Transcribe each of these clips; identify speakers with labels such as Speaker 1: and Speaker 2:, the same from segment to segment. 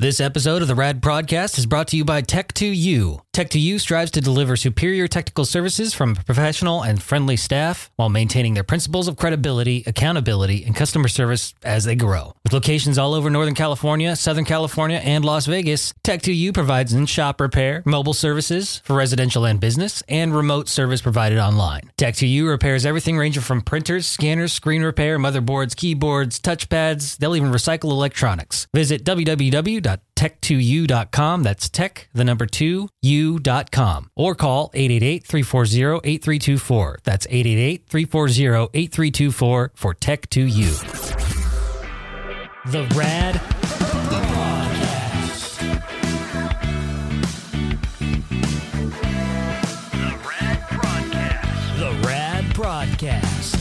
Speaker 1: This episode of the Rad Podcast is brought to you by Tech2U. Tech2U strives to deliver superior technical services from a professional and friendly staff while maintaining their principles of credibility, accountability, and customer service as they grow. With locations all over Northern California, Southern California, and Las Vegas, Tech2U provides in shop repair, mobile services for residential and business, and remote service provided online. Tech2U repairs everything ranging from printers, scanners, screen repair, motherboards, keyboards, touchpads. They'll even recycle electronics. Visit www.tech2u.com. That's tech, the number two, u.com. Or call 888 340 8324. That's 888 340 8324 for Tech2U. The Rad The Rad Broadcast.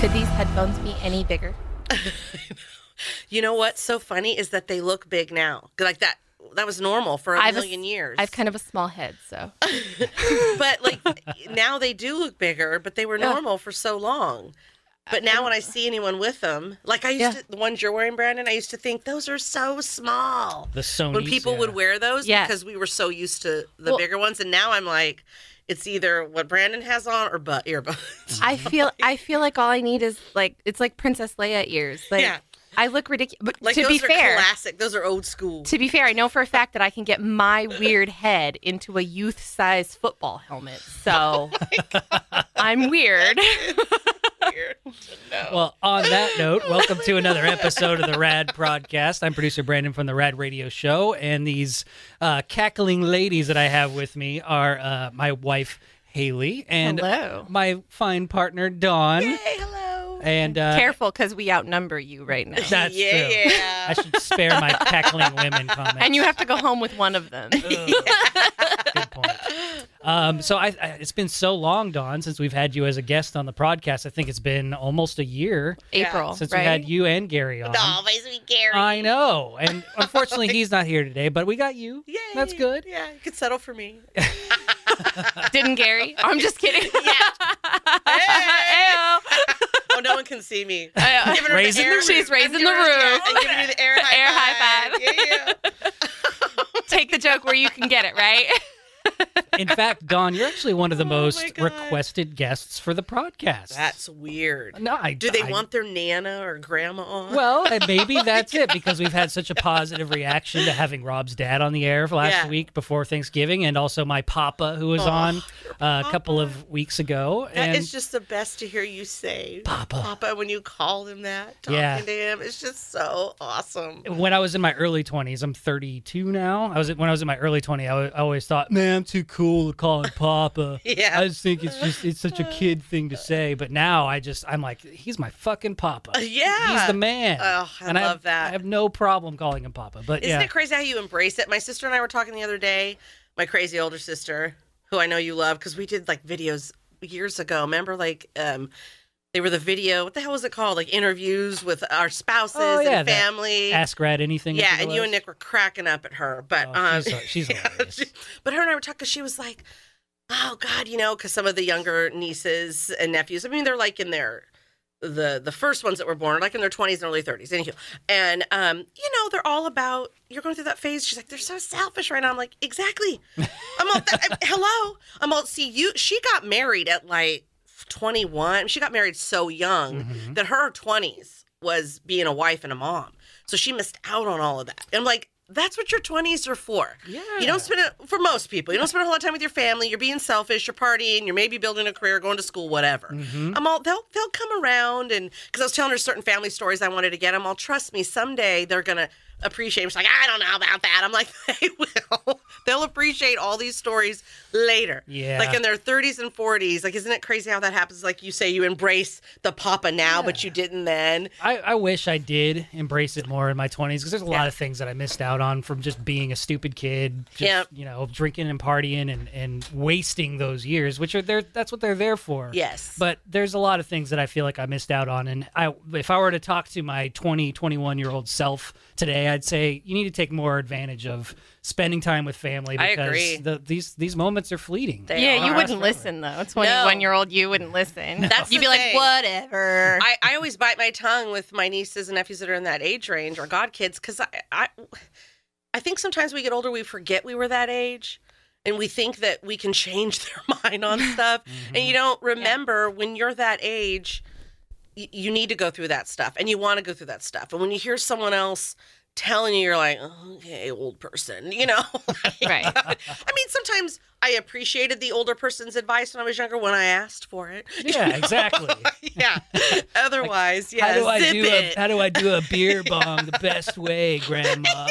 Speaker 2: Could these headphones be any bigger?
Speaker 3: You know what's so funny is that they look big now. Like that that was normal for a
Speaker 2: I've a s-
Speaker 3: million years.
Speaker 2: I've kind of a small head, so
Speaker 3: but like now they do look bigger, but they were
Speaker 2: Yeah.
Speaker 3: normal for so long. But now when I see anyone with them, like I used
Speaker 2: Yeah.
Speaker 3: to the ones you're wearing, Brandon, I used to think those are so small.
Speaker 1: The Sony.
Speaker 3: When people would wear those
Speaker 2: Yeah.
Speaker 3: because we were so used to the
Speaker 2: Well-
Speaker 3: bigger ones and now I'm like it's either what Brandon has on or butt earbuds.
Speaker 2: I feel I feel like all I need is like it's like Princess Leia ears. Like
Speaker 3: Yeah.
Speaker 2: I look ridiculous. But
Speaker 3: like
Speaker 2: to
Speaker 3: those
Speaker 2: be
Speaker 3: are
Speaker 2: fair,
Speaker 3: classic. Those are old school.
Speaker 2: to be fair, I know for a fact that I can get my weird head into a youth-sized football helmet. So
Speaker 3: Oh
Speaker 2: I'm weird.
Speaker 1: Well, on that note, welcome to another episode of the Rad Podcast. I'm producer Brandon from the Rad Radio Show, and these uh, cackling ladies that I have with me are uh, my wife Haley and uh,
Speaker 2: Hello.
Speaker 1: my fine partner Dawn.
Speaker 3: hey, hello.
Speaker 1: And uh,
Speaker 2: Careful, because we outnumber you right now,
Speaker 1: that's
Speaker 3: yeah,
Speaker 1: true.
Speaker 3: yeah.
Speaker 1: I should spare my cackling women comment.
Speaker 2: and you have to go home with one of them.
Speaker 1: good point. Um, so I, I, it's been so long, Dawn, since we've had you as a guest on the podcast. I think it's been almost a year
Speaker 2: April,
Speaker 1: since
Speaker 2: right?
Speaker 1: we had you and Gary on.
Speaker 3: Oh, Always we carry.
Speaker 1: I know. And unfortunately, he's not here today, but we got you.
Speaker 3: Yay.
Speaker 1: That's good.
Speaker 3: Yeah, you could settle for me.
Speaker 2: Didn't Gary? I'm just kidding.
Speaker 3: Hey.
Speaker 2: Ayo.
Speaker 3: Oh, no one can see me.
Speaker 2: Ayo.
Speaker 3: Giving her
Speaker 1: Raising the
Speaker 3: air
Speaker 1: roof.
Speaker 2: She's
Speaker 3: I'm
Speaker 2: raising the
Speaker 3: giving her- yeah,
Speaker 2: roof.
Speaker 3: I'm giving her the air high
Speaker 2: Air high
Speaker 3: five. Yeah.
Speaker 2: Take the joke where you can get it, right?
Speaker 1: In fact, Don, you're actually one of the
Speaker 3: Oh, my
Speaker 1: most
Speaker 3: God.
Speaker 1: requested guests for the podcast.
Speaker 3: That's weird.
Speaker 1: no, I
Speaker 3: Do they
Speaker 1: I-
Speaker 3: want Oh their nana or grandma on?
Speaker 1: Well, and maybe that's it because we've had such a positive reaction to having Rob's dad on the air last
Speaker 3: Yeah.
Speaker 1: week before Thanksgiving, and also my papa who was
Speaker 3: Oh,
Speaker 1: on uh, a couple of weeks ago.
Speaker 3: that
Speaker 1: and
Speaker 3: is just the best to hear you say,
Speaker 1: Papa.
Speaker 3: Papa, when you call him that, talking
Speaker 1: Yeah.
Speaker 3: to him, it's just so awesome.
Speaker 1: when I was in my early 20s, I'm 32 now. I was when I was in my early 20s, I al- I always thought, man, I'm too cool to call him Papa.
Speaker 3: Yeah.
Speaker 1: I just think it's just it's such a kid thing to say. But now I just I'm like, he's my fucking Papa.
Speaker 3: Uh, Yeah.
Speaker 1: he's the man.
Speaker 3: Oh, I
Speaker 1: and I have,
Speaker 3: love that.
Speaker 1: I have no problem calling him Papa. But
Speaker 3: Isn't
Speaker 1: yeah,
Speaker 3: it crazy how you embrace it? My sister and I were talking the other day, my crazy older sister, who I know you love, because we did like videos years ago. Remember, like, um, they were the video, what the hell was it called? Like interviews with our spouses
Speaker 1: Oh, yeah,
Speaker 3: and
Speaker 1: that
Speaker 3: family.
Speaker 1: ask Rad anything. I
Speaker 3: yeah,
Speaker 1: think it
Speaker 3: and you and
Speaker 1: was.
Speaker 3: Nick were cracking up at her. But,
Speaker 1: Oh,
Speaker 3: um,
Speaker 1: she's, she's
Speaker 3: yeah,
Speaker 1: hilarious.
Speaker 3: she- but her and I were talking, 'cause she was like, oh God, you know, because some of the younger nieces and nephews, I mean, they're like in their the the first ones that were born, like in their twenties and early thirties, anyhow. And um, you know, they're all about you're going through that phase. She's like, they're so selfish right now. I'm like, exactly. I'm all that, I- hello. I'm all see you. She got married at like 21. She got married so young
Speaker 1: Mm-hmm.
Speaker 3: that her 20s was being a wife and a mom. So she missed out on all of that. I'm like. That's what your 20s are for. Yeah. You don't spend it for most people. You don't spend a whole lot of time with your family. You're being selfish. You're partying. You're maybe building a career, going to school, whatever. I'm all they'll they'll come around and because I was telling her certain family stories I wanted to get. I'm all trust me, someday they're gonna appreciate. She's like, I don't know about that. I'm like, they will. They'll appreciate all these stories later.
Speaker 1: Yeah.
Speaker 3: like in their 30s and 40s. Like, isn't it crazy how that happens? Like you say, you embrace the papa now, but you didn't then.
Speaker 1: I, I wish I did embrace it more in my 20s because there's a lot of things that I missed out on from just being a stupid kid, just,
Speaker 3: Yep.
Speaker 1: you know, drinking and partying and, and wasting those years, which are there. That's what they're there for.
Speaker 3: Yes.
Speaker 1: But there's a lot of things that I feel like I missed out on. And I, if I were to talk to my 20, 21 year old self today, I'd say you need to take more advantage of spending time with family
Speaker 3: I
Speaker 1: because
Speaker 3: agree.
Speaker 1: the, these, these moments are fleeting.
Speaker 3: They
Speaker 2: Yeah, you
Speaker 3: are.
Speaker 2: wouldn't listen though. Twenty-one year old you wouldn't listen.
Speaker 3: That's
Speaker 2: You'd
Speaker 3: the
Speaker 2: be like,
Speaker 3: thing.
Speaker 2: whatever.
Speaker 3: I, I always bite my tongue with my nieces and nephews that are in that age range or god kids because I, I I think sometimes we get older, we forget we were that age, and we think that we can change their mind on stuff. And you
Speaker 4: Mm-hmm.
Speaker 3: don't remember when you're that age, y- you need to go through that stuff, and you want to go through that stuff. And when you hear someone else telling you, you're like, "Oh, okay, old person, you know.
Speaker 2: Right.
Speaker 3: I mean, sometimes I appreciated the older person's advice when I was younger when I asked for it.
Speaker 1: Yeah, exactly.
Speaker 3: yeah. Otherwise, yeah.
Speaker 4: how do I
Speaker 3: zip
Speaker 4: do
Speaker 3: it.
Speaker 4: a how do I do a beer bong the best way, Grandma?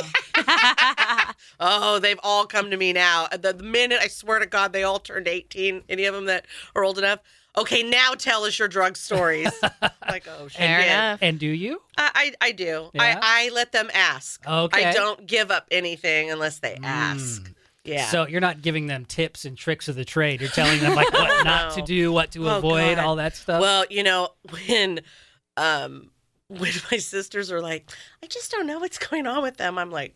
Speaker 3: Oh, they've all come to me now. The, the minute I swear to God, they all turned 18. Any of them that are old enough. Okay, now tell us your drug stories. like, oh, shit.
Speaker 2: Fair enough.
Speaker 4: and do you?
Speaker 3: I, I, I do.
Speaker 4: Yeah?
Speaker 3: I, I let them ask.
Speaker 4: Okay.
Speaker 3: I don't give up anything unless they ask. Yeah.
Speaker 4: So you're not giving them tips and tricks of the trade. You're telling them like what not to
Speaker 3: No.
Speaker 4: do, what to
Speaker 3: Oh,
Speaker 4: avoid,
Speaker 3: God.
Speaker 4: all that stuff.
Speaker 3: well, you know, when um when my sisters are like, I just don't know what's going on with them. I'm like,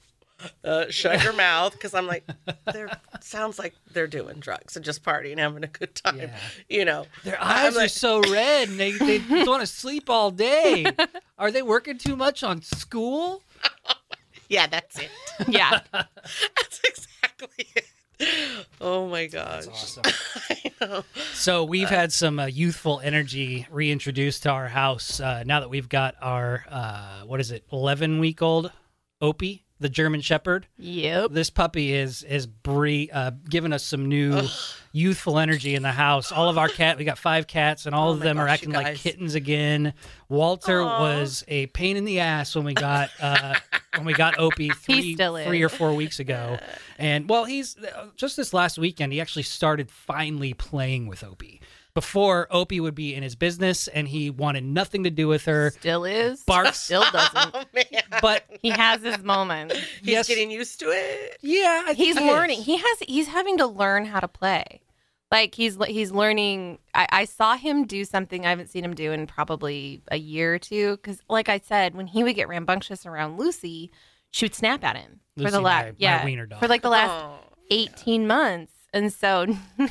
Speaker 3: uh, shut your mouth because I'm like, they're sounds like they're doing drugs and just partying, having a good time.
Speaker 4: Yeah.
Speaker 3: You know,
Speaker 4: Their
Speaker 3: I'm
Speaker 4: eyes are
Speaker 3: like-
Speaker 4: so red, and they they want to sleep all day. Are they working too much on school?
Speaker 3: yeah, that's it.
Speaker 2: yeah.
Speaker 3: That's exactly it. Oh my gosh. I know.
Speaker 4: So we've had some uh, youthful energy reintroduced to our house uh, now that we've got our uh, what is it, eleven week old Opie, the German Shepherd.
Speaker 2: Yep.
Speaker 4: This puppy is is bre- uh, giving us some new youthful energy in the house. All of our cat, we got five cats, and all
Speaker 3: Oh
Speaker 4: of
Speaker 3: my
Speaker 4: them are
Speaker 3: gosh,
Speaker 4: acting
Speaker 3: you
Speaker 4: like
Speaker 3: guys.
Speaker 4: kittens again. Walter
Speaker 3: Aw.
Speaker 4: was a pain in the ass when we got uh, when we got Opie three
Speaker 2: still is.
Speaker 4: three or four weeks ago, and well, he's uh, just this last weekend he actually started finally playing with Opie. Before Opie would be in his business, and he wanted nothing to do with her.
Speaker 2: Still is.
Speaker 4: Barks.
Speaker 2: Still doesn't.
Speaker 3: Oh man.
Speaker 4: But
Speaker 2: He has his moments.
Speaker 3: He's
Speaker 4: yes,
Speaker 3: getting used to it.
Speaker 4: yeah, I think
Speaker 2: He's
Speaker 4: he is.
Speaker 2: learning. He has. He's having to learn how to play. Like he's he's learning. I, I saw him do something I haven't seen him do in probably a year or two. Because like I said, when he would get rambunctious around Lucy, she would snap at him for
Speaker 4: Lucy,
Speaker 2: the
Speaker 4: my-
Speaker 2: last
Speaker 4: my
Speaker 2: yeah
Speaker 4: wiener dog.
Speaker 2: for like the last
Speaker 3: Oh.
Speaker 2: 18 months. And so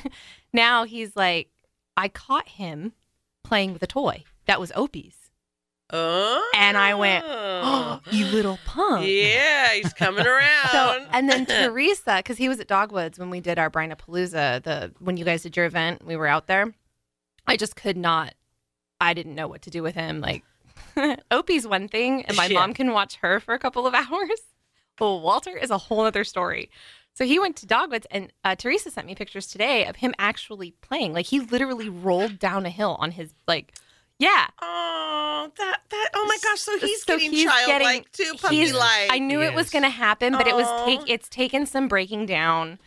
Speaker 2: now he's like, I caught him playing with a toy that was Opie's.
Speaker 3: Oh.
Speaker 2: And I went, Oh, you little punk.
Speaker 3: Yeah, he's coming around.
Speaker 2: So, and then Teresa, because he was at Dogwoods when we did our Brinapalooza, the when you guys did your event, we were out there. I just could not. I didn't know what to do with him. Like, Opie's one thing, and my
Speaker 3: Yeah.
Speaker 2: mom can watch her for a couple of hours. But Walter is a whole other story. So he went to Dogwoods, and uh, Teresa sent me pictures today of him actually playing. Like, he literally rolled down a hill on his like, yeah.
Speaker 3: Oh, that that oh my gosh! So he's
Speaker 2: So
Speaker 3: getting
Speaker 2: he's
Speaker 3: childlike
Speaker 2: getting-
Speaker 3: too, puppy
Speaker 2: he's-
Speaker 3: like.
Speaker 2: I knew it was
Speaker 4: Yes.
Speaker 2: going to happen, but it was
Speaker 3: Aw.
Speaker 2: take it's taken some breaking down.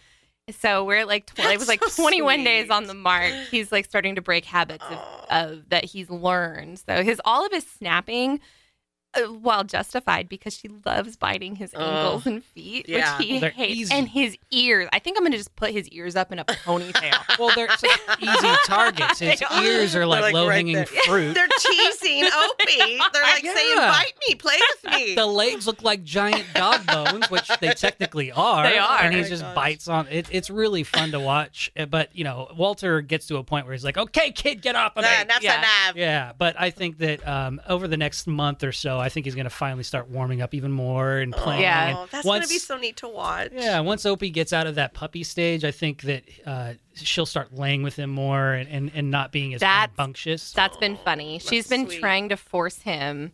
Speaker 2: So we're like tw- it was like
Speaker 3: That's so
Speaker 2: 21 days
Speaker 3: sweet.
Speaker 2: on the mark. He's like starting to break habits of, of that he's learned. So his all of his snapping uh, while justified because she loves biting his ankles and feet,
Speaker 3: yeah.
Speaker 2: which he
Speaker 4: They're
Speaker 2: hates,
Speaker 4: easy.
Speaker 2: and his ears. I think I'm going to just put his ears up in a ponytail.
Speaker 4: Well, they're such easy targets. His
Speaker 3: They are.
Speaker 4: ears are
Speaker 3: They're,
Speaker 4: like,
Speaker 3: like, right
Speaker 4: low hanging
Speaker 3: there.
Speaker 4: fruit.
Speaker 3: They're teasing Opie. They're like saying,
Speaker 4: Yeah.
Speaker 3: "Bite me, play with me."
Speaker 4: the legs look like giant dog bones, which they technically are.
Speaker 2: They are.
Speaker 4: And he
Speaker 3: Oh my
Speaker 4: just
Speaker 3: gosh.
Speaker 4: bites on it. It's really fun to watch. Uh, But, you know, Walter gets to a point where he's like, okay, kid, get off of
Speaker 3: Nah,
Speaker 4: me.
Speaker 3: enough's
Speaker 2: yeah.
Speaker 3: enough.
Speaker 4: Yeah, but I think that um, over the next month or so, I think he's going to finally start warming up even more and playing.
Speaker 2: Yeah.
Speaker 4: And
Speaker 3: Oh, that's
Speaker 4: once,
Speaker 3: gonna be so neat to watch.
Speaker 4: Yeah, once Opie gets out of that puppy stage, I think that uh, she'll start laying with him more and, and, and not being as
Speaker 2: That's-
Speaker 4: rambunctious.
Speaker 2: That's been funny. She's been
Speaker 3: sweet.
Speaker 2: trying to force him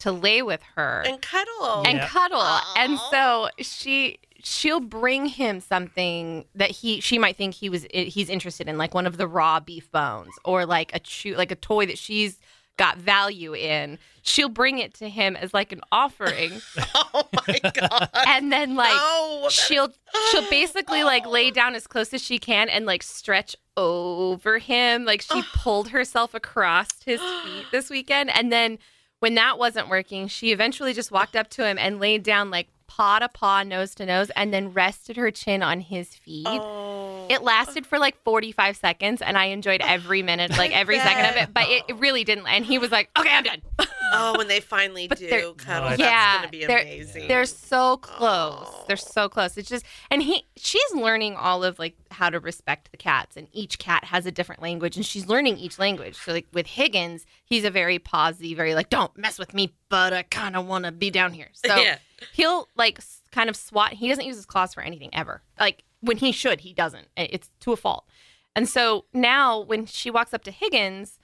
Speaker 2: to lay with her.
Speaker 3: and cuddle.
Speaker 2: and
Speaker 4: Yeah.
Speaker 2: cuddle. And
Speaker 3: Aw.
Speaker 2: so she she'll bring him something that he she might think he was eh, he's interested in, like one of the raw beef bones or like a chew like a toy that she's got value in. She'll bring it to him as like an offering,
Speaker 3: oh my god!
Speaker 2: and then like
Speaker 3: no, that-
Speaker 2: she'll she'll basically like lay down as close as she can and like stretch over him like
Speaker 3: Oh.
Speaker 2: she pulled herself across his feet this weekend and then when that wasn't working she eventually just walked up to him and laid down like paw to paw nose to nose and then rested her chin on his feet
Speaker 3: Oh.
Speaker 2: it lasted for like 45 seconds and i enjoyed every minute like every second of it but it, it really didn't and he was like okay i'm done
Speaker 3: Oh, when they finally
Speaker 2: But they're-
Speaker 3: do cuddle,
Speaker 2: Oh, Yeah,
Speaker 3: that's gonna be
Speaker 2: they're-
Speaker 3: amazing.
Speaker 2: They're so close.
Speaker 3: Oh.
Speaker 2: They're so close. It's just and he she's learning all of like how to respect the cats and each cat has a different language and she's learning each language. So like with Higgins, he's a very posy, very like don't mess with me, but I kind of want to be down here. So
Speaker 3: yeah.
Speaker 2: he'll like s- kind of swat. He doesn't use his claws for anything ever. Like when he should, he doesn't. I- It's to a fault. And so now when she walks up to Higgins,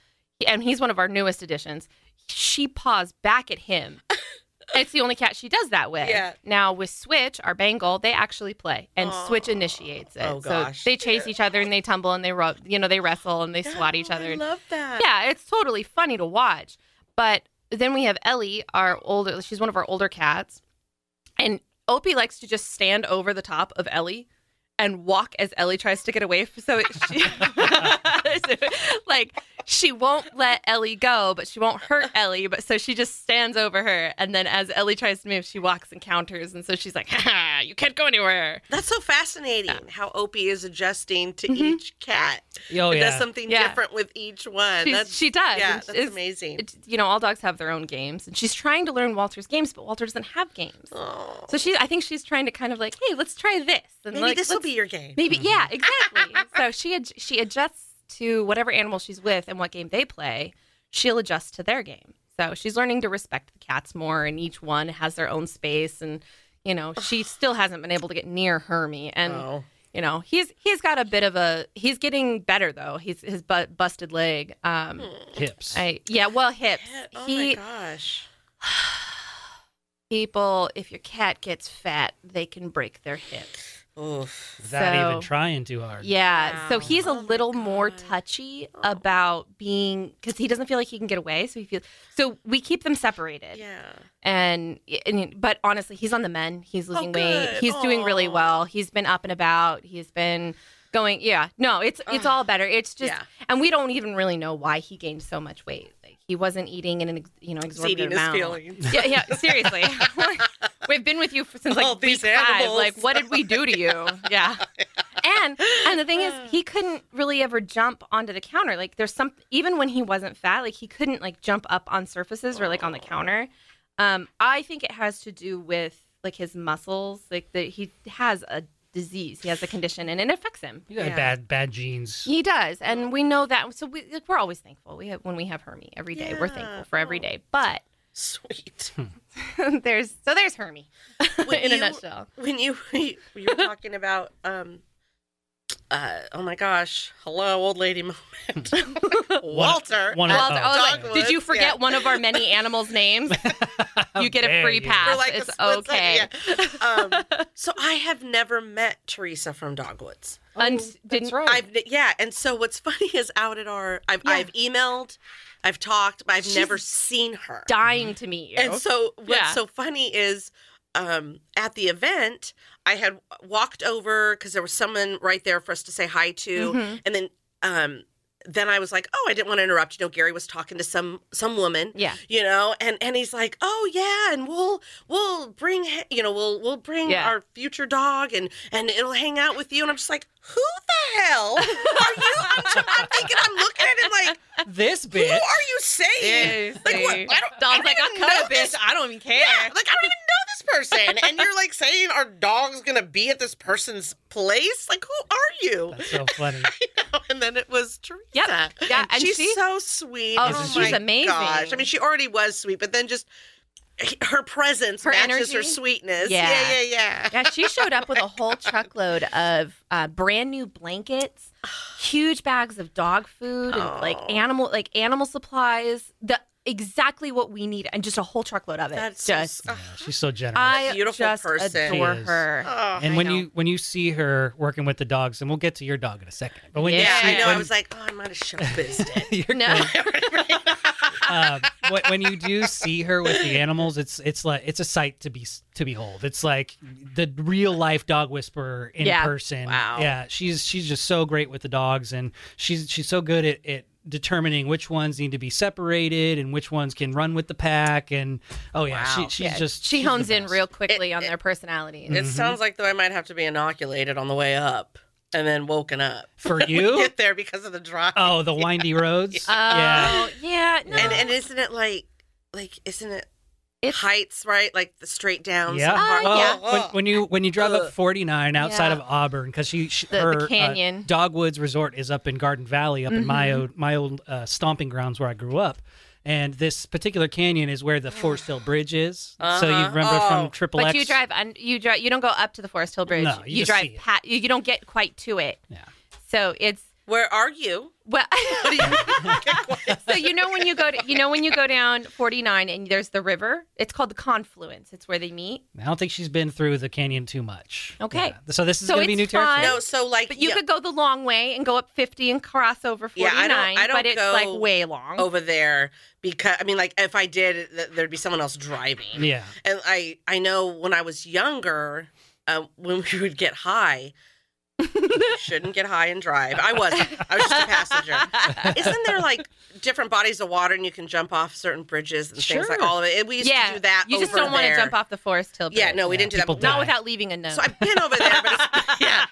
Speaker 2: and he's one of our newest additions, she paws back at him. it's the only cat she does that with.
Speaker 3: Yeah.
Speaker 2: Now with Switch, our Bengal, they actually play, and Switch
Speaker 3: Aw.
Speaker 2: initiates it.
Speaker 3: Oh, gosh.
Speaker 2: So they chase each other and they tumble and they rub, you know, they wrestle and they swat each
Speaker 3: Oh,
Speaker 2: other.
Speaker 3: I
Speaker 2: and-
Speaker 3: love that.
Speaker 2: yeah, it's totally funny to watch. But then we have Ellie, our older, she's one of our older cats. And Opie likes to just stand over the top of Ellie and walk as Ellie tries to get away. So it, she, like, she won't let Ellie go, but she won't hurt Ellie. But so she just stands over her. And then as Ellie tries to move, she walks and counters. And so she's like, ha, ha, you can't go anywhere.
Speaker 3: That's so fascinating how Opie is adjusting to
Speaker 2: Mhm.
Speaker 3: each cat.
Speaker 4: Oh
Speaker 3: It
Speaker 4: yeah.
Speaker 3: does something
Speaker 2: Yeah.
Speaker 3: different with each one.
Speaker 2: She's-
Speaker 3: that's,
Speaker 2: she does.
Speaker 3: Yeah,
Speaker 2: and
Speaker 3: that's
Speaker 2: it's-
Speaker 3: amazing.
Speaker 2: it's- You know, all dogs have their own games. And she's trying to learn Walter's games, but Walter doesn't have games.
Speaker 3: oh,
Speaker 2: So she, I think she's trying to kind of like, hey, let's try this. And
Speaker 3: maybe
Speaker 2: like,
Speaker 3: this will
Speaker 2: let's-
Speaker 3: be your game.
Speaker 2: maybe, yeah, exactly. so she ad- she adjusts to whatever animal she's with and what game they play. She'll adjust to their game. So she's learning to respect the cats more, and each one has their own space. And you know, she still hasn't been able to get near Hermie. And
Speaker 3: oh.
Speaker 2: you know, he's he's got a bit of a he's getting better though. He's his butt busted leg. Um,
Speaker 4: Hips.
Speaker 2: I yeah, well hips.
Speaker 3: Hmm. Oh
Speaker 2: he
Speaker 3: my gosh.
Speaker 2: people, if your cat gets fat, they can break their hips.
Speaker 3: Oof.
Speaker 4: Without even
Speaker 2: so-
Speaker 4: trying too hard.
Speaker 2: Yeah. So
Speaker 3: Wow.
Speaker 2: he's a
Speaker 3: Oh my
Speaker 2: little more
Speaker 3: God. Oh.
Speaker 2: touchy about being because he doesn't feel like he can get away. So he feels so we keep them separated.
Speaker 3: Yeah.
Speaker 2: And, and but honestly, he's on the men. He's losing weight.
Speaker 3: Oh, good.
Speaker 2: He's doing really
Speaker 3: Aw.
Speaker 2: well. He's been up and about. He's been going. Yeah. No, it's it's all better. It's just
Speaker 3: Yeah.
Speaker 2: and we don't even really know why he gained so much weight. Like he wasn't eating in an ex- you know exorbitant
Speaker 3: Seeding his
Speaker 2: amount.
Speaker 3: feelings.
Speaker 2: Yeah, yeah. Seriously, we've been with you for, since like
Speaker 3: All these
Speaker 2: week five.
Speaker 3: animals.
Speaker 2: Like, what did we do to you? Yeah. And and the thing is, he couldn't really ever jump onto the counter. Like, there's some even when he wasn't fat, like he couldn't like jump up on surfaces or like on the
Speaker 3: Oh.
Speaker 2: counter. Um, I think it has to do with like his muscles. Like that he has a disease. He has a condition, and it affects him.
Speaker 4: You got
Speaker 3: Yeah.
Speaker 4: bad bad genes.
Speaker 2: He does, and we know that. So we like, we're always thankful. We have when we have Hermie every day. We're
Speaker 3: Yeah. Oh.
Speaker 2: thankful for every day, but.
Speaker 3: Sweet.
Speaker 2: Hmm. there's so there's Hermie
Speaker 3: Would
Speaker 2: in a
Speaker 3: you-
Speaker 2: nutshell.
Speaker 3: when you you were talking about um uh oh my gosh hello old lady moment Walter
Speaker 4: one
Speaker 2: Walter,
Speaker 4: of- oh,
Speaker 2: I was like,
Speaker 3: Dogwoods,
Speaker 2: did you forget
Speaker 3: yeah. Oh,
Speaker 2: one of our many animals' names? you get a
Speaker 4: dare
Speaker 2: free
Speaker 4: you.
Speaker 2: pass.
Speaker 3: For like a
Speaker 2: it's
Speaker 3: split
Speaker 2: okay.
Speaker 3: second, yeah. um, so I have never met Teresa from Dogwoods.
Speaker 2: Un- didn't-
Speaker 4: right.
Speaker 3: I've yeah, and so what's funny is out at our I've,
Speaker 2: Yeah.
Speaker 3: I've emailed, I've talked, but I've
Speaker 2: She's
Speaker 3: never seen her.
Speaker 2: Dying to meet you.
Speaker 3: And so what's
Speaker 2: Oh, Yeah.
Speaker 3: so funny is um, at the event, I had walked over because there was someone right there for us to say hi to,
Speaker 2: Mhm.
Speaker 3: and then um, then I was like, oh, I didn't want to interrupt. You know, Gary was talking to some some woman,
Speaker 2: Yeah.
Speaker 3: you know, and and he's like, oh yeah, and we'll we'll bring h- you know we'll we'll bring
Speaker 2: Yeah.
Speaker 3: our future dog, and and it'll hang out with you. And I'm just like, who the hell are you? I'm, t- I'm thinking, I'm looking at him like,
Speaker 4: this
Speaker 3: who are
Speaker 4: bit.
Speaker 3: you saying? Like, what? I don't- I
Speaker 2: Dom's
Speaker 3: don't
Speaker 2: like, I'll
Speaker 3: even
Speaker 2: cut
Speaker 3: know
Speaker 2: a
Speaker 3: this-
Speaker 2: bitch. I don't even care.
Speaker 3: Yeah, like I don't even know this person, and you're like saying our dog's gonna be at this person's place. Like, who are you?
Speaker 4: That's so funny.
Speaker 3: And then it was Teresa.
Speaker 2: Yeah, yeah, and
Speaker 3: she's
Speaker 2: she-
Speaker 3: so sweet.
Speaker 2: Oh,
Speaker 4: Isn't
Speaker 3: my
Speaker 4: she?
Speaker 2: amazing.
Speaker 3: Gosh. I mean, she already was sweet, but then just her presence
Speaker 2: Her
Speaker 3: matches her
Speaker 2: energy?
Speaker 3: sweetness.
Speaker 2: Yeah.
Speaker 3: yeah, yeah. yeah.
Speaker 2: Yeah, she showed up with a whole truckload of uh, brand new blankets, huge bags of dog food, and like
Speaker 3: Oh.
Speaker 2: animal like animal supplies. The exactly what we need, and just a whole truckload of it.
Speaker 3: That's
Speaker 2: just
Speaker 3: so,
Speaker 4: Yeah, she's so generous.
Speaker 2: I
Speaker 3: beautiful
Speaker 2: just
Speaker 3: person.
Speaker 2: adore
Speaker 4: She is.
Speaker 2: her.
Speaker 3: oh.
Speaker 4: and
Speaker 2: I
Speaker 4: when
Speaker 2: know.
Speaker 4: you when you see her working with the dogs, and we'll get to your dog in a second. But when
Speaker 3: yeah,
Speaker 2: Yeah,
Speaker 4: you
Speaker 3: I
Speaker 4: see,
Speaker 3: know.
Speaker 4: When,
Speaker 3: I was like, oh, I might have shut this down.
Speaker 4: you're
Speaker 2: No.
Speaker 4: um, when, when you do see her with the animals, it's it's like it's a sight to be to behold. It's like the real life dog whisperer in
Speaker 2: Yeah.
Speaker 4: person.
Speaker 3: Wow.
Speaker 4: Yeah, she's she's just so great with the dogs, and she's she's so good at, at determining which ones need to be separated and which ones can run with the pack. And oh yeah,
Speaker 3: Wow.
Speaker 4: she, she's
Speaker 2: Yeah,
Speaker 4: just
Speaker 2: she
Speaker 4: she's the
Speaker 2: hones in
Speaker 4: best.
Speaker 2: real quickly on
Speaker 3: it-
Speaker 2: their personality.
Speaker 4: Mm-hmm.
Speaker 3: It sounds like though I might have to be inoculated on the way up and then woken up.
Speaker 4: for you.
Speaker 3: Get there because of the drive.
Speaker 4: Oh, the windy roads.
Speaker 2: Oh,
Speaker 4: yeah.
Speaker 2: yeah, no.
Speaker 3: And and isn't it like like isn't it
Speaker 2: It's
Speaker 3: heights right? Like the straight down.
Speaker 4: Yeah. Well,
Speaker 2: Uh,
Speaker 3: Oh,
Speaker 2: yeah.
Speaker 4: When, when you when you drive
Speaker 3: Ugh.
Speaker 4: up 49 outside
Speaker 2: Yeah.
Speaker 4: of Auburn, because she, she
Speaker 2: The- the
Speaker 4: her uh,
Speaker 2: canyon.
Speaker 4: Dogwoods Resort is up in Garden Valley, up in my
Speaker 2: Mhm.
Speaker 4: old my old uh, stomping grounds where I grew up. And this particular canyon is where the Forest Hill Bridge is. So you
Speaker 3: Uh-huh.
Speaker 4: remember
Speaker 3: Oh.
Speaker 4: from Triple
Speaker 2: but
Speaker 4: X?
Speaker 2: you drive un- you drive you don't go up to the Forest Hill Bridge.
Speaker 4: No, you just see
Speaker 2: drive
Speaker 4: it.
Speaker 2: pat you, you don't get quite to it.
Speaker 4: Yeah.
Speaker 2: So it's
Speaker 3: Where are you?
Speaker 2: well
Speaker 3: What do you?
Speaker 2: so you know when you go to you know when you go down 49 and there's the river it's called the confluence it's where they meet
Speaker 4: I don't think she's been through the canyon too much.
Speaker 2: Okay.
Speaker 4: Yeah. So this is
Speaker 2: So
Speaker 4: going to be
Speaker 2: it's
Speaker 4: new territory.
Speaker 2: fun.
Speaker 3: no, so like
Speaker 2: but you
Speaker 3: yeah,
Speaker 2: could go the long way and go up 50 and cross over 49
Speaker 3: Yeah, I don't- I don't
Speaker 2: but it's
Speaker 3: go
Speaker 2: like way long
Speaker 3: over there because I mean, like if I did, th- there'd be someone else driving.
Speaker 4: Yeah.
Speaker 3: And I I know when I was younger, um, when we would get high, shouldn't get high and drive. I wasn't. I was just a passenger. Isn't there like different bodies of water and you can jump off certain bridges and things like
Speaker 4: Sure.
Speaker 3: all of it? We used
Speaker 2: yeah
Speaker 3: to do that.
Speaker 2: you just
Speaker 3: over
Speaker 2: don't want to
Speaker 3: there.
Speaker 2: jump off the Forest Hill Bridge.
Speaker 3: Yeah, no, we
Speaker 4: Yeah,
Speaker 3: didn't do that.
Speaker 4: people
Speaker 3: but-
Speaker 2: not
Speaker 4: die.
Speaker 2: without leaving a note
Speaker 3: So I've been over there, but it's, yeah,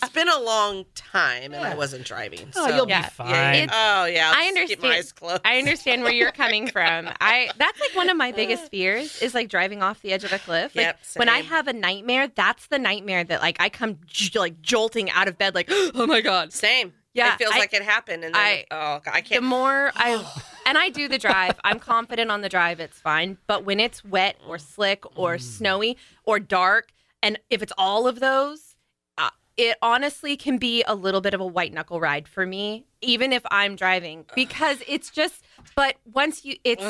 Speaker 3: it's been a long time, and I
Speaker 4: Yeah.
Speaker 3: wasn't driving.
Speaker 4: Oh,
Speaker 3: so-
Speaker 4: you'll
Speaker 2: Yeah.
Speaker 4: be fine.
Speaker 3: Yeah, yeah.
Speaker 2: It's-
Speaker 3: oh yeah. I'll
Speaker 2: I
Speaker 3: just Keep my
Speaker 2: understand.
Speaker 3: eyes closed.
Speaker 2: I understand where you're coming from. I that's like one of my biggest fears is like driving off the edge of a cliff. Like
Speaker 3: Yep,
Speaker 2: when I
Speaker 3: same.
Speaker 2: have a nightmare, that's the nightmare that like I come j- like jolting out of bed like oh my god.
Speaker 3: Same.
Speaker 2: Yeah,
Speaker 3: it feels
Speaker 2: I-
Speaker 3: like it happened, and then,
Speaker 2: I-
Speaker 3: oh, God, I
Speaker 2: The
Speaker 3: can't.
Speaker 2: more I
Speaker 3: Oh.
Speaker 2: and I do the drive, I'm confident on the drive, it's fine. But when it's wet or slick or
Speaker 3: Mm.
Speaker 2: snowy or dark and if it's all of those, uh, it honestly can be a little bit of a white knuckle ride for me even if I'm driving because it's just but once you it's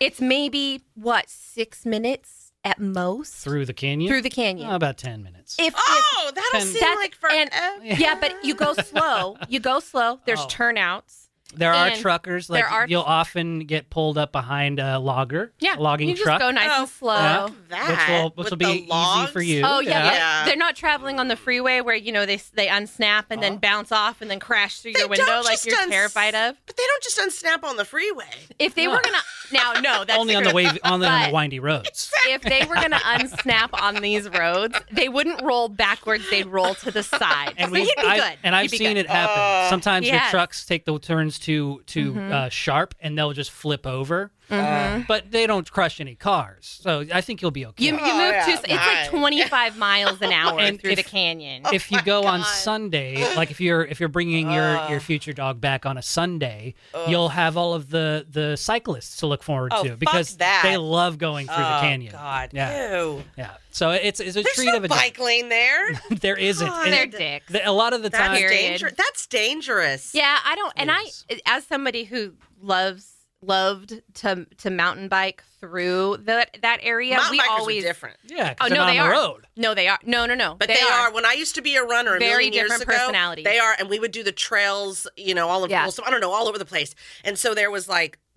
Speaker 2: It's maybe what six minutes at most
Speaker 4: Through the canyon?
Speaker 2: through the
Speaker 4: Oh,
Speaker 2: canyon.
Speaker 4: about 10 minutes.
Speaker 2: if, if-
Speaker 3: Uh, oh, that'll
Speaker 4: And-
Speaker 3: seem
Speaker 2: that's-
Speaker 3: like forever.
Speaker 2: and yeah, but you go slow. You go slow. There's
Speaker 4: Oh.
Speaker 2: turnouts.
Speaker 4: There are
Speaker 2: And
Speaker 4: truckers. Like
Speaker 2: there are-
Speaker 4: you'll often get pulled up behind a logger,
Speaker 2: Yeah,
Speaker 4: logging
Speaker 2: you
Speaker 4: truck,
Speaker 2: just go nice
Speaker 3: Oh,
Speaker 2: and slow.
Speaker 4: yeah.
Speaker 3: Fuck that.
Speaker 4: will- which
Speaker 3: with
Speaker 4: will be
Speaker 3: the
Speaker 4: easy
Speaker 3: logs.
Speaker 4: for you.
Speaker 2: Oh yeah, but
Speaker 3: Yeah.
Speaker 2: they're not traveling on the freeway where you know they they unsnap and then bounce off and then crash through your
Speaker 3: They
Speaker 2: window
Speaker 3: don't
Speaker 2: like
Speaker 3: just
Speaker 2: you're
Speaker 3: uns-
Speaker 2: terrified of.
Speaker 3: But they don't just unsnap on the freeway.
Speaker 2: If they
Speaker 4: No.
Speaker 2: were gonna now no that's
Speaker 4: only on the
Speaker 2: true.
Speaker 4: way only on
Speaker 2: But-
Speaker 4: the windy roads.
Speaker 2: If they were gonna unsnap on these roads, they wouldn't roll backwards. They'd roll to the side. so you'd be
Speaker 4: I've-
Speaker 2: good. You'd
Speaker 4: and I've
Speaker 2: be
Speaker 4: seen
Speaker 2: good.
Speaker 4: it happen.
Speaker 3: Oh.
Speaker 4: Sometimes
Speaker 2: Yes.
Speaker 4: the trucks take the turns too too
Speaker 2: Mhm.
Speaker 4: uh, sharp, and they'll just flip over.
Speaker 3: Mm-hmm.
Speaker 2: Mhm.
Speaker 4: But they don't crush any cars, so I think you'll be okay.
Speaker 2: You, you move
Speaker 3: Oh, yeah,
Speaker 2: to it's like
Speaker 3: nice.
Speaker 2: 25 miles an hour
Speaker 4: And
Speaker 2: through
Speaker 4: if-
Speaker 2: the canyon.
Speaker 4: if you go on
Speaker 3: God.
Speaker 4: Sunday, like if you're if you're bringing your
Speaker 3: Ugh.
Speaker 4: your future dog back on a Sunday, you'll have all of the the cyclists to look forward
Speaker 3: Oh,
Speaker 4: to
Speaker 3: fuck
Speaker 4: because
Speaker 3: that.
Speaker 4: they love going through the
Speaker 3: Oh,
Speaker 4: canyon.
Speaker 3: God.
Speaker 4: Yeah.
Speaker 3: Ew.
Speaker 4: Yeah. So it's it's a
Speaker 3: There's
Speaker 4: treat
Speaker 3: no
Speaker 4: of a
Speaker 3: bike lane there.
Speaker 4: day. There isn't.
Speaker 3: God.
Speaker 4: And
Speaker 2: They're
Speaker 3: and-
Speaker 2: dicks.
Speaker 4: the- a lot of the
Speaker 3: That's
Speaker 4: time,
Speaker 2: Period.
Speaker 3: dangerous. That's dangerous.
Speaker 2: yeah, I don't. And I,
Speaker 4: Yes.
Speaker 2: as somebody who loves loved to to mountain bike through that that area,
Speaker 3: Mountain
Speaker 2: we
Speaker 3: bikers
Speaker 2: always
Speaker 3: are different.
Speaker 4: yeah, 'cause
Speaker 2: Oh,
Speaker 4: they're
Speaker 2: no,
Speaker 4: not
Speaker 2: they
Speaker 4: on the
Speaker 2: are.
Speaker 4: road.
Speaker 2: no, they are no, no, no,
Speaker 3: But they, are. When I used to be a runner, a
Speaker 2: Very
Speaker 3: million years
Speaker 2: different
Speaker 3: ago,
Speaker 2: personalities.
Speaker 3: They are, and we would do the trails, you know, all over.
Speaker 2: Yeah.
Speaker 3: well, so- I don't know, all over the place. And so there was like,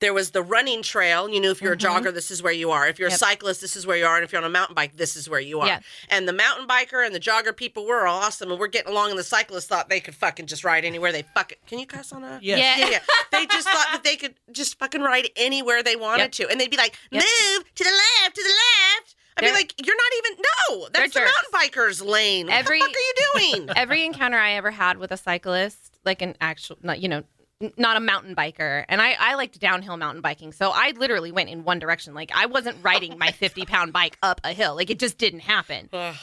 Speaker 3: there was the running trail. You know, if you're
Speaker 2: Mhm.
Speaker 3: a jogger, this is where you are. If you're
Speaker 2: Yep.
Speaker 3: a cyclist, this is where you are. And if you're on a mountain bike, this is where you are.
Speaker 2: Yeah.
Speaker 3: And the mountain biker and the jogger people were all awesome, and we're getting along. And the cyclists thought they could fucking just ride anywhere they fucking. Can you cuss on a?
Speaker 4: Yes.
Speaker 2: Yeah.
Speaker 3: Yeah, yeah. They just thought that they could just fucking ride anywhere they
Speaker 2: Yep.
Speaker 3: wanted to. And they'd be like,
Speaker 2: Yep.
Speaker 3: move to the left, to the left. I'd
Speaker 2: They're-
Speaker 3: be like, you're not even, no, that's the
Speaker 2: They're jerks.
Speaker 3: mountain biker's lane. What
Speaker 2: Every-
Speaker 3: the fuck are you doing?
Speaker 2: Every encounter I ever had with a cyclist, like an actual, not you know, n- not a mountain biker, and I I liked downhill mountain biking, so I literally went in one direction. Like I wasn't riding my 50 pound bike up a hill. Like it just didn't happen.
Speaker 3: Ugh.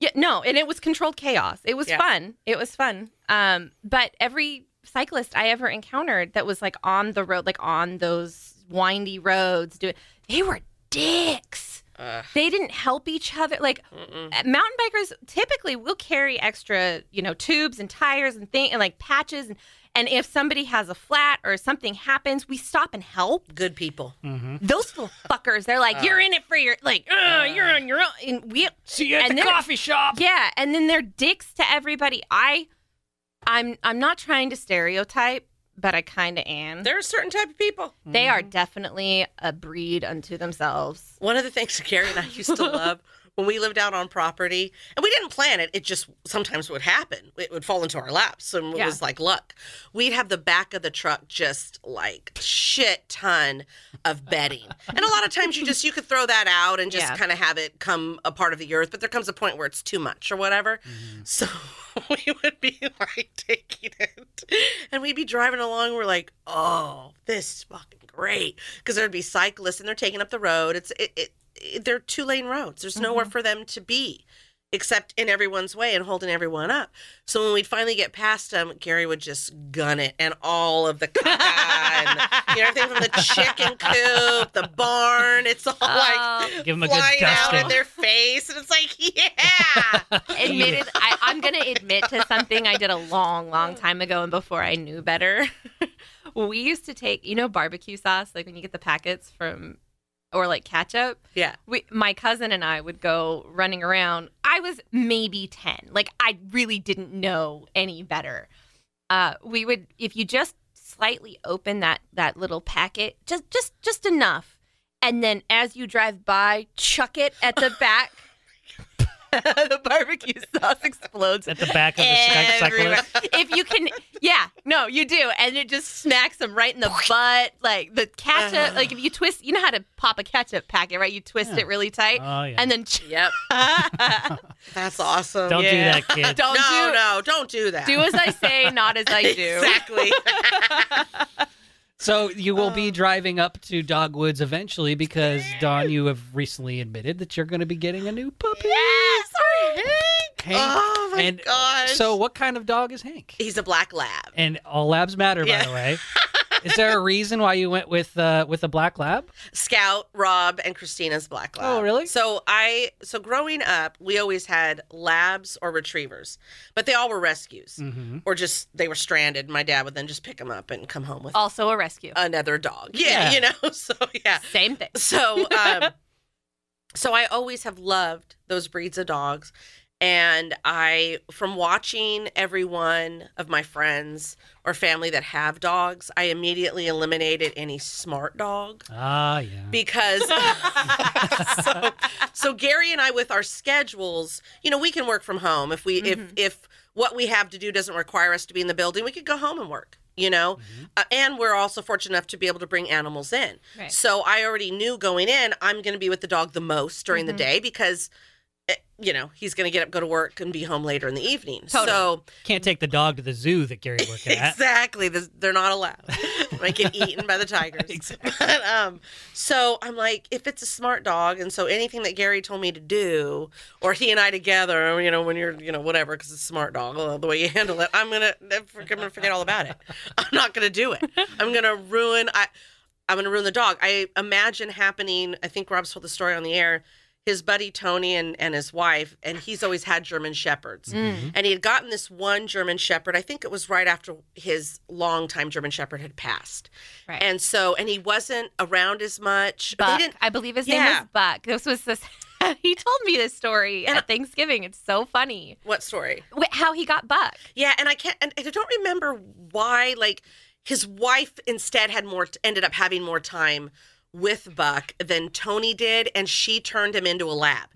Speaker 2: Yeah, no, and it was controlled chaos. It was
Speaker 3: Yeah.
Speaker 2: fun. It was fun. Um, but every cyclist I ever encountered that was like on the road, like on those windy roads, doing they were dicks.
Speaker 3: Ugh.
Speaker 2: They didn't help each other. Like
Speaker 3: Mm-mm.
Speaker 2: uh, mountain bikers typically will carry extra, you know, tubes and tires and thing and like patches and and if somebody has a flat or something happens, we stop and help.
Speaker 3: Good people.
Speaker 4: Mm-hmm.
Speaker 2: Those little fuckers, they're like, "You're in it for your like, uh, you're on your own." And we
Speaker 4: See you
Speaker 2: at And the they're-
Speaker 4: shop.
Speaker 2: yeah, and then they're dicks to everybody. I, I'm, I'm not trying to stereotype, but I kind of am.
Speaker 3: There are certain type of people.
Speaker 2: They are definitely a breed unto themselves.
Speaker 3: One of the things Gary and I used to love when we lived out on property, and we didn't plan it, it just sometimes would happen. It would fall into our laps, and it
Speaker 2: Yeah.
Speaker 3: was like luck. We'd have the back of the truck just like shit ton of bedding, and a lot of times you just you could throw that out and just
Speaker 2: Yeah.
Speaker 3: kind of have it come a part of the earth. But there comes a point where it's too much or whatever. So we would be like taking it, and we'd be driving along. We're like, oh, this is fucking great because there'd be cyclists and they're taking up the road. It's it, it, it they're two lane roads. There's nowhere
Speaker 4: Mm-hmm.
Speaker 3: for them to be except in everyone's way and holding everyone up. So when we'd finally get past them, Gary would just gun it and all of the caca and the- you know, everything from the chicken coop, the barn, it's all
Speaker 2: Oh.
Speaker 3: like
Speaker 4: Give 'em a good
Speaker 3: flying out in
Speaker 4: dusting.
Speaker 3: their face and it's like, yeah.
Speaker 2: Admitted, I, I'm going to admit to something I did a long, long time ago and before I knew better. we used to take, you know, barbecue sauce, like when you get the packets from, or like ketchup.
Speaker 3: yeah.
Speaker 2: we, my cousin and I would go running around. I was maybe 10. Like, I really didn't know any better. Uh, we would, if you just slightly open that, that little packet, just, just, just enough. And then as you drive by, chuck it at the back. the barbecue sauce explodes.
Speaker 4: at the back of the cyc-
Speaker 2: Everywhere.
Speaker 4: cyclist.
Speaker 2: if you can, yeah, no, you do, and it just smacks them right in the butt, like the ketchup.
Speaker 3: Ugh.
Speaker 2: Like if you twist, you know how to pop a ketchup packet, right? You twist
Speaker 4: Yeah.
Speaker 2: it really tight,
Speaker 4: Oh yeah.
Speaker 2: and then
Speaker 3: Yep. That's awesome.
Speaker 4: Don't
Speaker 3: Yeah.
Speaker 4: do that, kid.
Speaker 2: don't
Speaker 3: no,
Speaker 2: do
Speaker 3: no, don't do that.
Speaker 2: do as I say, not as I do.
Speaker 3: Exactly.
Speaker 4: So you will be driving up to Dogwoods eventually because Don, you have recently admitted that you're going to be getting a new puppy.
Speaker 3: yes.
Speaker 4: Hank.
Speaker 3: Oh my
Speaker 4: and
Speaker 3: gosh.
Speaker 4: So what kind of dog is Hank?
Speaker 3: he's a black lab.
Speaker 4: And all labs matter, by
Speaker 3: Yeah.
Speaker 4: the way. Is there a reason why you went with uh, with a black lab?
Speaker 3: Scout, Rob, and Christina's black lab.
Speaker 4: Oh, really?
Speaker 3: So I so growing up, we always had labs or retrievers, but they all were rescues
Speaker 4: Mm-hmm.
Speaker 3: or just they were stranded. My dad would then just pick them up and come home with
Speaker 2: Also a rescue,
Speaker 3: another dog. Yeah,
Speaker 4: Yeah.
Speaker 3: you know. So yeah.
Speaker 2: same thing.
Speaker 3: So um so I always have loved those breeds of dogs and I from watching everyone of my friends or family that have dogs, I immediately eliminated any smart dog
Speaker 4: Ah, yeah.
Speaker 3: because so, so Gary and I with our schedules, you know, we can work from home if we
Speaker 2: Mm-hmm.
Speaker 3: if if what we have to do doesn't require us to be in the building, we could go home and work, you know.
Speaker 2: Mm-hmm.
Speaker 3: Uh, and we're also fortunate enough to be able to bring animals in.
Speaker 2: Right.
Speaker 3: So I already knew going in, I'm going to be with the dog the most during
Speaker 2: Mm-hmm.
Speaker 3: the day because eh, you know, he's going to get up, go to work and be home later in the evening.
Speaker 2: Totally.
Speaker 3: So
Speaker 4: Can't take the dog to the zoo that Gary worked at.
Speaker 3: Exactly. This, they're not allowed. Might get eaten by the tigers. But, um, so I'm like, if it's a smart dog, and so anything that Gary told me to do, or he and I together, you know, when you're, you know, whatever, because it's a smart dog, uh, the way you handle it, I'm gonna, I'm gonna forget all about it. I'm not gonna do it. I'm gonna ruin. I, I'm gonna ruin the dog. I imagine happening. I think Rob's told the story on the air. His buddy Tony and, and his wife, and he's always had German shepherds.
Speaker 2: Mm. Mm-hmm.
Speaker 3: And he had gotten this one German Shepherd. I think it was right after his longtime German Shepherd had passed.
Speaker 2: Right.
Speaker 3: And so, and he wasn't around as much. They
Speaker 2: Buck,
Speaker 3: didn't-
Speaker 2: I believe his name
Speaker 3: Yeah.
Speaker 2: was Buck. This was this. he told me this story at Thanksgiving. It's so funny
Speaker 3: what story?
Speaker 2: Wh- how he got Buck.
Speaker 3: Yeah, and I can't, and I don't remember why. Like his wife instead had more, ended up having more time with Buck than Tony did, and she turned him into a lab.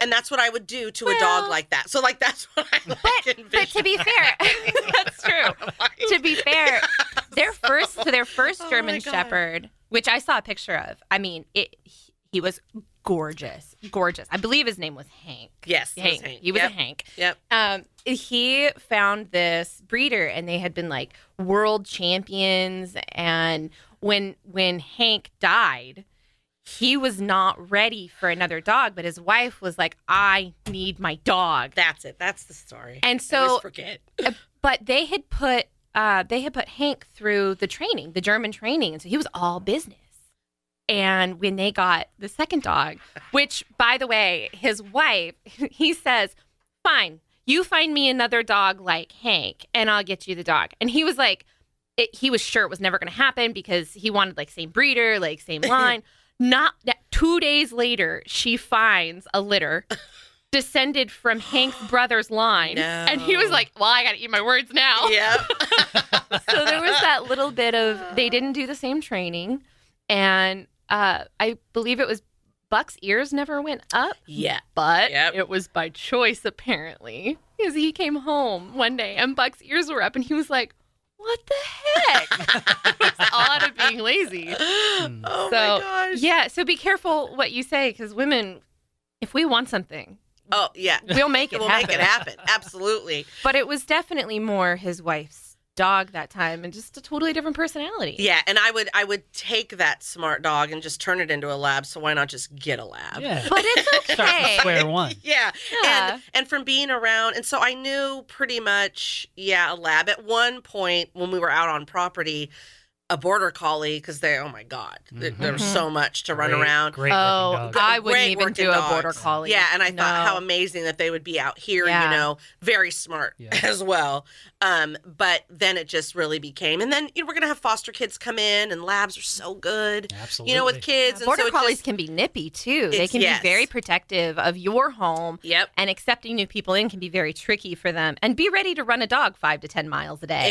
Speaker 3: And that's what I would do to a dog
Speaker 2: Mm-hmm. Well-
Speaker 3: like that. So, like that's what I like.
Speaker 2: But to be fair, that's true. to be fair, their first so their first
Speaker 3: Oh my
Speaker 2: German
Speaker 3: God.
Speaker 2: Shepherd, which I saw a picture of. I mean, it he, he was gorgeous, gorgeous. I believe his name was Hank.
Speaker 3: yes, it was
Speaker 2: Hank. He was
Speaker 3: yep.
Speaker 2: a Hank.
Speaker 3: Yep.
Speaker 2: Um, he found this breeder, and they had been like world champions. And when when Hank died, he was not ready for another dog. But his wife was like, "I need my dog."
Speaker 3: That's it. That's the story.
Speaker 2: And
Speaker 3: I always
Speaker 2: so
Speaker 3: forget.
Speaker 2: but they had put uh, they had put Hank through the training, the German training, and so he was all business. And when they got the second dog, which by the way, his wife, he says, "Fine, you find me another dog like Hank, and I'll get you the dog." And he was like, it, he was sure it was never going to happen because he wanted like same breeder, like same line. Not that two days later, she finds a litter descended from Hank's brother's line, and he was
Speaker 3: No.
Speaker 2: like, "Well, I got to eat my words now."
Speaker 3: Yep.
Speaker 2: So there was that little bit of they didn't do the same training, and uh, I believe it was Buck's ears never went up,
Speaker 3: Yeah.
Speaker 2: but
Speaker 3: Yep.
Speaker 2: it was by choice apparently, because he came home one day and Buck's ears were up, and he was like, "What the heck?" it was all out of being lazy.
Speaker 3: Oh
Speaker 2: So,
Speaker 3: my gosh.
Speaker 2: Yeah, so be careful what you say, because women, if we want something,
Speaker 3: Oh yeah.
Speaker 2: we'll make it
Speaker 3: we'll
Speaker 2: happen.
Speaker 3: make it happen. Absolutely.
Speaker 2: But it was definitely more his wife's dog that time and just a totally different personality.
Speaker 3: Yeah, and I would I would take that smart dog and just turn it into a lab. So why not just get a lab?
Speaker 4: Yeah.
Speaker 2: But it's
Speaker 4: Start from
Speaker 2: okay.
Speaker 4: square one.
Speaker 3: Yeah.
Speaker 2: Yeah.
Speaker 3: And and from being around and so I knew pretty much yeah, a lab at one point when we were out on property a border collie cuz they oh my god there, there was
Speaker 2: Mhm.
Speaker 3: so much to run
Speaker 4: Great-
Speaker 3: around.
Speaker 4: Great
Speaker 2: Oh,
Speaker 4: looking dog.
Speaker 2: I wouldn't
Speaker 3: Great
Speaker 2: even
Speaker 3: working
Speaker 2: do a border
Speaker 3: dogs.
Speaker 2: collie.
Speaker 3: Yeah, and I thought
Speaker 2: No.
Speaker 3: how amazing that they would be out here,
Speaker 2: Yeah.
Speaker 3: you know, very smart
Speaker 4: Yeah.
Speaker 3: as well. Um, but then it just really became, and then you know, we're gonna have foster kids come in, and labs are so good,
Speaker 4: Absolutely.
Speaker 3: you know, with kids. and
Speaker 2: Border
Speaker 3: so it
Speaker 2: collies
Speaker 3: just-
Speaker 2: can be nippy too. They
Speaker 3: It's-
Speaker 2: can
Speaker 3: yes.
Speaker 2: be very protective of your home
Speaker 3: Yep.
Speaker 2: and accepting new people in can be very tricky for them. And be ready to run a dog five to ten miles a day.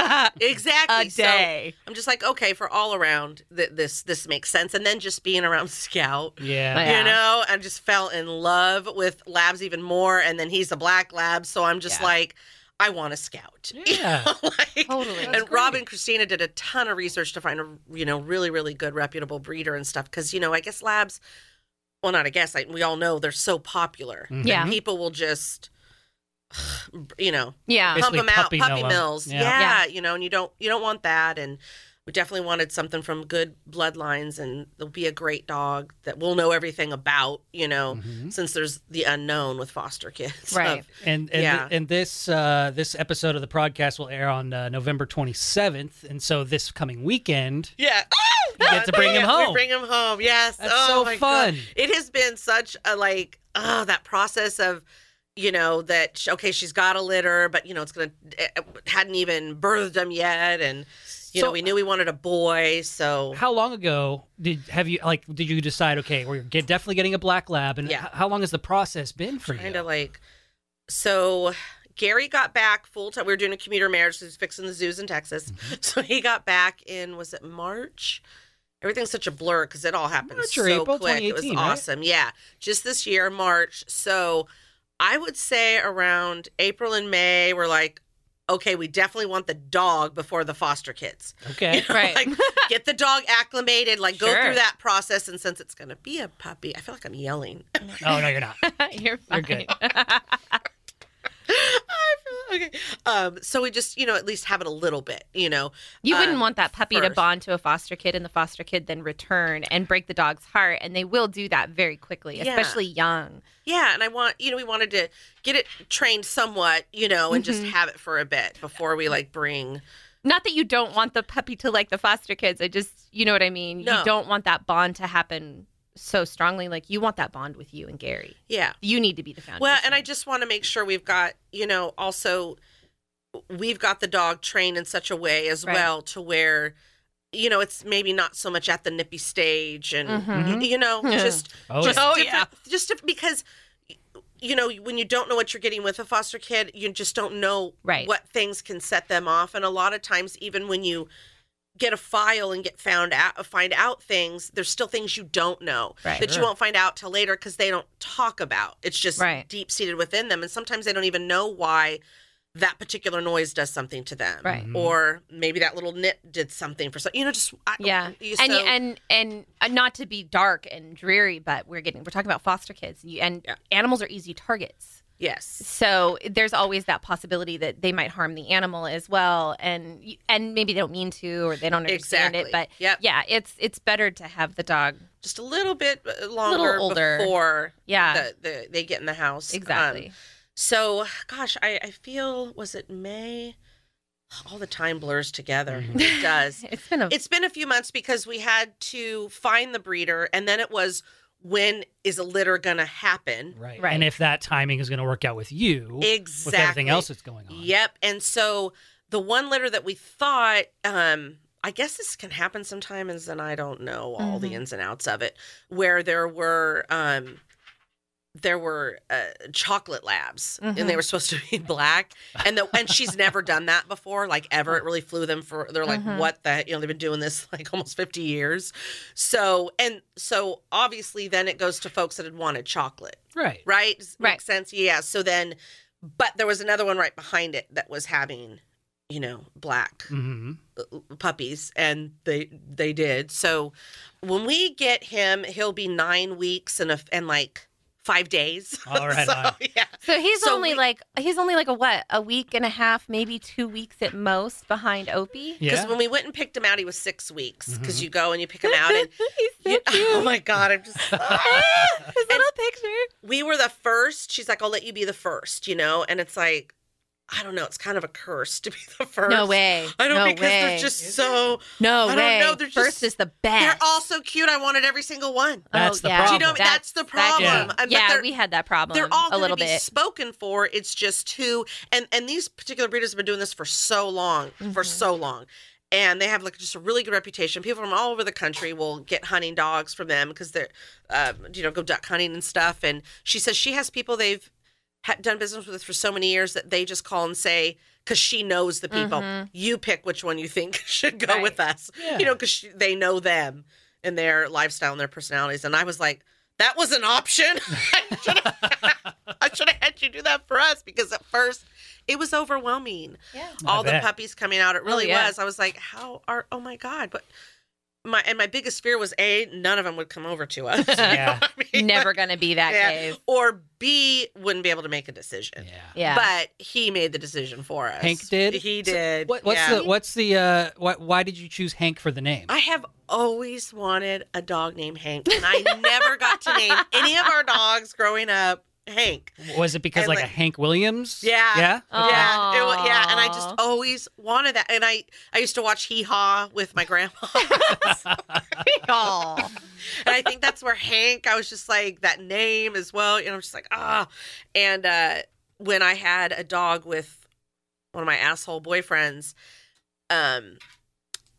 Speaker 2: a
Speaker 3: exactly. So
Speaker 2: day.
Speaker 3: I'm just like, okay, for all around, th- this this makes sense. And then just being around Scout,
Speaker 4: Yeah.
Speaker 2: Yeah.
Speaker 3: you know, I just fell in love with Labs even more. And then he's a black Lab, so I'm just
Speaker 2: Yeah.
Speaker 3: like, I want a Scout. You
Speaker 4: Yeah.
Speaker 3: know, like-
Speaker 2: Totally.
Speaker 3: and Rob and Christina did a ton of research to find a you know really really good reputable breeder and stuff because you know I guess Labs, well not I guess like, we all know they're so popular.
Speaker 4: Mhm.
Speaker 2: Yeah.
Speaker 3: People will just, you know,
Speaker 2: Yeah.
Speaker 4: It's-
Speaker 3: pump
Speaker 4: Basically
Speaker 3: them out,
Speaker 4: puppy
Speaker 3: puppy,
Speaker 4: mill 'em.
Speaker 3: mills.
Speaker 4: Yeah.
Speaker 3: Yeah.
Speaker 2: Yeah.
Speaker 3: you know, and you don't you don't want that. And we definitely wanted something from good bloodlines, and there'll be a great dog that we'll know everything about. You know,
Speaker 4: Mhm.
Speaker 3: since there's the unknown with foster kids,
Speaker 2: Right.
Speaker 3: of-
Speaker 4: And and,
Speaker 3: Yeah.
Speaker 4: and this uh, this episode of the podcast will air on uh, November 27th, and so this coming weekend.
Speaker 3: yeah,
Speaker 4: You get to bring him
Speaker 3: Yeah, Oh, we
Speaker 4: home.
Speaker 3: bring him home. Yes,
Speaker 4: That's
Speaker 3: oh
Speaker 4: so
Speaker 3: my
Speaker 4: fun.
Speaker 3: God. It has been such a like oh that process of. You know that sh- okay, she's got a litter, but you know it's gonna eh, eh, hadn't even birthed him yet, and you
Speaker 4: So-
Speaker 3: know we knew we wanted a boy, so
Speaker 4: How long ago did have you like did you decide okay we're get, definitely getting a black lab and
Speaker 3: Yeah.
Speaker 4: h- how long has the process been for you?
Speaker 3: kind of like so gary got back full time we were doing a commuter marriage so he was fixing the zoos in texas
Speaker 4: Mm-hmm.
Speaker 3: so he got back in was it march everything's such a blur because it all happened
Speaker 4: March
Speaker 3: so
Speaker 4: or April
Speaker 3: quick it was
Speaker 4: 2018, right?
Speaker 3: awesome yeah just this year march so i would say around april and may we're like okay we definitely want the dog before the foster kids
Speaker 4: okay.
Speaker 2: Right.
Speaker 3: like get the dog acclimated like go
Speaker 2: Sure.
Speaker 3: through that process and since it's going to be a puppy i feel like i'm yelling
Speaker 4: oh no, you're not.
Speaker 2: You're fine.
Speaker 4: good.
Speaker 3: I feel- okay. Um, so we just, you know, at least have it a little bit, you know.
Speaker 2: You wouldn't
Speaker 3: Um,
Speaker 2: want that puppy to
Speaker 3: first.
Speaker 2: bond to a foster kid and the foster kid then return and break the dog's heart. And they will do that very quickly,
Speaker 3: Yeah.
Speaker 2: especially young.
Speaker 3: Yeah, and I want, you know, we wanted to get it trained somewhat, you know, and just
Speaker 2: Mhm.
Speaker 3: have it for a bit before we like bring.
Speaker 2: Not that you don't want the puppy to like the foster kids. I just, you know what I mean?
Speaker 3: No.
Speaker 2: You don't want that bond to happen so strongly. Like you want that bond with you and Gary.
Speaker 3: Yeah.
Speaker 2: You need to be the foundation.
Speaker 3: Well, and I just want to make sure we've got, you know, also we've got the dog trained in such a way as
Speaker 2: Right.
Speaker 3: well to where you know, it's maybe not so much at the nippy stage and
Speaker 2: Mhm.
Speaker 3: y- you know,
Speaker 2: Yeah.
Speaker 3: just
Speaker 4: Oh,
Speaker 3: just
Speaker 4: yeah.
Speaker 2: Oh,
Speaker 3: different,
Speaker 2: yeah.
Speaker 3: just diff- because you know when you don't know what you're getting with a foster kid, you just don't know
Speaker 2: Right.
Speaker 3: what things can set them off, and a lot of times, even when you get a file and get found out, uh, find out things, there's still things you don't know
Speaker 2: Right.
Speaker 3: that
Speaker 4: Sure.
Speaker 3: you won't find out till later because they don't talk about. It's just
Speaker 2: Right.
Speaker 3: deep seated within them, and sometimes they don't even know why that particular noise does something to them
Speaker 2: Right.
Speaker 4: Mhm.
Speaker 3: or maybe that little nip did something for some you know just I,
Speaker 2: Yeah.
Speaker 3: you-
Speaker 2: and
Speaker 3: so-
Speaker 2: and and uh, not to be dark and dreary, but we're getting we're talking about foster kids and, you, and
Speaker 3: Yeah.
Speaker 2: animals are easy targets.
Speaker 3: yes
Speaker 2: So there's always that possibility that they might harm the animal as well, and y- and maybe they don't mean to or they don't understand
Speaker 3: exactly
Speaker 2: it. But
Speaker 3: yep
Speaker 2: yeah, it's it's better to have the dog.
Speaker 3: just a little bit uh, longer
Speaker 2: older.
Speaker 3: before
Speaker 2: Yeah,
Speaker 3: the, the, they get in the house. Um,
Speaker 2: exactly.
Speaker 3: so, gosh, I, I feel, was it May? All the time blurs together.
Speaker 4: Mhm.
Speaker 3: It does.
Speaker 2: It's been a
Speaker 3: it's been a few months because we had to find the breeder, and then it was when is a litter going to happen?
Speaker 4: Right.
Speaker 2: Right.
Speaker 4: And if that timing is going to work out with you
Speaker 3: Exactly.
Speaker 4: with everything else that's going on.
Speaker 3: Yep. And so the one litter that we thought, um, I guess this can happen sometimes, and I don't know all the
Speaker 2: Mhm.
Speaker 3: ins and outs of it, where there were um, there were uh, chocolate labs, and
Speaker 2: Mhm.
Speaker 3: they were supposed to be black, and the, and she's never done that before, like ever. It really flew them for. They're like,
Speaker 2: Mhm.
Speaker 3: what the? You know, they've been doing this like almost fifty years. So and so obviously, then it goes to folks that had wanted chocolate
Speaker 4: Right.
Speaker 3: right? Does it
Speaker 2: Right.
Speaker 3: Make sense? Yeah. So then, but there was another one right behind it that was having, you know, black
Speaker 4: Mm-hmm.
Speaker 3: uh, puppies, and they they did. So when we get him, he'll be nine weeks and a, and like five days.
Speaker 4: All right,
Speaker 3: so,
Speaker 4: all right.
Speaker 3: yeah.
Speaker 2: So he's
Speaker 3: So
Speaker 2: only
Speaker 3: we-
Speaker 2: like he's only like a what a week and a half, maybe two weeks at most behind Opie.
Speaker 3: Because
Speaker 4: Yeah. Mm-hmm.
Speaker 3: when we went and picked him out, he was six weeks. Because you go and you pick him out, and
Speaker 2: he's so
Speaker 3: you-
Speaker 2: cute.
Speaker 3: oh my god, I'm just.
Speaker 2: His little picture.
Speaker 3: we were the first. She's like, I'll let you be the first, you know? And it's like, I don't know. It's kind of a curse to be the first.
Speaker 2: No way.
Speaker 3: I don't
Speaker 2: no
Speaker 3: because
Speaker 2: way.
Speaker 3: they're just so.
Speaker 2: no
Speaker 3: I don't
Speaker 2: way.
Speaker 3: know, they're just-
Speaker 2: First is the best.
Speaker 3: They're all so cute. I wanted every single one.
Speaker 4: That's
Speaker 2: oh,
Speaker 4: the
Speaker 2: yeah.
Speaker 3: Do
Speaker 4: problem.
Speaker 3: you know
Speaker 2: That's-
Speaker 3: that's, the
Speaker 2: That-
Speaker 3: problem? I- but
Speaker 2: yeah,
Speaker 3: they're-
Speaker 2: we had that problem.
Speaker 3: they're
Speaker 2: Um,
Speaker 3: all
Speaker 2: a
Speaker 3: going
Speaker 2: little
Speaker 3: to be
Speaker 2: bit.
Speaker 3: spoken for. It's just who and and these particular breeders have been doing this for so long,
Speaker 2: Mm-hmm.
Speaker 3: for so long, and they have like just a really good reputation. People from all over the country will get hunting dogs from them because they're, um, you know, go duck hunting and stuff. And she says she has people they've ha- done business with for so many years that they just call and say. Because she knows the people, you pick which one you think should go
Speaker 2: Mm-hmm. Right.
Speaker 3: with us. You know, because they know them and their lifestyle and their personalities. And I was like, that was an option. I should have had you do that for us because at first it was overwhelming.
Speaker 2: Yeah.
Speaker 3: All the
Speaker 4: bet. Oh,
Speaker 3: puppies coming out, it really
Speaker 2: yeah.
Speaker 3: was. I was like, how are? Oh my god! But my and my biggest fear was a none of them would come over to us. You know
Speaker 4: Yeah.
Speaker 3: what I mean?
Speaker 2: Never gonna be that
Speaker 3: Yeah.
Speaker 2: cave.
Speaker 3: Or B wouldn't be able to make a decision.
Speaker 4: Yeah.
Speaker 2: Yeah.
Speaker 3: But he made the decision for us.
Speaker 4: Hank did?
Speaker 3: He
Speaker 4: So
Speaker 3: did.
Speaker 4: What, what's
Speaker 3: yeah.
Speaker 4: the what's the uh what, why did you choose Hank for the name?
Speaker 3: I have always wanted a dog named Hank, and I never got to name any of our dogs growing up Hank.
Speaker 4: Was it because
Speaker 3: and,
Speaker 4: like, a
Speaker 3: like-
Speaker 4: Hank Williams?
Speaker 3: Yeah.
Speaker 4: Yeah.
Speaker 3: Yeah, it wa- yeah, and I
Speaker 2: Aw.
Speaker 3: just always wanted that, and I I used to watch Hee Haw with my grandma,
Speaker 2: Aw.
Speaker 3: and I think that's where Hank. I was just like that name as well, you know, I'm just like ah, and uh, when I had a dog with one of my asshole boyfriends, um,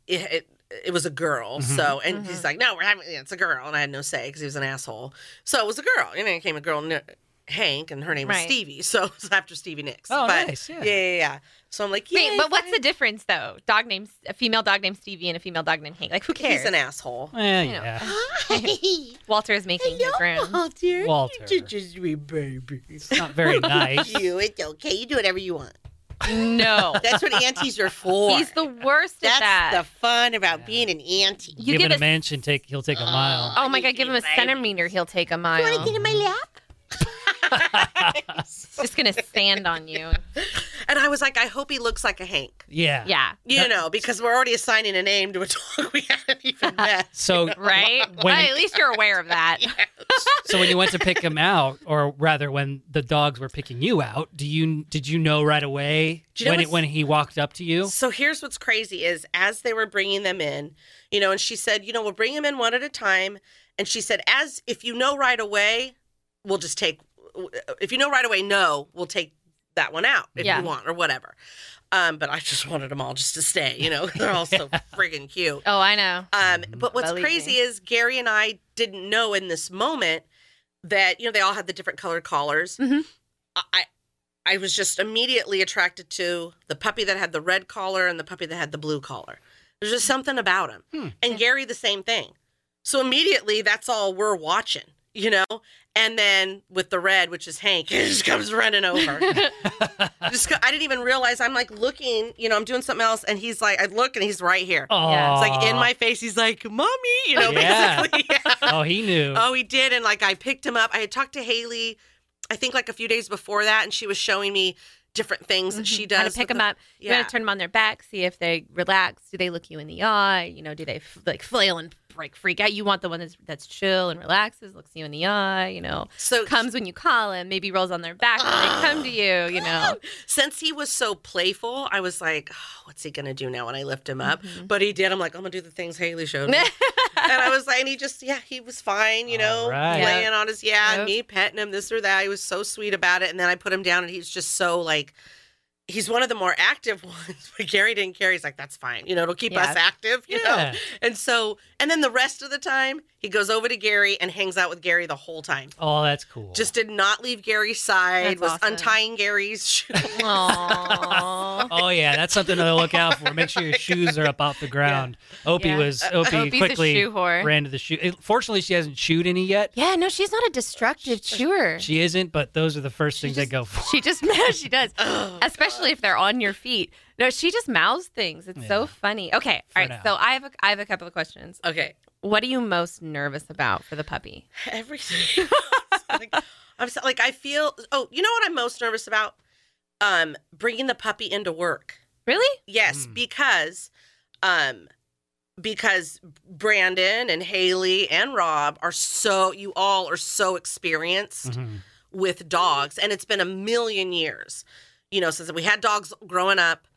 Speaker 3: it it, it was a girl.
Speaker 4: Mhm.
Speaker 3: So and
Speaker 2: Mhm.
Speaker 3: he's like, no, we're having yeah, it's a girl, and I had no say because he was an asshole. So it was a girl, and then it came a girl, n- Hank, and her name was
Speaker 2: Right.
Speaker 3: Stevie. So it was after Stevie Nicks.
Speaker 4: Oh,
Speaker 3: but,
Speaker 4: nice. Yeah.
Speaker 3: yeah, yeah, yeah. So I'm like,
Speaker 2: Wait,
Speaker 3: yay,
Speaker 2: but what's
Speaker 3: fine.
Speaker 2: the difference though? Dog names a female dog named Stevie and a female dog named Hank. Like who cares?
Speaker 3: He's an asshole.
Speaker 4: Eh,
Speaker 2: You know.
Speaker 4: yeah.
Speaker 2: Walter is making his room.
Speaker 3: Walter.
Speaker 4: Walter.
Speaker 3: just be babies.
Speaker 4: It's not very nice.
Speaker 3: You, it's okay. You do whatever you want.
Speaker 2: No.
Speaker 3: That's what aunties are for.
Speaker 2: He's the worst
Speaker 3: That's
Speaker 2: at that.
Speaker 3: the fun about
Speaker 4: Yeah.
Speaker 3: being an auntie.
Speaker 2: You
Speaker 4: give,
Speaker 2: give
Speaker 4: it a
Speaker 2: us-
Speaker 4: mention, take he'll take a mile.
Speaker 2: oh my god, give him a
Speaker 3: Baby.
Speaker 2: centimeter, he'll take a mile.
Speaker 3: in my lap?
Speaker 2: Just gonna stand on you.
Speaker 3: And I was like, I hope he looks like a Hank.
Speaker 4: Yeah.
Speaker 2: Yeah.
Speaker 3: You
Speaker 4: That-
Speaker 3: know, because we're already assigning a name to a dog we haven't even met.
Speaker 4: So
Speaker 2: Right?
Speaker 4: When-
Speaker 2: Well, at least you're aware of that.
Speaker 4: so when you went to pick him out, or rather when the dogs were picking you out, do you did you know right away
Speaker 3: Do you know
Speaker 4: when it,
Speaker 3: what's-
Speaker 4: when he walked up to you?
Speaker 3: So here's what's crazy is as they were bringing them in, you know, and she said, you know, we'll bring them in one at a time. And she said, as if you know right away, we'll just take, uh, if you know right away, no, we'll take that one out if
Speaker 2: Yeah.
Speaker 3: you want or whatever. Um, but I just wanted them all just to stay, you know, they're all so friggin' cute.
Speaker 2: Oh, I know.
Speaker 3: Um, but what's
Speaker 2: Believe
Speaker 3: crazy
Speaker 2: me.
Speaker 3: is Gary and I didn't know in this moment that you know they all had the different colored collars.
Speaker 2: Mhm.
Speaker 3: I- I I was just immediately attracted to the puppy that had the red collar and the puppy that had the blue collar. There's just something about him,
Speaker 4: Hmm.
Speaker 3: and Gary the same thing. So immediately, that's all we're watching, you know. And then with the red, which is Hank, it just comes running over. just I didn't even realize I'm like looking, you know, I'm doing something else, and he's like, I look, and he's right here.
Speaker 4: Oh,
Speaker 2: Yeah.
Speaker 3: It's like in my face. He's like, "Mommy," you know,
Speaker 4: Yeah.
Speaker 3: basically. Yeah.
Speaker 4: Oh, he knew.
Speaker 3: oh, he did, and like I picked him up. I had talked to Haley, I think like a few days before that, and she was showing me different things that she does.
Speaker 2: Mm-hmm. How to pick
Speaker 3: with
Speaker 2: them
Speaker 3: the-
Speaker 2: up. You
Speaker 3: Yeah.
Speaker 2: gotta turn them on their back, see if they relax. Do they look you in the eye? You know, do they f- like flail and like freak out? You want the one that's that's chill and relaxes, looks you in the eye. You know,
Speaker 3: So
Speaker 2: comes when you call him, maybe rolls on their back when they come to you. You know,
Speaker 3: since he was so playful, I was like, oh, "What's he gonna do now?" When I lift him up,
Speaker 2: Mhm.
Speaker 3: but he did. I'm like, "I'm gonna do the things Haley showed me," and I was like, and he just, yeah, he was fine, you know,
Speaker 4: All right.
Speaker 3: laying on his yeah,
Speaker 2: Yep.
Speaker 3: and me petting him, this or that. He was so sweet about it, and then I put him down, and he's just so like. He's one of the more active ones, but Gary didn't care. He's like, that's fine. You know, it'll keep
Speaker 2: Yeah.
Speaker 3: us active. You know?
Speaker 4: yeah.
Speaker 3: And so, and then the rest of the time, he goes over to Gary and hangs out with Gary the whole time.
Speaker 4: Oh, that's cool.
Speaker 3: Just did not leave Gary's side,
Speaker 2: That's
Speaker 3: was
Speaker 2: awesome.
Speaker 3: untying Gary's shoes.
Speaker 2: Aww.
Speaker 4: Oh yeah, that's something to look out for. Make sure your shoes are up off the ground. Opie
Speaker 2: Yeah. Uh,
Speaker 4: was Opie
Speaker 2: Opie's
Speaker 4: quickly
Speaker 2: a shoe whore.
Speaker 4: ran to the shoe. it- Fortunately, she hasn't chewed any yet.
Speaker 2: yeah, no, she's not a destructive chewer. She,
Speaker 4: She isn't, but those are the first things I go for.
Speaker 2: just she does, especially if they're on your feet. No, she just mouths things. It's
Speaker 4: Yeah.
Speaker 2: so funny. Okay,
Speaker 4: For
Speaker 2: all right.
Speaker 4: now.
Speaker 2: So I have a, I have a couple of questions.
Speaker 3: okay.
Speaker 2: What are you most nervous about for the puppy?
Speaker 3: Everything. Like, I'm so, like I feel. Oh, you know what I'm most nervous about? Um, bringing the puppy into work.
Speaker 2: Really?
Speaker 3: Yes,
Speaker 4: Mm.
Speaker 3: because, um, because Brandon and Haley and Rob are so. You all are so experienced
Speaker 4: Mhm.
Speaker 3: with dogs and it's been a million years you know since we had dogs growing up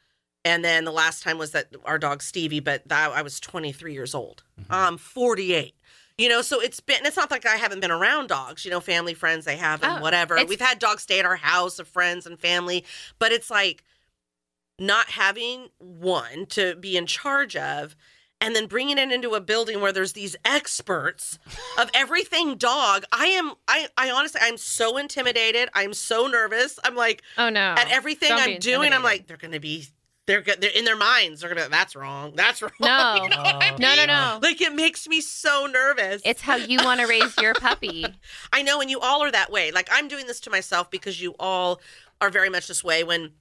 Speaker 3: and then the last time was that our dog stevie but that, i was 23 years old i'm 48 you know so it's been it's not like i haven't been around dogs you know family friends they have and
Speaker 2: Oh,
Speaker 3: whatever
Speaker 2: it's-
Speaker 3: we've had dogs stay at our house of friends and family but it's like not having one to be in charge of and then bringing it into a building where there's these experts of everything dog i am i i honestly i'm so intimidated i'm so nervous i'm like
Speaker 2: Oh no.
Speaker 3: at everything
Speaker 2: don't be
Speaker 3: i'm doing i'm
Speaker 2: intimidated.
Speaker 3: like they're gonna be they're, go- they're in their minds they're gonna that's wrong that's wrong
Speaker 2: No.
Speaker 3: You know what I
Speaker 4: Oh,
Speaker 2: No, no,
Speaker 3: mean?
Speaker 2: no.
Speaker 3: like it makes me so nervous
Speaker 2: It's how you want to raise your puppy.
Speaker 3: I know, and you all are that way. Like I'm doing this to myself because you all are very much this way. When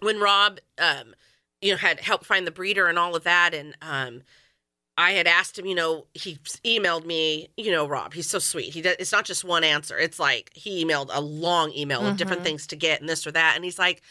Speaker 3: when Rob, um, you know, had helped find the breeder and all of that, and um, I had asked him, you know, he emailed me, you know, Rob, he's so sweet. He does, it's not just one answer. It's like he emailed a long email of different
Speaker 2: Mhm.
Speaker 3: things to get and this or that, and he's like.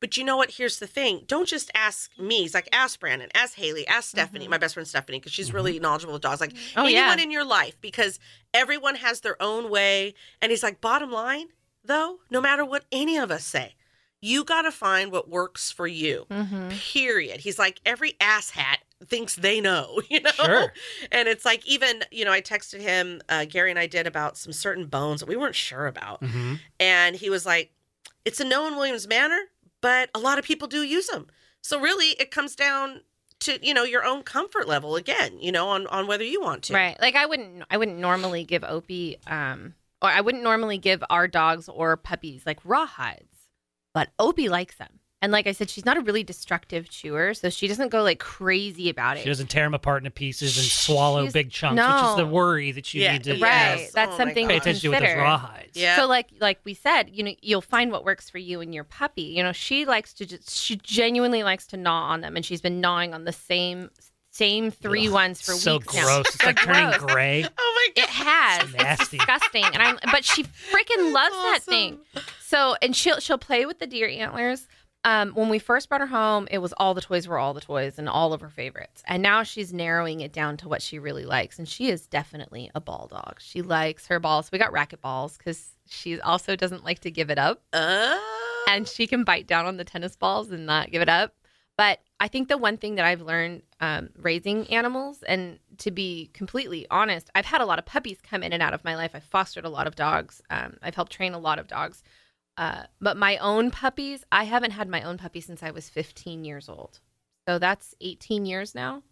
Speaker 3: But you know what? Here's the thing. Don't just ask me. He's like, ask Brandon, ask Haley, ask Stephanie,
Speaker 2: Mhm.
Speaker 3: my best friend Stephanie, because she's really knowledgeable with dogs. Like,
Speaker 2: Oh
Speaker 3: anyone
Speaker 2: yeah.
Speaker 3: in your life because everyone has their own way. And he's like, bottom line, though, no matter what any of us say, you got to find what works for you.
Speaker 2: Mm-hmm.
Speaker 3: Period. He's like, every asshat thinks they know, you know?
Speaker 4: Sure.
Speaker 3: And it's like, even, you know, I texted him, uh, Gary and I did about some certain bones that we weren't sure about.
Speaker 2: Mm.
Speaker 4: Mhm.
Speaker 3: And he was like, it's a no in Williams manner, but a lot of people do use them. So really, it comes down to, you know, your own comfort level again, you know, on, on whether you want to.
Speaker 2: Right. Like I wouldn't I wouldn't normally give Opie um or I wouldn't normally give our dogs or puppies like rawhides. But Opie likes them. And like I said, she's not a really destructive chewer, so she doesn't go like crazy about it.
Speaker 4: She doesn't tear them apart into pieces and swallow
Speaker 2: She's-
Speaker 4: big chunks, which is
Speaker 2: no.
Speaker 4: the worry that you
Speaker 3: Yeah,
Speaker 4: need to
Speaker 2: right.
Speaker 3: Yes.
Speaker 2: That's
Speaker 3: Oh my
Speaker 2: something
Speaker 3: God.
Speaker 4: pay
Speaker 2: to
Speaker 4: attention to with those
Speaker 2: consider.
Speaker 4: rawhides.
Speaker 3: Yeah.
Speaker 2: So like like we said, you know, you'll find what works for you and your puppy. You know, she likes to just she genuinely likes to gnaw on them and she's been gnawing on the same same three
Speaker 4: Ugh,
Speaker 2: ones for
Speaker 4: so
Speaker 2: weeks now.
Speaker 4: gross. It's like turning
Speaker 2: gross.
Speaker 4: gray.
Speaker 3: Oh my
Speaker 2: It has. It's,
Speaker 4: nasty.
Speaker 2: disgusting. And I'm but she freaking loves that
Speaker 3: awesome.
Speaker 2: thing. So and she'll she'll play with the deer antlers. Um, when we first brought her home, it was all the toys were all the toys and all of her favorites. And now she's narrowing it down to what she really likes. And she is definitely a ball dog. She likes her balls. We got racket balls because she also doesn't like to give it up.
Speaker 3: Oh.
Speaker 2: And she can bite down on the tennis balls and not give it up. But I think the one thing that I've learned um, raising animals, and to be completely honest, I've had a lot of puppies come in and out of my life. I've fostered a lot of dogs. Um, I've helped train a lot of dogs. Uh, but my own puppies, I haven't had my own puppy since I was 15 years old. So that's 18 years now.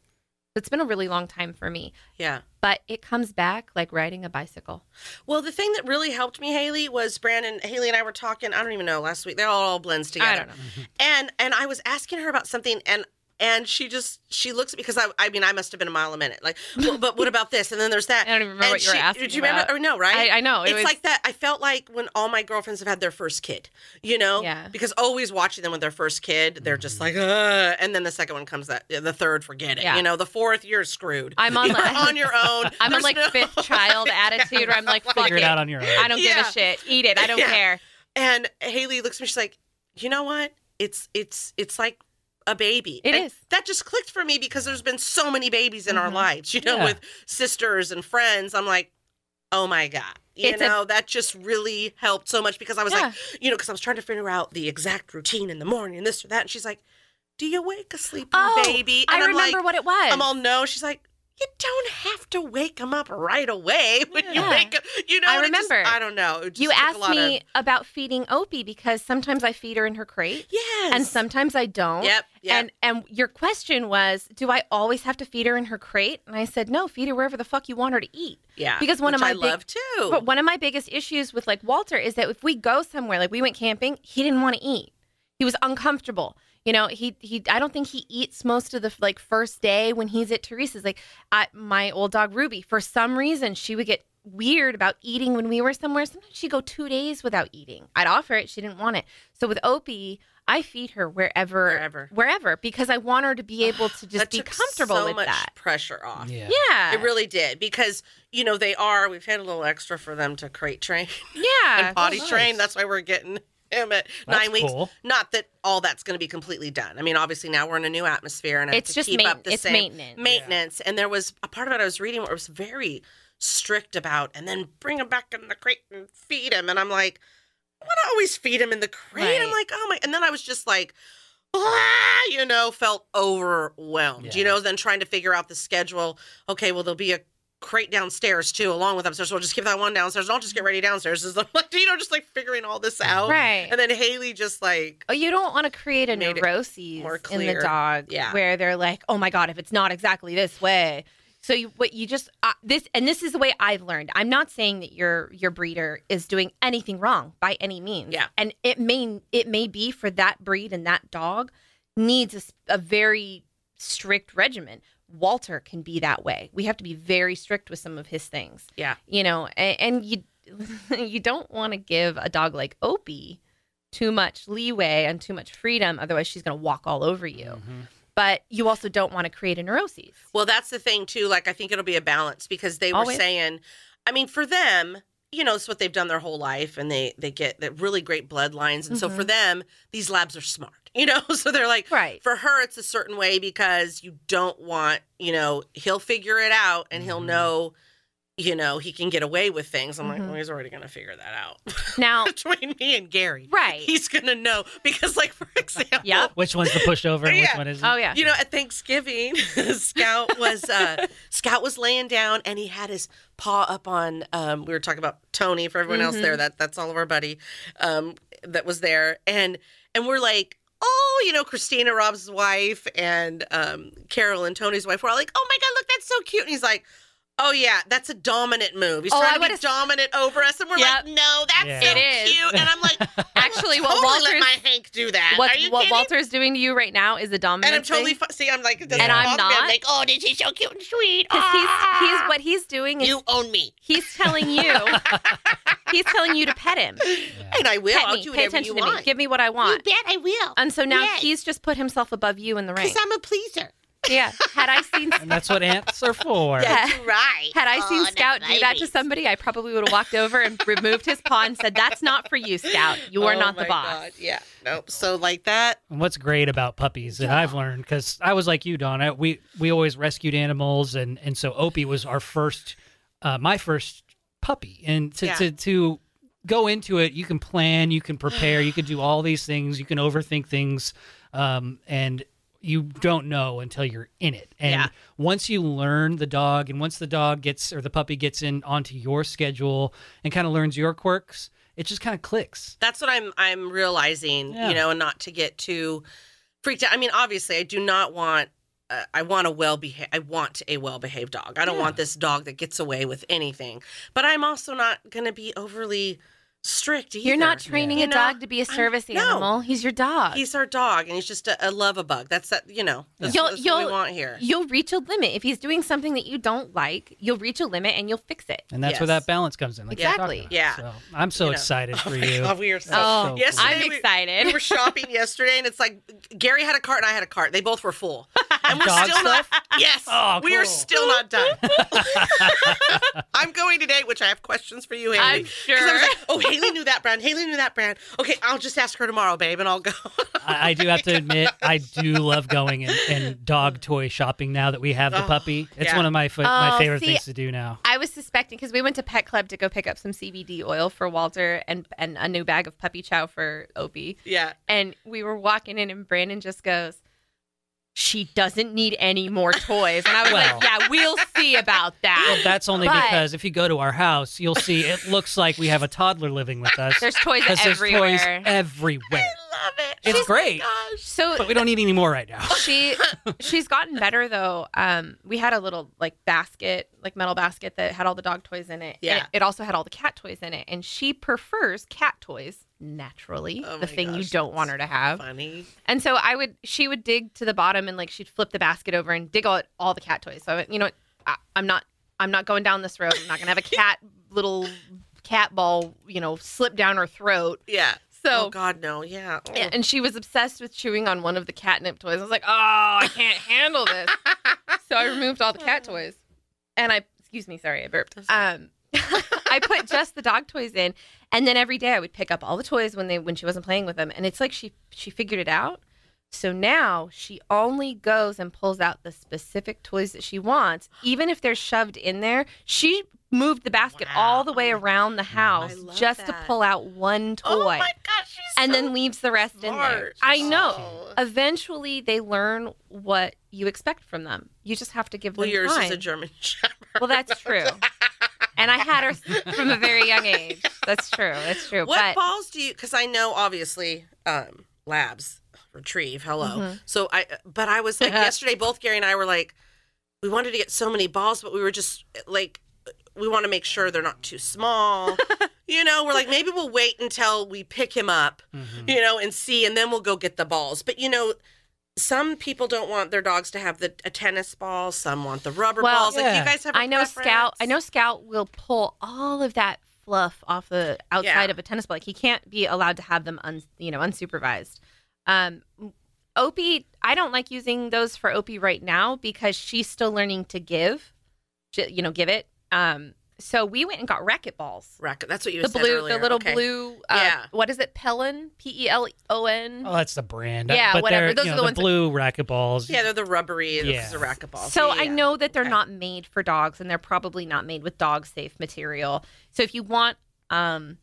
Speaker 2: It's been a really long time for me,
Speaker 3: yeah.
Speaker 2: but it comes back like riding a bicycle.
Speaker 3: Well, the thing that really helped me, Haley, was Brandon. Haley and I were talking. I don't even know last week. They all, all blends together.
Speaker 2: I don't know.
Speaker 3: And and I was asking her about something, and and she just she looks because I I mean I must have been a mile a minute. Like, well, but what about this? And then there's that.
Speaker 2: I don't even remember
Speaker 3: And
Speaker 2: what you were
Speaker 3: she-
Speaker 2: asking.
Speaker 3: Did you remember?
Speaker 2: about.
Speaker 3: Or no, right?
Speaker 2: I, I know. It
Speaker 3: it's
Speaker 2: was,
Speaker 3: like that. I felt like when all my girlfriends have had their first kid, you know,
Speaker 2: Yeah.
Speaker 3: because always watching them with their first kid, they're just like, Ugh. and then the second one comes that the third, forget it,
Speaker 2: Yeah.
Speaker 3: you know, the fourth, you're screwed.
Speaker 2: I'm on
Speaker 3: you're
Speaker 2: like-
Speaker 3: on your own.
Speaker 2: I'm on
Speaker 3: There's
Speaker 2: like
Speaker 3: no-
Speaker 2: fifth child attitude where I'm like, fuck
Speaker 4: Figure it out on your own.
Speaker 2: I don't give
Speaker 3: Yeah.
Speaker 2: a shit. Eat it. I don't
Speaker 3: Yeah.
Speaker 2: care.
Speaker 3: And Haley looks at me, she's like, you know what? It's it's it's like a baby.
Speaker 2: It
Speaker 3: It is.
Speaker 2: is.
Speaker 3: That just clicked for me because there's been so many babies in our
Speaker 2: Mhm.
Speaker 3: lives, you know,
Speaker 4: Yeah.
Speaker 3: with sisters and friends. I'm like, oh my God. You
Speaker 2: It's a-
Speaker 3: know, that just really helped so much because I was like, you know, because I was trying to figure out the exact routine in the morning and this or that. And she's like, Do you wake a sleeping
Speaker 2: Oh,
Speaker 3: baby?
Speaker 2: I
Speaker 3: And am
Speaker 2: remember
Speaker 3: like,
Speaker 2: what it was.
Speaker 3: I'm all no. She's like, You don't have to wake him up right away when you
Speaker 2: Yeah.
Speaker 3: wake up. You know,
Speaker 2: I
Speaker 3: and it just-
Speaker 2: remember.
Speaker 3: I don't know. It just
Speaker 2: you
Speaker 3: took a
Speaker 2: asked
Speaker 3: lot
Speaker 2: me
Speaker 3: Of,
Speaker 2: about feeding Opie because sometimes I feed her in her crate
Speaker 3: yes.
Speaker 2: and sometimes I don't.
Speaker 3: Yep. Yep.
Speaker 2: And and your question was, do I always have to feed her in her crate? And I said, no, feed her wherever the fuck you want her to eat.
Speaker 3: yeah.
Speaker 2: because one of
Speaker 3: which
Speaker 2: my
Speaker 3: I
Speaker 2: big-
Speaker 3: love too.
Speaker 2: But one of my biggest issues with like Walter is that if we go somewhere, like we went camping, he didn't want to eat. He was uncomfortable. You know, he he. I don't think he eats most of the like first day when he's at Teresa's. Like I, my old dog Ruby, for some reason, she would get weird about eating when we were somewhere. Sometimes she'd go two days without eating. I'd offer it. She didn't want it. So with Opie, I feed her wherever,
Speaker 3: Wherever.
Speaker 2: wherever, because I want her to be able to just
Speaker 3: That
Speaker 2: be
Speaker 3: took
Speaker 2: comfortable
Speaker 3: so
Speaker 2: with
Speaker 3: much
Speaker 2: that.
Speaker 3: pressure off.
Speaker 4: Yeah.
Speaker 2: Yeah.
Speaker 3: It really did because you know they are. We've had a little extra for them to crate train
Speaker 2: yeah. Oh,
Speaker 3: and potty
Speaker 4: nice.
Speaker 3: train. That's why we're getting him at
Speaker 4: That's
Speaker 3: nine weeks.
Speaker 4: cool.
Speaker 3: Not that all that's going to be completely done. I mean, obviously now we're in a new atmosphere and I
Speaker 2: It's
Speaker 3: have to
Speaker 2: just
Speaker 3: keep
Speaker 2: main-
Speaker 3: up the
Speaker 2: it's
Speaker 3: same
Speaker 2: maintenance.
Speaker 3: maintenance. And there was a part of it I was reading where it was very strict about, and then bring him back in the crate and feed him. And I'm like, I want to always feed him in the crate. I'm
Speaker 2: Right.
Speaker 3: like, oh my! And then I was just like. "Ah," you know, felt overwhelmed. You
Speaker 4: Yeah.
Speaker 3: know, then trying to figure out the schedule. Okay, well, there'll be a crate downstairs too, along with upstairs. We'll just keep that one downstairs. and I'll just get ready downstairs. Is like, you know, just like figuring all this out.
Speaker 2: Mm-hmm. Right.
Speaker 3: And then Haley just like,
Speaker 2: Oh, you don't want to create a
Speaker 3: Made it
Speaker 2: neuroses
Speaker 3: more
Speaker 2: in the
Speaker 3: clear.
Speaker 2: dog
Speaker 3: Yeah.
Speaker 2: where they're like, "Oh my god, if it's not exactly this way." So you what you just uh, this and this is the way I've learned. I'm not saying that your your breeder is doing anything wrong by any means.
Speaker 3: Yeah.
Speaker 2: And it may it may be for that breed and that dog needs a, s- a very strict regimen. Walter can be that way. We have to be very strict with some of his things
Speaker 3: yeah,
Speaker 2: you know and, and you you don't want to give a dog like opie too much leeway and too much freedom otherwise she's going to walk all over you but you also don't want to create a neuroses
Speaker 3: Well, that's the thing too. Like, I think it'll be a balance because they
Speaker 2: Always.
Speaker 3: were saying, I mean, for them, you know, it's what they've done their whole life, and they they get that really great bloodlines, and so for them, these labs are smart. You know, so they're like,
Speaker 2: Mm-hmm. right
Speaker 3: for her, it's a certain way because you don't want, you know, he'll figure it out, and he'll
Speaker 2: Mm-hmm.
Speaker 4: Mhm.
Speaker 3: know. You know, he can get away with things. I'm like,
Speaker 2: Mhm.
Speaker 3: well, he's already going to figure that out
Speaker 2: now
Speaker 3: between me and Gary.
Speaker 2: right
Speaker 3: He's going to know because, like, for example,
Speaker 2: yep
Speaker 4: Which one's the pushover and which
Speaker 3: Yeah.
Speaker 4: one isn't?
Speaker 2: oh yeah
Speaker 3: you know, at Thanksgiving, Scout was uh, Scout was laying down and he had his paw up on. Um, we were talking about Tony for everyone else
Speaker 2: Mhm.
Speaker 3: there. That that's all of our buddy um, that was there, and and we're like, oh, you know, Christina Rob's wife and um, Carol and Tony's wife. We're all like, oh my god, look, that's so cute. And he's like. Oh yeah, that's a dominant move. He's
Speaker 2: Oh, I
Speaker 3: trying to be
Speaker 2: would've-
Speaker 3: dominant over us, and we're
Speaker 2: Yep.
Speaker 3: like, "No, that's
Speaker 4: Yeah.
Speaker 3: so
Speaker 2: It is.
Speaker 3: cute." And I'm like,
Speaker 2: actually what
Speaker 3: "Totally let
Speaker 2: walter's
Speaker 3: my Hank do that."
Speaker 2: what,
Speaker 3: Are you
Speaker 2: what
Speaker 3: kidding?
Speaker 2: walter's doing to you right now is a dominant
Speaker 3: and I'm totally
Speaker 2: thing.
Speaker 3: fu- see. I'm like, it doesn't
Speaker 4: And
Speaker 2: I'm
Speaker 3: bother me.
Speaker 2: not.
Speaker 3: I'm like, oh, this is so cute and sweet.
Speaker 2: because he's he's
Speaker 3: Ah,
Speaker 2: what he's doing is
Speaker 3: you own me,
Speaker 2: he's telling you he's telling you to pet him
Speaker 3: and I will.
Speaker 2: pet
Speaker 3: I'll
Speaker 2: me
Speaker 3: do
Speaker 2: pay
Speaker 3: whatever
Speaker 2: attention to
Speaker 3: you
Speaker 2: me
Speaker 3: want.
Speaker 2: give me what i
Speaker 3: you
Speaker 2: want
Speaker 3: bet I will,
Speaker 2: and so now
Speaker 3: Yes.
Speaker 2: he's just put himself above you in the ring
Speaker 3: because I'm a pleaser.
Speaker 2: Yeah. Had I seen
Speaker 4: And that's what ants are for.
Speaker 2: Yeah.
Speaker 3: That's right.
Speaker 2: Uh, had I
Speaker 3: Oh,
Speaker 2: seen
Speaker 3: the
Speaker 2: Scout do that to
Speaker 3: babies.
Speaker 2: somebody, I probably would have walked over and removed his paw and said, "That's not for you, Scout. You are
Speaker 3: Oh
Speaker 2: not the
Speaker 3: my
Speaker 2: boss."
Speaker 3: God, Yeah. Nope. So like that.
Speaker 4: And what's great about puppies that I've learned, because I was like you, Don. I, we we always rescued animals, and and so Opie was our first, uh, my first puppy, and to,
Speaker 3: Yeah.
Speaker 4: to to go into it, you can plan, you can prepare, you can do all these things, you can overthink things, um, and you don't know until you're in it. And
Speaker 3: Yeah.
Speaker 4: once you learn the dog, and once the dog gets or the puppy gets in onto your schedule and kind of learns your quirks, it just kind of clicks.
Speaker 3: That's what I'm. I'm realizing.
Speaker 4: Yeah.
Speaker 3: You know, and not to get too freaked out. I mean, obviously, I do not want. Uh, I want a well behaved. I want a well behaved dog. I don't
Speaker 4: Yeah.
Speaker 3: want this dog that gets away with anything. But I'm also not going to be overly strict either.
Speaker 2: You're not training
Speaker 3: You
Speaker 2: a
Speaker 3: know,
Speaker 2: dog to be a
Speaker 3: I'm-
Speaker 2: service
Speaker 3: no.
Speaker 2: animal. He's your dog.
Speaker 3: He's our dog, and he's just a, a love a bug. That's that. You know, that's,
Speaker 2: You'll-
Speaker 3: that's what
Speaker 2: you'll-
Speaker 3: we want here.
Speaker 2: You'll reach a limit. If he's doing something that you don't like, you'll reach a limit and you'll fix it.
Speaker 4: And that's where
Speaker 3: Yes.
Speaker 4: that balance comes in. Like you were talking
Speaker 2: Exactly.
Speaker 3: Yeah.
Speaker 4: about. So I'm so
Speaker 3: You know.
Speaker 4: excited for
Speaker 3: my
Speaker 4: you.
Speaker 3: God, we are so.
Speaker 2: Oh,
Speaker 4: so
Speaker 3: yesterday
Speaker 2: I'm
Speaker 3: we-
Speaker 2: excited.
Speaker 3: we were shopping yesterday, and it's like Gary had a cart and I had a cart. They both were full, and we're
Speaker 4: Dog
Speaker 3: still not. Yes,
Speaker 4: Oh,
Speaker 3: we are
Speaker 4: cool.
Speaker 3: still not done. I'm going today, which I have questions for you, Haley.
Speaker 2: I'm
Speaker 3: 'Cause I
Speaker 2: sure.
Speaker 3: was like, oh, Haley knew that brand. Haley knew that brand. Okay, I'll just ask her tomorrow, babe, and I'll go.
Speaker 4: I, I do have to admit, I do love going and, and dog toy shopping now that we have the
Speaker 3: Oh,
Speaker 4: puppy. It's
Speaker 3: yeah.
Speaker 4: one of my fa- my
Speaker 2: Oh,
Speaker 4: favorite
Speaker 2: see-
Speaker 4: things to do now.
Speaker 2: I was suspecting because we went to Pet Club to go pick up some CBD oil for Walter and and a new bag of puppy chow for Opie.
Speaker 3: yeah.
Speaker 2: and we were walking in and brandon just goes she doesn't need any more toys and i was
Speaker 4: Well.
Speaker 2: like yeah we'll see about that
Speaker 4: Well, that's only
Speaker 2: But-
Speaker 4: because if you go to our house, you'll see it looks like we have a toddler living with us.
Speaker 2: there's toys
Speaker 4: 'cause there's
Speaker 2: everywhere
Speaker 4: toys everywhere.
Speaker 3: Love it.
Speaker 4: It's
Speaker 3: Oh my
Speaker 4: great.
Speaker 3: gosh.
Speaker 2: so
Speaker 4: But we don't need any more right now.
Speaker 2: she she's gotten better though um we had a little like basket like metal basket that had all the dog toys in it
Speaker 3: Yeah.
Speaker 2: And it, it also had all the cat toys in it and she prefers cat toys naturally
Speaker 3: Oh
Speaker 2: the
Speaker 3: my
Speaker 2: thing you
Speaker 3: gosh,
Speaker 2: don't want her to have
Speaker 3: Funny.
Speaker 2: And so I would, she would dig to the bottom and like she'd flip the basket over and dig out all the cat toys. So I went, you know what, I, I'm not, I'm not going down this road. I'm not gonna have a cat little cat ball, you know, slip down her throat.
Speaker 3: Yeah.
Speaker 2: So
Speaker 3: oh God, no. Yeah. Oh.
Speaker 2: and she was obsessed with chewing on one of the catnip toys. I was like, oh, I can't handle this. so I removed all the cat toys. And I, excuse me, sorry, I burped.
Speaker 3: Oh. That's all right.
Speaker 2: Um, I put just the dog toys in, and then every day I would pick up all the toys when they when she wasn't playing with them, and it's like she she figured it out. So now she only goes and pulls out the specific toys that she wants, even if they're shoved in there. She moved the basket
Speaker 3: Wow.
Speaker 2: all the way
Speaker 3: Oh my
Speaker 2: around the house
Speaker 3: love
Speaker 2: just to
Speaker 3: that.
Speaker 2: pull out one toy
Speaker 3: Oh my God, she's
Speaker 2: and
Speaker 3: so
Speaker 2: then leaves the rest in there.
Speaker 3: smart.
Speaker 2: I
Speaker 3: She's
Speaker 2: know.
Speaker 3: so cute.
Speaker 2: Eventually, they learn what you expect from them. You just have to give
Speaker 3: Well,
Speaker 2: them
Speaker 3: yours
Speaker 2: time.
Speaker 3: is a German Shepherd.
Speaker 2: well, that's true. and I had her from a very young age. That's true. That's true.
Speaker 3: What
Speaker 2: but
Speaker 3: balls do you? Because I know obviously um, labs retrieve. Hello.
Speaker 2: Mm-hmm.
Speaker 3: So I, but I was like yesterday. Both Gary and I were like, we wanted to get so many balls, but we were just like, we want to make sure they're not too small. you know, we're like maybe we'll wait until we pick him up. You know, and see, and then we'll go get the balls. But you know. Some people don't want their dogs to have the a tennis ball. Some want the rubber
Speaker 2: Well,
Speaker 3: balls. Like
Speaker 4: Yeah.
Speaker 3: you guys have. a
Speaker 2: I know Scout. I
Speaker 3: preference?
Speaker 2: know Scout will pull all of that fluff off the outside
Speaker 3: Yeah.
Speaker 2: of a tennis ball. Like he can't be allowed to have them, un, you know, unsupervised. Um, Opie, I don't like using those for Opie right now because she's still learning to give, J- you know, give it. Um, so we went and got racket balls.
Speaker 3: racket. That's what you
Speaker 2: The
Speaker 3: said
Speaker 2: blue,
Speaker 3: earlier.
Speaker 2: the little
Speaker 3: Okay.
Speaker 2: blue. Uh,
Speaker 3: Yeah.
Speaker 2: What is it? Pelon, P E L O N.
Speaker 4: Oh, that's the brand.
Speaker 2: Yeah,
Speaker 4: but
Speaker 2: whatever.
Speaker 4: they're,
Speaker 2: Those
Speaker 4: you
Speaker 2: are
Speaker 4: know,
Speaker 2: the ones that-
Speaker 4: blue racquetballs.
Speaker 3: Yeah, they're the rubbery.
Speaker 4: Yeah.
Speaker 3: This is a racquetball.
Speaker 2: So
Speaker 3: Yeah,
Speaker 2: I
Speaker 3: yeah.
Speaker 2: know that they're
Speaker 3: Okay.
Speaker 2: not made for dogs, and they're probably not made with dog safe material. So if you want, um,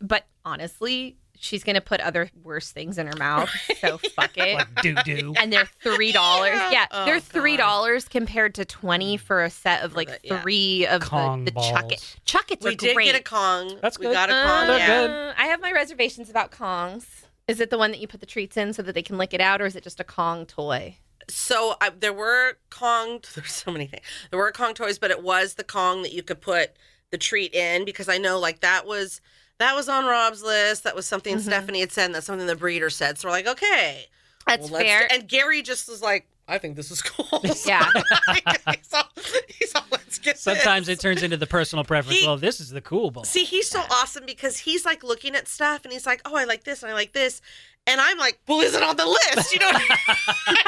Speaker 2: but honestly, she's gonna put other worse things in her mouth. So fuck it.
Speaker 4: like doo doo.
Speaker 2: And they're three dollars. Yeah,
Speaker 3: Oh,
Speaker 2: they're
Speaker 3: God. Mm.
Speaker 2: three dollars compared to twenty for a set of like
Speaker 3: the- yeah.
Speaker 2: three of
Speaker 4: Kong
Speaker 2: the, the chuck it.
Speaker 4: balls.
Speaker 2: Chuck it's
Speaker 3: We
Speaker 2: are
Speaker 3: did
Speaker 2: great.
Speaker 3: get a Kong.
Speaker 4: That's
Speaker 3: We
Speaker 4: good.
Speaker 3: got a
Speaker 2: Uh,
Speaker 3: Kong.
Speaker 4: They're
Speaker 3: yeah.
Speaker 4: good.
Speaker 2: I have my reservations about Kongs. Is it the one that you put the treats in so that they can lick it out, or is it just a Kong toy?
Speaker 3: So uh, there were Kong. There's so many things. There were Kong toys, but it was the Kong that you could put the treat in because I know like that was that was on Rob's list. That was something
Speaker 2: Mhm.
Speaker 3: Stephanie had said. And that's something the breeder said. So we're like, okay,
Speaker 2: That's
Speaker 3: well, let's-
Speaker 2: fair.
Speaker 3: And Gary just was like, I think this is cool.
Speaker 2: Yeah.
Speaker 3: he's, all, he's all, let's get this."
Speaker 4: Sometimes it turns into the personal preference.
Speaker 3: He-
Speaker 4: well, this is the cool ball.
Speaker 3: See, he's so awesome because he's like looking at stuff and he's like, "Oh, I like this and I like this," and I'm like, "Well, is it on the list?" You know, what I mean?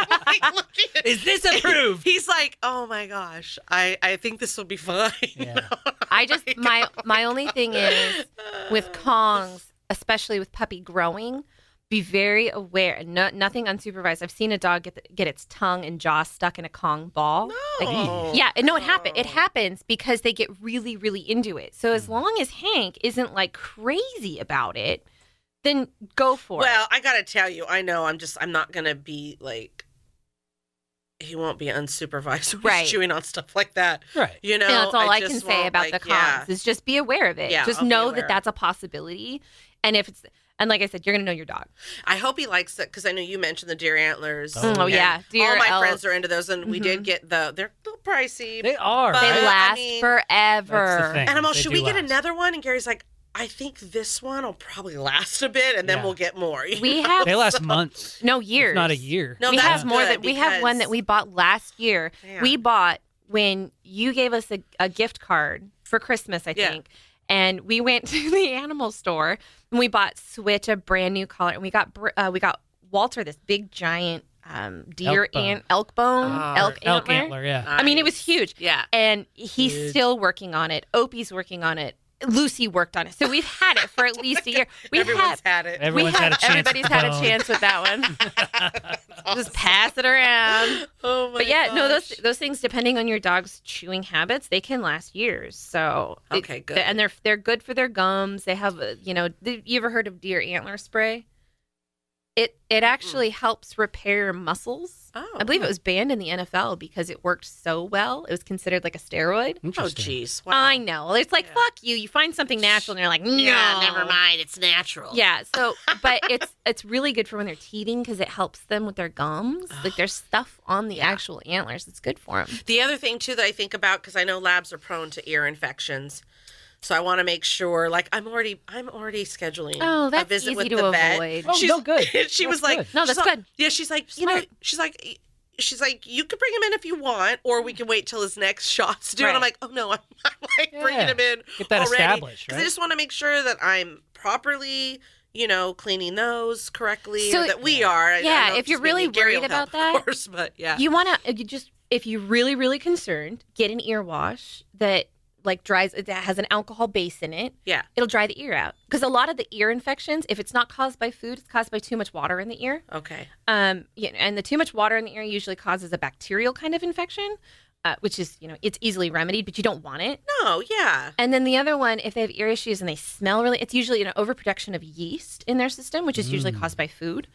Speaker 3: I'm like looking at-
Speaker 4: is this approved?
Speaker 3: He's like, "Oh my gosh, I I think this will be fine."
Speaker 4: Yeah.
Speaker 2: I just my my only thing is with Kongs, especially with puppy growing, be very aware and no, nothing unsupervised. I've seen a dog get the, get its tongue and jaw stuck in a Kong ball.
Speaker 3: No.
Speaker 2: Yeah, and no, it happens. It happens because they get really, really into it. So as long as Hank isn't like crazy about it, then go for
Speaker 3: Well, I gotta tell you, I know I'm just I'm not gonna be like. He won't be unsupervised when he's
Speaker 2: Right.
Speaker 3: chewing on stuff like that.
Speaker 4: Right.
Speaker 3: You know,
Speaker 2: it. And that's all I, can
Speaker 3: just
Speaker 2: say
Speaker 3: won't,
Speaker 2: about
Speaker 3: like,
Speaker 2: the Kongs
Speaker 3: yeah.
Speaker 2: is just be aware of it.
Speaker 3: Yeah,
Speaker 2: just
Speaker 3: I'll be
Speaker 2: know
Speaker 3: aware.
Speaker 2: that that's a possibility, and if it's and like I said, you're gonna know your dog.
Speaker 3: I hope he likes it because I know you mentioned the deer antlers.
Speaker 4: Oh, Mm-hmm.
Speaker 2: Oh, yeah.
Speaker 3: And
Speaker 2: Deer
Speaker 3: all my
Speaker 2: elk.
Speaker 3: friends are into those, and we did get the. They're a little pricey.
Speaker 4: They are.
Speaker 3: But-
Speaker 2: They
Speaker 3: I
Speaker 4: right?
Speaker 2: last
Speaker 3: mean-
Speaker 2: forever.
Speaker 4: That's the thing.
Speaker 3: and I'm all,
Speaker 4: They
Speaker 3: should
Speaker 4: do
Speaker 3: we get
Speaker 4: last.
Speaker 3: another one? And Gary's like, I think this one will probably last a bit, and then
Speaker 4: Yeah.
Speaker 3: we'll get more.
Speaker 2: We have
Speaker 4: They last months,
Speaker 2: no
Speaker 4: if
Speaker 2: years.
Speaker 4: not a year.
Speaker 3: No,
Speaker 2: we
Speaker 3: that's
Speaker 2: have more
Speaker 3: good
Speaker 2: than we have one that
Speaker 3: because-
Speaker 2: we bought last year.
Speaker 3: Yeah.
Speaker 2: We bought when you gave us a, a gift card for Christmas, I
Speaker 3: Yeah.
Speaker 2: think. And we went to the animal store and we bought Switch a brand new collar, and we got br- uh, we got Walter this big giant um, deer
Speaker 4: Elk bone.
Speaker 2: and elk bone,
Speaker 3: Ah,
Speaker 2: elk,
Speaker 4: elk
Speaker 2: antler.
Speaker 4: antler. Yeah.
Speaker 3: Oh,
Speaker 2: I mean, it was huge.
Speaker 3: Yeah.
Speaker 2: and he's
Speaker 4: Huge.
Speaker 2: still working on it. Opie's working on it. Lucy worked on it. So we've had it for at least a year. We
Speaker 3: Everyone's
Speaker 2: have
Speaker 3: had it.
Speaker 2: we
Speaker 4: Everyone's
Speaker 2: have
Speaker 4: had a chance.
Speaker 2: everybody's
Speaker 4: to
Speaker 2: had a
Speaker 4: bone.
Speaker 2: chance with that one. Just pass it around.
Speaker 3: Oh my
Speaker 2: But yeah, no, those
Speaker 3: gosh.
Speaker 2: those things depending on your dog's chewing habits, they can last years. So it-
Speaker 3: Okay, good.
Speaker 2: and they're they're good for their gums. They have a, you know, th- you ever heard of deer antler spray? It it actually helps repair muscles.
Speaker 3: Mm. Oh.
Speaker 2: I believe it was banned in the NFL because it worked so well. It was considered like a steroid.
Speaker 3: Oh,
Speaker 4: Interesting.
Speaker 3: jeez. Wow.
Speaker 2: I know. It's like
Speaker 3: Yeah.
Speaker 2: fuck you. You find something natural, and you're like, no,
Speaker 3: Yeah, never mind. It's natural.
Speaker 2: Yeah. So, but it's it's really good for when they're teething because it helps them with their gums. Like there's stuff on the actual antlers. It's good for them.
Speaker 3: The other thing too that I think about because I know labs are prone to ear infections, so I want to make sure. Like I'm already, I'm already scheduling.
Speaker 2: Oh,
Speaker 3: a
Speaker 2: that's
Speaker 3: visit
Speaker 2: easy
Speaker 3: with
Speaker 2: to
Speaker 3: the
Speaker 2: avoid.
Speaker 3: Vet.
Speaker 4: Oh,
Speaker 3: she's,
Speaker 4: no, good.
Speaker 3: she
Speaker 4: That's
Speaker 3: was like,
Speaker 4: good.
Speaker 2: No,
Speaker 3: she's
Speaker 2: that's
Speaker 3: all-
Speaker 2: good.
Speaker 3: Yeah, she's like, you know,
Speaker 2: Smart.
Speaker 3: she's like, she's like, you could bring him in if you want, or
Speaker 2: Mm.
Speaker 3: we can wait till his next shot's due. And I'm like, oh no, I'm, I'm like bringing
Speaker 4: Yeah.
Speaker 3: him in
Speaker 4: Get that
Speaker 3: already.
Speaker 4: established,
Speaker 3: because
Speaker 4: right?
Speaker 3: I just want to make sure that I'm properly, you know, cleaning those correctly,
Speaker 2: So-
Speaker 3: or that we are. I- I
Speaker 2: Yeah,
Speaker 3: know
Speaker 2: if you're
Speaker 3: it's mainly
Speaker 2: really
Speaker 3: Gary
Speaker 2: worried
Speaker 3: will help,
Speaker 2: about that,
Speaker 3: of course, but yeah,
Speaker 2: You want to you just if you're really really concerned, get an ear wash that like dries that has an alcohol base in it.
Speaker 3: yeah,
Speaker 2: It'll dry the ear out because a lot of the ear infections, if it's not caused by food, it's caused by too much water in the ear.
Speaker 3: okay,
Speaker 2: Um, yeah, and the too much water in the ear usually causes a bacterial kind of infection, uh, which is you know it's easily remedied, but you don't want it.
Speaker 3: no, yeah,
Speaker 2: And then the other one, if they have ear issues and they smell really, it's usually an overproduction of yeast in their system, which is usually
Speaker 4: Mm.
Speaker 2: caused by food,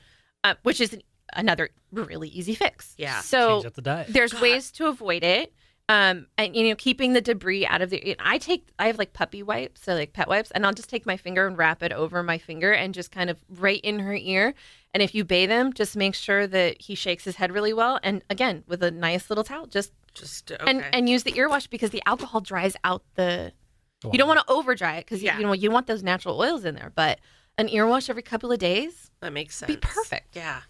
Speaker 2: uh, which is an, another really easy fix.
Speaker 3: Yeah.
Speaker 2: So
Speaker 4: Change up the diet.
Speaker 2: there's
Speaker 3: God.
Speaker 2: ways to avoid it. Um, and you know, keeping the debris out of the. and I take, I have like puppy wipes, so like pet wipes, and I'll just take my finger and wrap it over my finger and just kind of right in her ear. And if you bathe him, just make sure that he shakes his head really well. And again, with a nice little towel, just
Speaker 3: just okay.
Speaker 2: and and use the ear wash because the alcohol dries out the you don't want to over dry it because
Speaker 3: Yeah.
Speaker 2: you know you want those natural oils in there. But an ear wash every couple of days.
Speaker 3: that makes sense.
Speaker 2: be perfect.
Speaker 3: Yeah.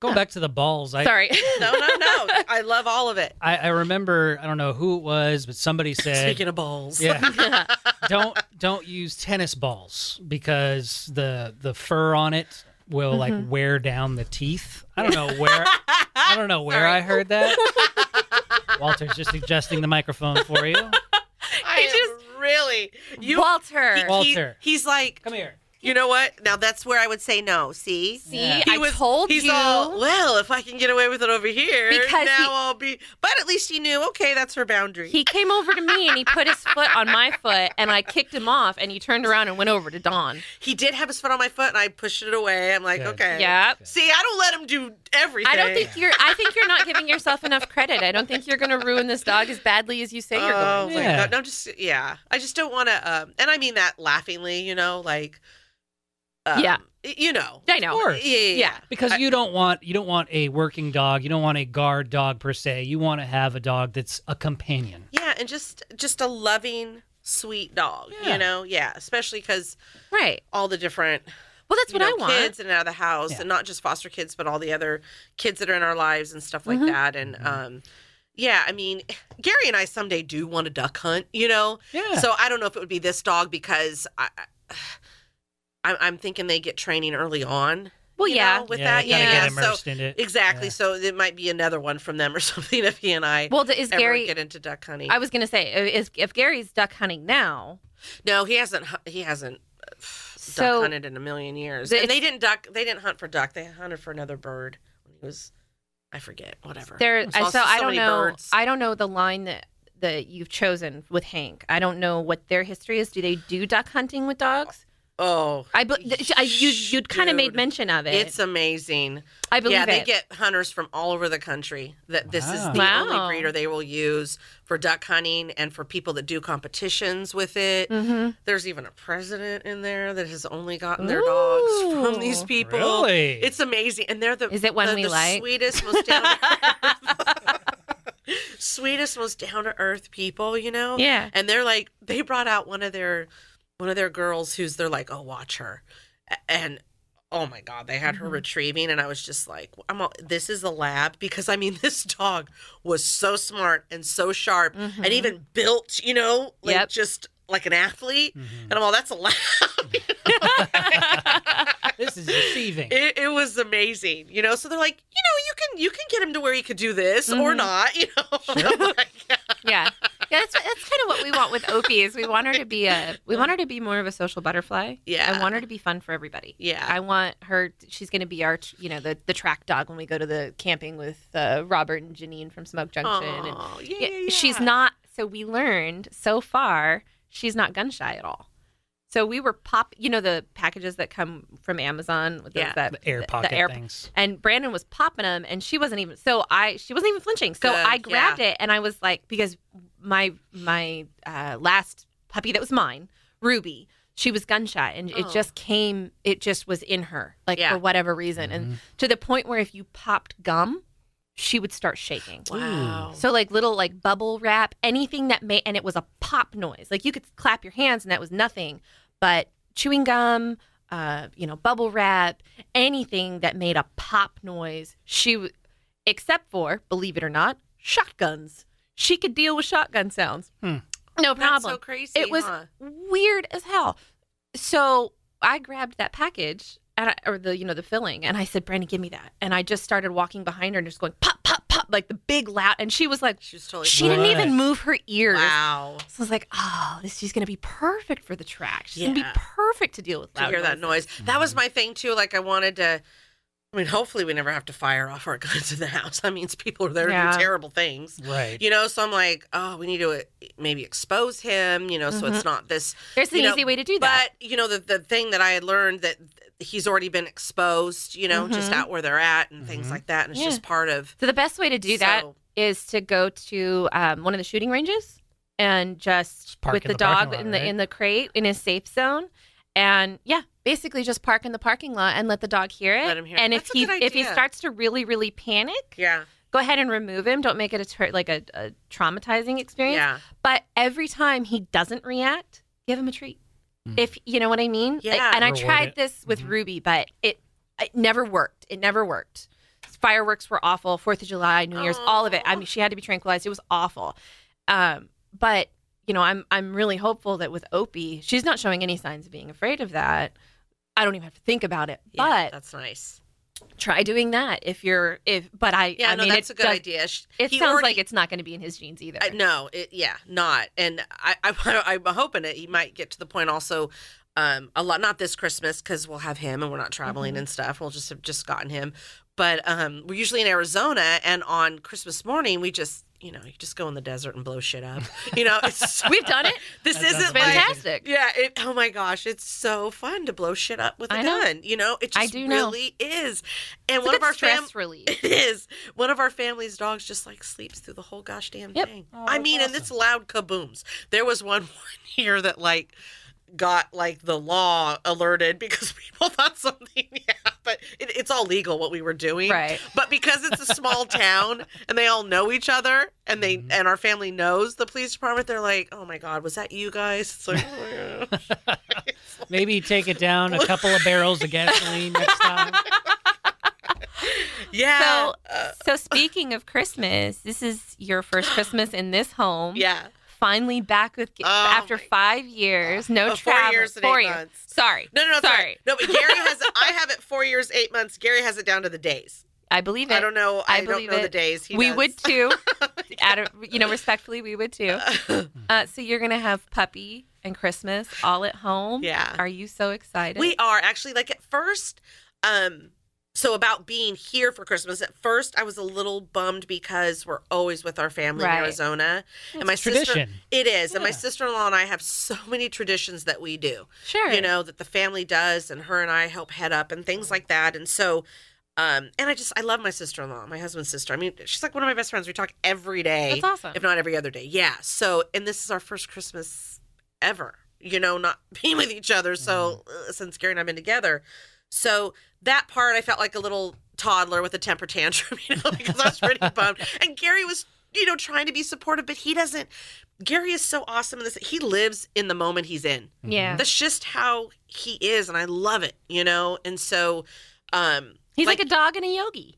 Speaker 4: Going back to the balls, I,
Speaker 2: Sorry,
Speaker 3: No, no, no. I love all of it.
Speaker 4: I, I remember I don't know who it was, but somebody said
Speaker 3: Speaking of balls,
Speaker 4: Yeah. don't don't use tennis balls because the the fur on it will
Speaker 2: Mm-hmm.
Speaker 4: like wear down the teeth. I don't know where I don't know where I heard that. Walter's just adjusting the microphone for you.
Speaker 3: I
Speaker 2: He
Speaker 3: am really you.
Speaker 2: Walter.
Speaker 3: he- he-
Speaker 4: Walter.
Speaker 3: he's like,
Speaker 4: Come here.
Speaker 3: you know what? Now that's where I would say no. See,
Speaker 2: See,
Speaker 4: Yeah.
Speaker 2: I told
Speaker 3: he's
Speaker 2: you.
Speaker 3: all well. If I can get away with it over here,
Speaker 2: Because
Speaker 3: now
Speaker 2: he-
Speaker 3: I'll be. But at least he knew. Okay, that's her boundary.
Speaker 2: he came over to me and he put his foot on my foot and I kicked him off and he turned around and went over to Dawn.
Speaker 3: He did have his foot on my foot, and I pushed it away. I'm like,
Speaker 4: Good.
Speaker 3: okay.
Speaker 2: Yeah.
Speaker 3: See, I don't let him do everything.
Speaker 2: I don't think you're I think you're not giving yourself enough credit. I don't think you're going to ruin this dog as badly as you say you're
Speaker 3: Oh
Speaker 2: going.
Speaker 3: my
Speaker 4: Yeah.
Speaker 3: god! No, just yeah. I just don't want to. Um, and I mean that laughingly. You know, like. Um,
Speaker 2: Yeah.
Speaker 3: y- You know.
Speaker 2: to. I know.
Speaker 4: Of course.
Speaker 3: Yeah. yeah, yeah.
Speaker 4: Because
Speaker 3: I-
Speaker 4: you don't want you don't want a working dog, you don't want a guard dog per se. You want to have a dog that's a companion.
Speaker 3: Yeah, and just just a loving, sweet dog.
Speaker 4: Yeah.
Speaker 3: You know, yeah. Especially because
Speaker 2: Right.
Speaker 3: all the different
Speaker 2: Well, that's
Speaker 3: you
Speaker 2: what
Speaker 3: know,
Speaker 2: I want.
Speaker 3: kids in and out of the house,
Speaker 4: Yeah.
Speaker 3: and not just foster kids, but all the other kids that are in our lives and stuff like
Speaker 2: Mhm.
Speaker 3: that. And
Speaker 4: Mhm.
Speaker 3: um, yeah, I mean, Gary and I someday do want to duck hunt. You know,
Speaker 4: Yeah.
Speaker 3: so I don't know if it would be this dog because I. I I'm- I'm thinking they get training early on.
Speaker 2: Well,
Speaker 3: you
Speaker 2: yeah.
Speaker 3: know, with
Speaker 4: yeah,
Speaker 3: that,
Speaker 4: kinda
Speaker 3: yeah.
Speaker 4: get
Speaker 3: So
Speaker 4: immersed in it.
Speaker 3: exactly,
Speaker 4: Yeah.
Speaker 3: so it might be another one from them or something. If he and I
Speaker 2: Well, th- is
Speaker 3: ever
Speaker 2: Gary
Speaker 3: get into duck hunting,
Speaker 2: I was going to say uh, is if Gary's duck hunting now,
Speaker 3: no, he hasn't. hu- He hasn't uh,
Speaker 2: So-
Speaker 3: duck hunted in a million years.
Speaker 2: The-
Speaker 3: And they didn't duck. They didn't hunt for duck. They hunted for another bird. When he was, I forget. Whatever.
Speaker 2: There, uh,
Speaker 3: There's
Speaker 2: so,
Speaker 3: also
Speaker 2: I
Speaker 3: so
Speaker 2: don't
Speaker 3: many
Speaker 2: know.
Speaker 3: birds.
Speaker 2: I don't know the line that that you've chosen with Hank. I don't know what their history is. Do they do duck hunting with dogs?
Speaker 3: oh,
Speaker 2: I, bel- th- I you you'd kind of made
Speaker 3: Dude.
Speaker 2: mention of it.
Speaker 3: it's amazing.
Speaker 2: I believe
Speaker 3: yeah, they
Speaker 2: it.
Speaker 3: get hunters from all over the country. That this is
Speaker 4: Wow.
Speaker 3: the
Speaker 2: Wow.
Speaker 3: only breeder they will use for duck hunting and for people that do competitions with it.
Speaker 2: Mhm.
Speaker 3: There's even a president in there that has only gotten their dogs
Speaker 2: Ooh.
Speaker 3: from these people.
Speaker 4: Really?
Speaker 3: It's amazing, and they're the
Speaker 2: Is it one
Speaker 3: the,
Speaker 2: we
Speaker 3: the
Speaker 2: like?
Speaker 3: sweetest, most down to earth, sweetest, most down to earth people. You know,
Speaker 2: Yeah.
Speaker 3: and they're like they brought out one of their one of their girls who's they're like oh watch her A- and oh my god they had her
Speaker 2: Mm-hmm.
Speaker 3: retrieving and i was just like i'm all, this is a lab because i mean this dog was so smart and so sharp
Speaker 2: Mm-hmm.
Speaker 3: and even built you know like
Speaker 2: Yep.
Speaker 3: just like an athlete
Speaker 4: Mhm.
Speaker 3: and i'm all that's a lab
Speaker 4: This is deceiving.
Speaker 3: it, it was amazing you know so they're like you know you can you can get him to where he could do this or
Speaker 2: Mhm.
Speaker 3: not you know I'm like,
Speaker 2: yeah. Yeah, that's what- that's kind of what we want with Opie is we want her to be a we want her to be more of a social butterfly.
Speaker 3: Yeah.
Speaker 2: I want her to be fun for everybody.
Speaker 3: Yeah.
Speaker 2: I want her. She's going to be our you know the the track dog when we go to the camping with uh, Robert and Janine from Smoke Junction. and-
Speaker 3: "Aw, yeah,
Speaker 2: Yeah,
Speaker 3: yeah, yeah.
Speaker 2: she's not so we learned so far she's not gun shy at all so we were pop you know the packages that come from amazon with those
Speaker 3: Yeah.
Speaker 2: that
Speaker 4: The air pocket things.
Speaker 2: and brandon was popping them and she wasn't even so i she wasn't even flinching so
Speaker 3: Good,
Speaker 2: i grabbed it and i was like because my my uh, last puppy that was mine ruby she was gun shy and it
Speaker 3: Oh.
Speaker 2: just came it just was in her like
Speaker 3: Yeah.
Speaker 2: for whatever reason and to the point where if you popped gum she would start shaking
Speaker 3: wow
Speaker 2: so like little like bubble wrap, anything that made and it was a pop noise. Like you could clap your hands and that was nothing, but chewing gum, uh, you know, bubble wrap, anything that made a pop noise, she w- except for, believe it or not, shotguns. She could deal with shotgun sounds.
Speaker 4: Hmm.
Speaker 2: No
Speaker 3: That's
Speaker 2: problem.
Speaker 3: so crazy.
Speaker 2: it was
Speaker 3: huh?
Speaker 2: weird as hell. So I grabbed that package and I, or the you know the filling, and I said, "Brandy, give me that." And I just started walking behind her and just going pop, pop, pop, like the big loud. And she was like,
Speaker 3: She was totally.
Speaker 2: she didn't
Speaker 4: Right.
Speaker 2: even move her ears.
Speaker 3: Wow.
Speaker 2: So I was like, "Oh, this she's gonna be perfect for the track. She's gonna
Speaker 3: Yeah.
Speaker 2: be perfect to deal with
Speaker 3: to
Speaker 2: loud."
Speaker 3: hear that
Speaker 2: noises." Mm-hmm.
Speaker 3: noise. That was my thing too. Like I wanted to. I mean, hopefully we never have to fire off our guns in the house. That means people are there to
Speaker 2: Yeah.
Speaker 3: do terrible things.
Speaker 4: Right.
Speaker 3: You know, so I'm like, oh, we need to uh, maybe expose him. You know, so it's not this.
Speaker 2: There's an
Speaker 3: you know,
Speaker 2: easy way to do Mm-hmm. that.
Speaker 3: But you know, the the thing that I had learned that he's already been exposed. You know, just
Speaker 2: Mhm.
Speaker 3: out where they're at and things like that, and it's
Speaker 2: Mm-hmm. Yeah.
Speaker 3: just part of.
Speaker 2: So the best way to do that
Speaker 3: So-
Speaker 2: is to go to um, one of the shooting ranges and just
Speaker 4: Just park
Speaker 2: with
Speaker 4: in
Speaker 2: the,
Speaker 4: the
Speaker 2: dog
Speaker 4: parking lot,
Speaker 2: in the
Speaker 4: right?
Speaker 2: in the crate in his safe zone, and yeah, basically just park in the parking lot and let the dog hear it.
Speaker 3: Let him hear it.
Speaker 2: and if
Speaker 3: That's a
Speaker 2: he
Speaker 3: good
Speaker 2: if he
Speaker 3: idea.
Speaker 2: starts to really really panic,
Speaker 3: Yeah,
Speaker 2: go ahead and remove him. Don't make it a tur like a, a traumatizing experience.
Speaker 3: yeah,
Speaker 2: But every time he doesn't react, give him a treat.
Speaker 1: Mm.
Speaker 2: If you know what I mean. Like,
Speaker 3: Yeah.
Speaker 2: and I
Speaker 4: Reward
Speaker 2: tried
Speaker 4: it.
Speaker 2: this with
Speaker 4: Mhm.
Speaker 2: Ruby, but it it never worked. It never worked. Fireworks were awful. Fourth of July, New Year's, all of it. I
Speaker 3: Aw.
Speaker 2: mean, she had to be tranquilized. It was awful. Um, but you know, I'm I'm really hopeful that with Opie, she's not showing any signs of being afraid of that. I don't even have to think about it.
Speaker 3: yeah.
Speaker 2: but
Speaker 3: that's nice. try
Speaker 2: try doing that if you're if. But I
Speaker 3: Yeah,
Speaker 2: I
Speaker 3: no,
Speaker 2: mean,
Speaker 3: that's
Speaker 2: it
Speaker 3: a good
Speaker 2: does-
Speaker 3: idea. Sh-
Speaker 2: It
Speaker 3: he
Speaker 2: sounds
Speaker 3: already-
Speaker 2: like it's not going to be in his genes either.
Speaker 3: Uh, no, it, yeah, not. And I, I, I'm hoping that he might get to the point also. Um, a lot, not this Christmas because we'll have him and we're not
Speaker 2: Mm-hmm.
Speaker 3: traveling and stuff. We'll just have just gotten him, but um, we're usually in Arizona, and on Christmas morning we just, you know, you just go in the desert and blow shit up. You know, it's
Speaker 2: We've done it.
Speaker 3: this
Speaker 4: That sounds
Speaker 3: isn't like-
Speaker 4: amazing.
Speaker 2: Fantastic.
Speaker 3: yeah, it, oh my gosh, it's so fun to blow shit up with a
Speaker 2: I know.
Speaker 3: gun. You know, it
Speaker 2: I
Speaker 3: just
Speaker 2: do know.
Speaker 3: really is. And
Speaker 2: It's
Speaker 3: one
Speaker 2: a
Speaker 3: of
Speaker 2: good
Speaker 3: our fam-
Speaker 2: stress relief.
Speaker 3: it is. One of our family's dogs just like sleeps through the whole gosh damn
Speaker 2: Yep.
Speaker 3: thing.
Speaker 4: Oh,
Speaker 3: I
Speaker 4: that's
Speaker 3: mean, and it's loud kabooms. There was one one here that like got like the law alerted because people thought something. Yeah, but it, it's all legal what we were doing.
Speaker 2: Right.
Speaker 3: But because it's a small town and they all know each other and they and our family knows the police department, they're like, oh my god, was that you guys? It's like, oh, yeah.
Speaker 4: Maybe take it down a couple of barrels of gasoline next time.
Speaker 3: yeah.
Speaker 2: So,
Speaker 3: Uh,
Speaker 2: so speaking of Christmas, this is your first Christmas in this home.
Speaker 3: yeah.
Speaker 2: Finally back with
Speaker 3: Oh,
Speaker 2: after
Speaker 3: my
Speaker 2: five years, no
Speaker 3: Oh, four
Speaker 2: travel.
Speaker 3: years and eight months.
Speaker 2: Sorry.
Speaker 3: No, no, no.
Speaker 2: Sorry.
Speaker 3: Sorry. No, but Gary has. it- I have it four years, eight months. Gary has it down to the days.
Speaker 2: I believe it.
Speaker 3: I don't know.
Speaker 2: I
Speaker 3: I, don't
Speaker 2: believe
Speaker 3: know the
Speaker 2: it.
Speaker 3: days. He
Speaker 2: we
Speaker 3: does.
Speaker 2: would too. Out of, you know, respectfully, we would too. Uh, so you're gonna have puppy and Christmas all at home.
Speaker 3: Yeah.
Speaker 2: Are you so excited?
Speaker 3: We are actually like at first. Um, so about being here for Christmas. At first, I was a little bummed because we're always with our family
Speaker 2: Right.
Speaker 3: in Arizona, and my sister.
Speaker 4: Tradition.
Speaker 3: It is, and my
Speaker 4: Yeah.
Speaker 3: sister-in-law and I have so many traditions that we do.
Speaker 2: sure.
Speaker 3: you know that the family does and her and i help head up and things like that and so um and i just i love my sister-in-law my husband's sister i mean she's like one of my best friends we talk every day
Speaker 2: That's awesome.
Speaker 3: if not every other day yeah so and this is our first christmas ever you know not being with each other so
Speaker 2: Mm-hmm.
Speaker 3: uh, since gary and i've been together so that part i felt like a little toddler with a temper tantrum you know because i was pretty bummed and gary was you know trying to be supportive but he doesn't gary is so awesome in this he lives in the moment he's in
Speaker 2: Yeah.
Speaker 3: that's just how he is and i love it you know and so um
Speaker 2: He's like, a dog and a yogi,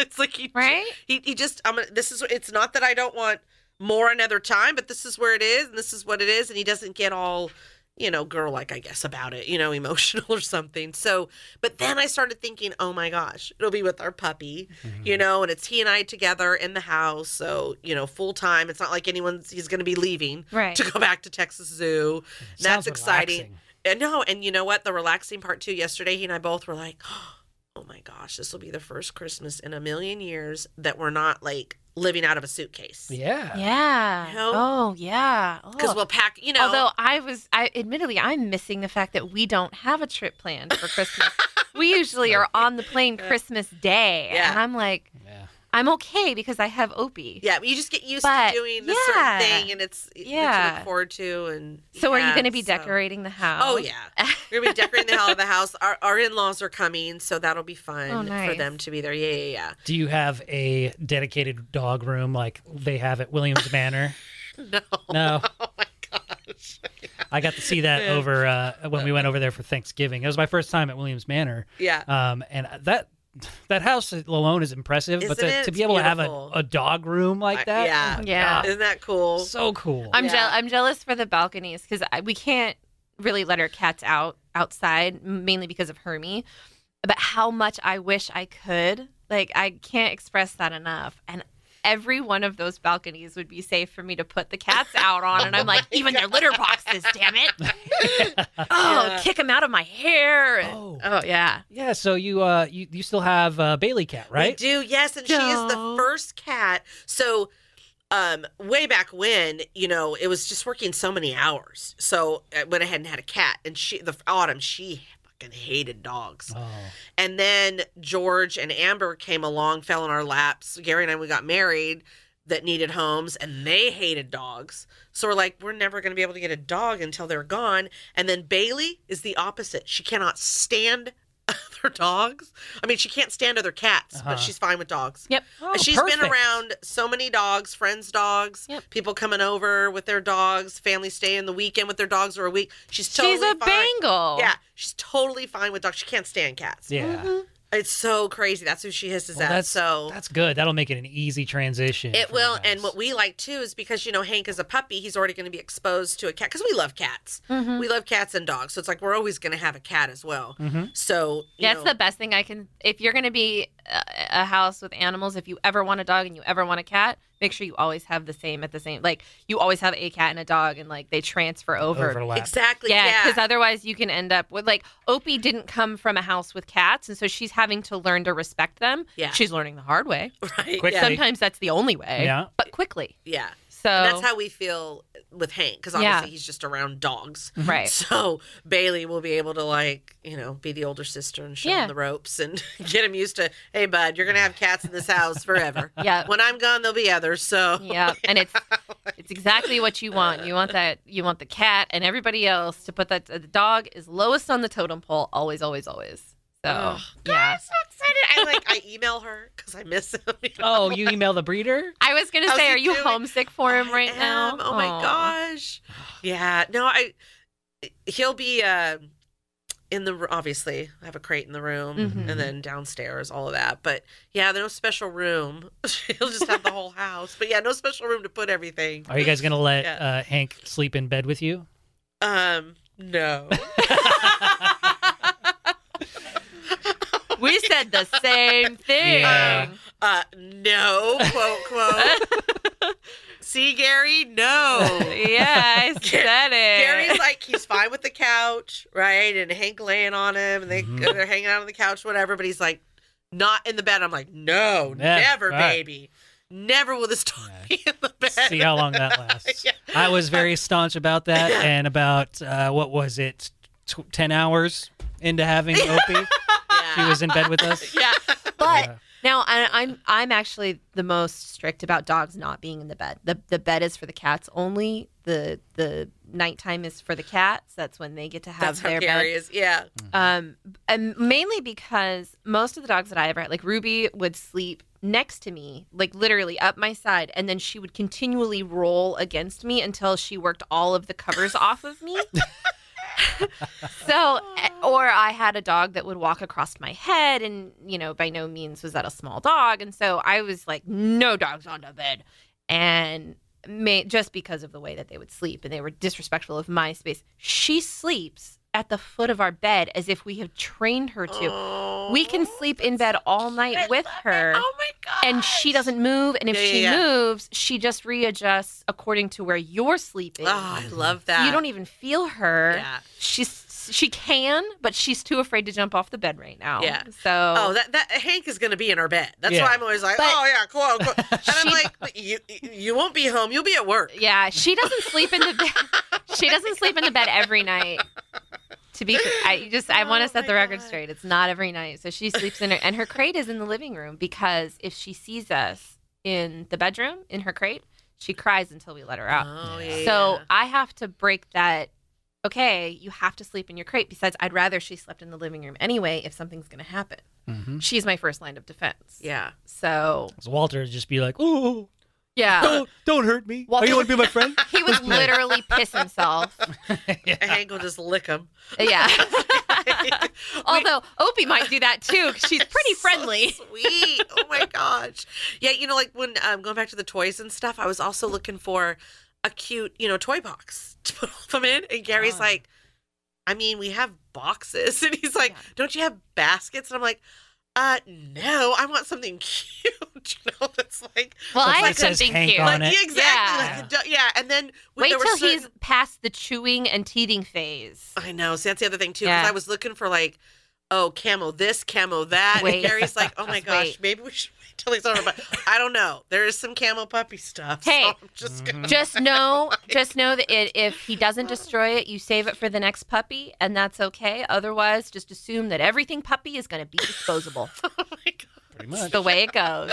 Speaker 3: it's like he,
Speaker 2: right?
Speaker 3: he he just i'm gonna, this is it's not that i don't want more another time but this is where it is and this is what it is and he doesn't get all you know girl like i guess about it you know emotional or something so but then i started thinking oh my gosh it'll be with our puppy
Speaker 4: Mm-hmm.
Speaker 3: you know and it's he and i together in the house so you know full time it's not like anyone's he's going to be leaving
Speaker 2: Right.
Speaker 3: to go back to texas zoo
Speaker 4: Sounds
Speaker 3: that's exciting
Speaker 4: relaxing.
Speaker 3: and no, and you know what? The relaxing part too. Yesterday, he and I both were like, "Oh my gosh, this will be the first Christmas in a million years that we're not like living out of a suitcase."
Speaker 4: Yeah.
Speaker 2: Yeah.
Speaker 3: You know?
Speaker 2: Oh yeah.
Speaker 3: Because
Speaker 2: Oh.
Speaker 3: we'll pack. You know.
Speaker 2: Although I was, I admittedly, I'm missing the fact that we don't have a trip planned for Christmas. we usually are on the plane Christmas Day,
Speaker 3: Yeah.
Speaker 2: and I'm like,
Speaker 4: Yeah.
Speaker 2: I'm okay because I have Opie.
Speaker 3: yeah, you just get used
Speaker 2: But,
Speaker 3: to doing this
Speaker 2: yeah.
Speaker 3: certain thing, and it's yeah. to
Speaker 2: Yeah.
Speaker 3: look forward to. And
Speaker 2: So are you
Speaker 3: yeah,
Speaker 2: going to be
Speaker 3: so-
Speaker 2: decorating the house?
Speaker 3: Oh yeah, we're gonna be decorating the hell out of the house. Our, our in laws are coming, so that'll be fun
Speaker 2: Oh,
Speaker 3: for
Speaker 2: nice.
Speaker 3: them to be there. Yeah, yeah, yeah.
Speaker 4: Do you have a dedicated dog room like they have at Williams Manor?
Speaker 3: No.
Speaker 4: No.
Speaker 3: Oh my gosh.
Speaker 4: I got to see that
Speaker 3: Yeah.
Speaker 4: over uh, when we went over there for Thanksgiving. It was my first time at Williams Manor,
Speaker 3: Yeah.
Speaker 4: um, and that that house alone is impressive, but
Speaker 3: Isn't
Speaker 4: to,
Speaker 3: it?
Speaker 4: to
Speaker 3: It's
Speaker 4: be able
Speaker 3: beautiful.
Speaker 4: to have a, a dog room
Speaker 3: I-
Speaker 4: like that,
Speaker 3: yeah.
Speaker 4: oh my
Speaker 2: Yeah.
Speaker 4: God,
Speaker 3: Isn't that cool?
Speaker 4: so cool.
Speaker 2: I'm
Speaker 3: Yeah.
Speaker 2: jeal- I'm jealous for the balconies because we can't really let our cats out outside, mainly because of Hermie. But how much I wish I could, like I can't express that enough. And every one of those balconies would be safe for me to put the cats out on. And I'm
Speaker 3: Oh
Speaker 2: like, even their litter boxes, damn it! Oh,
Speaker 3: Yeah.
Speaker 2: kick them out of my hair. and-
Speaker 4: oh,
Speaker 2: oh yeah.
Speaker 4: yeah. So you uh you, you still have uh, Bailey cat,
Speaker 3: We
Speaker 4: right?
Speaker 3: do, yes. And she is the
Speaker 2: No.
Speaker 3: first cat. So, um, way back when, you know, it was just working so many hours. So I went ahead and had a cat. And she, the autumn, she fucking hated dogs.
Speaker 4: Oh.
Speaker 3: And then George and Amber came along, fell in our laps. Gary and I, we got married that needed homes and they hated dogs. So we're like, we're never going to be able to get a dog until they're gone. And then Bailey is the opposite. She cannot stand other dogs. I mean, she can't stand other cats,
Speaker 4: Uh-huh.
Speaker 3: but she's fine with dogs.
Speaker 2: Yep.
Speaker 4: Oh,
Speaker 3: And She's been
Speaker 4: perfect.
Speaker 3: around so many dogs, friends' dogs,
Speaker 2: Yep.
Speaker 3: people coming over with their dogs, family staying the weekend with their dogs or a week. She's totally
Speaker 2: She's a
Speaker 3: fine.
Speaker 2: bangle.
Speaker 3: Yeah, she's totally fine with dogs. She can't stand cats.
Speaker 4: Yeah.
Speaker 3: It's so crazy. That's who she hisses
Speaker 4: Well,
Speaker 3: at.
Speaker 4: that's-
Speaker 3: so
Speaker 4: That's good. That'll make it an easy transition.
Speaker 3: it
Speaker 4: for
Speaker 3: will.
Speaker 4: you
Speaker 3: And
Speaker 4: guys.
Speaker 3: what we like too is because, you know, Hank is a puppy, he's already going to be exposed to a cat because we love cats.
Speaker 2: Mhm.
Speaker 3: We love cats and dogs. So it's like we're always going to have a cat as well.
Speaker 4: Mhm.
Speaker 3: So, you
Speaker 2: That's
Speaker 3: know,
Speaker 2: the best thing I can. If you're going to be a, a house with animals, if you ever want a dog and you ever want a cat, make sure you always have the same at the same. Like you always have a cat and a dog, and like they transfer over.
Speaker 4: overlap.
Speaker 3: exactly.
Speaker 2: Yeah,
Speaker 3: Oh, Yeah.
Speaker 2: because otherwise you can end up with like Opie didn't come from a house with cats, and so she's having to learn to respect them.
Speaker 3: Yeah.
Speaker 2: she's learning the hard way.
Speaker 3: right.
Speaker 4: Quick-
Speaker 3: yeah.
Speaker 4: Some-
Speaker 2: Sometimes that's the only way.
Speaker 4: Yeah.
Speaker 2: but quickly.
Speaker 3: yeah.
Speaker 2: So
Speaker 3: And that's how we feel with Hank because
Speaker 2: Oh. Yeah.
Speaker 3: obviously he's just around dogs.
Speaker 2: right.
Speaker 3: So Bailey will be able to like you know be the older sister and show
Speaker 2: Yeah.
Speaker 3: him the ropes and get him used to. Hey, bud, you're gonna have cats in this house forever.
Speaker 2: Yeah.
Speaker 3: When I'm gone, there'll be others. So
Speaker 2: Yeah, and it's it's exactly what you want. You want that. You want the cat and everybody else to put that. The dog is lowest on the totem pole. Always, always, always. So
Speaker 3: Oh,
Speaker 2: yeah.
Speaker 3: so excited. I like I email her because I miss him. you know?
Speaker 4: Oh, you email the breeder?
Speaker 2: I was gonna
Speaker 3: How's
Speaker 2: say,
Speaker 3: he
Speaker 2: are you
Speaker 3: doing?
Speaker 2: homesick for him
Speaker 3: I
Speaker 2: right now?
Speaker 3: am. Oh my
Speaker 2: Aw.
Speaker 3: gosh. Yeah. No, I. He'll be uh, in the obviously. I have a crate in the room
Speaker 2: Mhm.
Speaker 3: and then downstairs, all of that. But yeah, no special room. he'll just have the whole house. But yeah, no special room to put everything.
Speaker 4: Are you guys gonna let
Speaker 3: Yeah.
Speaker 4: uh, Hank sleep in bed with you?
Speaker 3: Um, no.
Speaker 2: We said the same thing.
Speaker 4: Yeah.
Speaker 3: uh, no. Quote quote. See, Gary, no.
Speaker 2: Yeah, I said it.
Speaker 3: Gary's like he's fine with the couch, right? And Hank laying on him, and they
Speaker 4: Mhm.
Speaker 3: they're hanging out on the couch, whatever. But he's like, not in the bed. I'm like, no,
Speaker 4: Yeah,
Speaker 3: never,
Speaker 4: right.
Speaker 3: baby, never will this dog
Speaker 4: Yeah.
Speaker 3: be in the bed.
Speaker 4: See how long that lasts.
Speaker 3: Yeah.
Speaker 4: I was very staunch about that, and about uh, what was it, t- ten hours into having Opie, she
Speaker 3: yeah.
Speaker 4: was in bed with us.
Speaker 3: yeah,
Speaker 2: but
Speaker 4: Yeah.
Speaker 2: now I, I'm I'm actually the most strict about dogs not being in the bed. the The bed is for the cats only. the The nighttime is for the cats. That's when they get to have
Speaker 3: that's how
Speaker 2: their
Speaker 3: Gary
Speaker 2: bed.
Speaker 3: is. Yeah,
Speaker 4: Mm-hmm.
Speaker 2: Um, and mainly because most of the dogs that I ever had, like Ruby, would sleep next to me, like literally up my side, and then she would continually roll against me until she worked all of the covers off of me. so, eh, or I had a dog that would walk across my head, and you know, by no means was that a small dog, and so I was like, no dogs on the bed, and. May, just because of the way that they would sleep and they were disrespectful of my space. She sleeps at the foot of our bed as if we have trained her to.
Speaker 3: oh,
Speaker 2: we can sleep in bed all night with her
Speaker 3: Oh my god!
Speaker 2: and she doesn't move. And if
Speaker 3: Yeah,
Speaker 2: she
Speaker 3: yeah, yeah.
Speaker 2: moves, she just readjusts according to where you're sleeping.
Speaker 3: Oh, I love that.
Speaker 2: You don't even feel her.
Speaker 3: Yeah.
Speaker 2: She's she can, but she's too afraid to jump off the bed right now.
Speaker 3: Yeah.
Speaker 2: So
Speaker 3: Oh, that, that Hank is going to be in our bed. That's
Speaker 4: Yeah.
Speaker 3: why I'm always like,
Speaker 2: But-
Speaker 3: oh yeah, cool, cool. And I'm
Speaker 2: She-
Speaker 3: like, "But you you won't be home. You'll be at work.
Speaker 2: Yeah, she doesn't sleep in the bed. she doesn't sleep in the bed every night. To be, I just I want
Speaker 3: Oh
Speaker 2: to set
Speaker 3: my
Speaker 2: the record
Speaker 3: God.
Speaker 2: straight. It's not every night. So she sleeps in her and her crate is in the living room because if she sees us in the bedroom in her crate, she cries until we let her out.
Speaker 3: Oh
Speaker 4: Yeah.
Speaker 3: yeah.
Speaker 2: So I have to break that. Okay, you have to sleep in your crate. Besides, I'd rather she slept in the living room anyway. If something's gonna happen,
Speaker 4: Mhm.
Speaker 2: she's my first line of defense.
Speaker 3: yeah.
Speaker 2: So
Speaker 4: So Walter would just be like, "Ooh,
Speaker 2: Yeah.
Speaker 4: Don't don't hurt me.
Speaker 2: Well-
Speaker 4: oh, you want to be my friend?
Speaker 2: He would literally piss himself.
Speaker 3: Hagel just lick him.
Speaker 2: Yeah. Although Opie might do that too. 'cause She's pretty
Speaker 3: So
Speaker 2: friendly.
Speaker 3: sweet. Oh my gosh. Yeah, you know, like when um, going back to the toys and stuff, I was also looking for a cute, you know, toy box to put all them in. And Gary's
Speaker 4: Ah.
Speaker 3: like, I mean, we have boxes. And he's like,
Speaker 2: Yeah.
Speaker 3: Don't you have baskets? And I'm like, uh, no, I want something cute. you know, it's like,
Speaker 2: Well, I
Speaker 4: Something
Speaker 2: have
Speaker 4: that says
Speaker 2: something
Speaker 4: Hank
Speaker 2: cute.
Speaker 4: on
Speaker 3: like yeah, exactly.
Speaker 2: Yeah.
Speaker 3: Like, yeah. yeah. And then when
Speaker 2: Wait
Speaker 3: there
Speaker 2: till
Speaker 3: were certain-
Speaker 2: he's past the chewing and teething phase.
Speaker 3: I know. See, that's the other thing too. Because
Speaker 2: Yeah.
Speaker 3: I was looking for like, oh, camo this, camo that.
Speaker 2: Wait.
Speaker 3: And Gary's like, oh my
Speaker 2: Just
Speaker 3: gosh,
Speaker 2: wait.
Speaker 3: maybe we should wait till he's over. But I don't know. There is some camo puppy stuff.
Speaker 2: Hey.
Speaker 3: so I'm just
Speaker 4: Mm-hmm.
Speaker 3: gonna.
Speaker 2: Just
Speaker 3: Oh
Speaker 2: know, just know that it, if he doesn't destroy it, you save it for the next puppy, and that's okay. Otherwise, just assume that everything puppy is going to be disposable.
Speaker 3: Oh my god.
Speaker 4: Pretty
Speaker 2: It's
Speaker 4: much.
Speaker 2: the way it goes.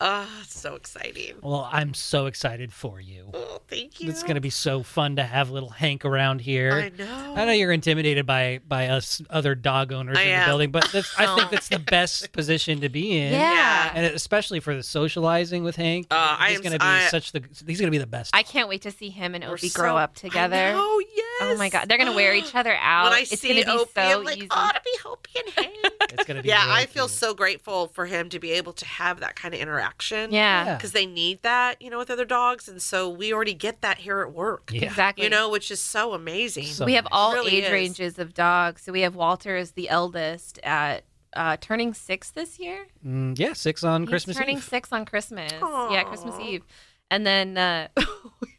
Speaker 3: Oh, so exciting.
Speaker 4: Well, I'm so excited for you.
Speaker 3: Oh, thank you.
Speaker 4: It's gonna be so fun to have little Hank around here.
Speaker 3: I know.
Speaker 4: I know you're intimidated by by us other dog owners
Speaker 3: I
Speaker 4: in the
Speaker 3: am.
Speaker 4: building, but that's, I
Speaker 2: Oh.
Speaker 4: think that's the best position to be in.
Speaker 2: Yeah.
Speaker 4: And especially for the socializing with Hank,
Speaker 3: Uh, I
Speaker 4: he's
Speaker 3: am-
Speaker 4: going to be
Speaker 3: I-
Speaker 4: such the he's going to be the best.
Speaker 2: I can't wait to see him and
Speaker 3: We're
Speaker 2: Opie
Speaker 3: so-
Speaker 2: grow up
Speaker 3: I
Speaker 2: together.
Speaker 3: know, yes.
Speaker 2: Oh my god, they're going to wear each other out.
Speaker 3: When I
Speaker 2: it's
Speaker 3: see
Speaker 2: going to be
Speaker 3: Opie,
Speaker 2: so
Speaker 3: I'm like,
Speaker 2: easy.
Speaker 3: oh, to be Opie and Hank.
Speaker 4: It's going to be
Speaker 3: yeah,
Speaker 4: really
Speaker 3: I feel
Speaker 4: cute.
Speaker 3: so grateful for him to be able to have that kind of interaction.
Speaker 2: yeah,
Speaker 4: Yeah.
Speaker 3: Because they need that, you know, with other dogs, and so we already get that here at work.
Speaker 4: Yeah.
Speaker 2: exactly.
Speaker 3: you know, which is so amazing.
Speaker 4: So-
Speaker 2: we have
Speaker 4: nice.
Speaker 2: all
Speaker 3: Really
Speaker 2: age
Speaker 3: is.
Speaker 2: ranges of dogs. So we have Walter as the eldest at uh, turning six this year.
Speaker 4: Mm, yeah, six on
Speaker 2: He's
Speaker 4: Christmas
Speaker 2: turning
Speaker 4: Eve.
Speaker 2: six on Christmas. Yeah, Christmas
Speaker 3: Aw.
Speaker 2: Eve. And then uh,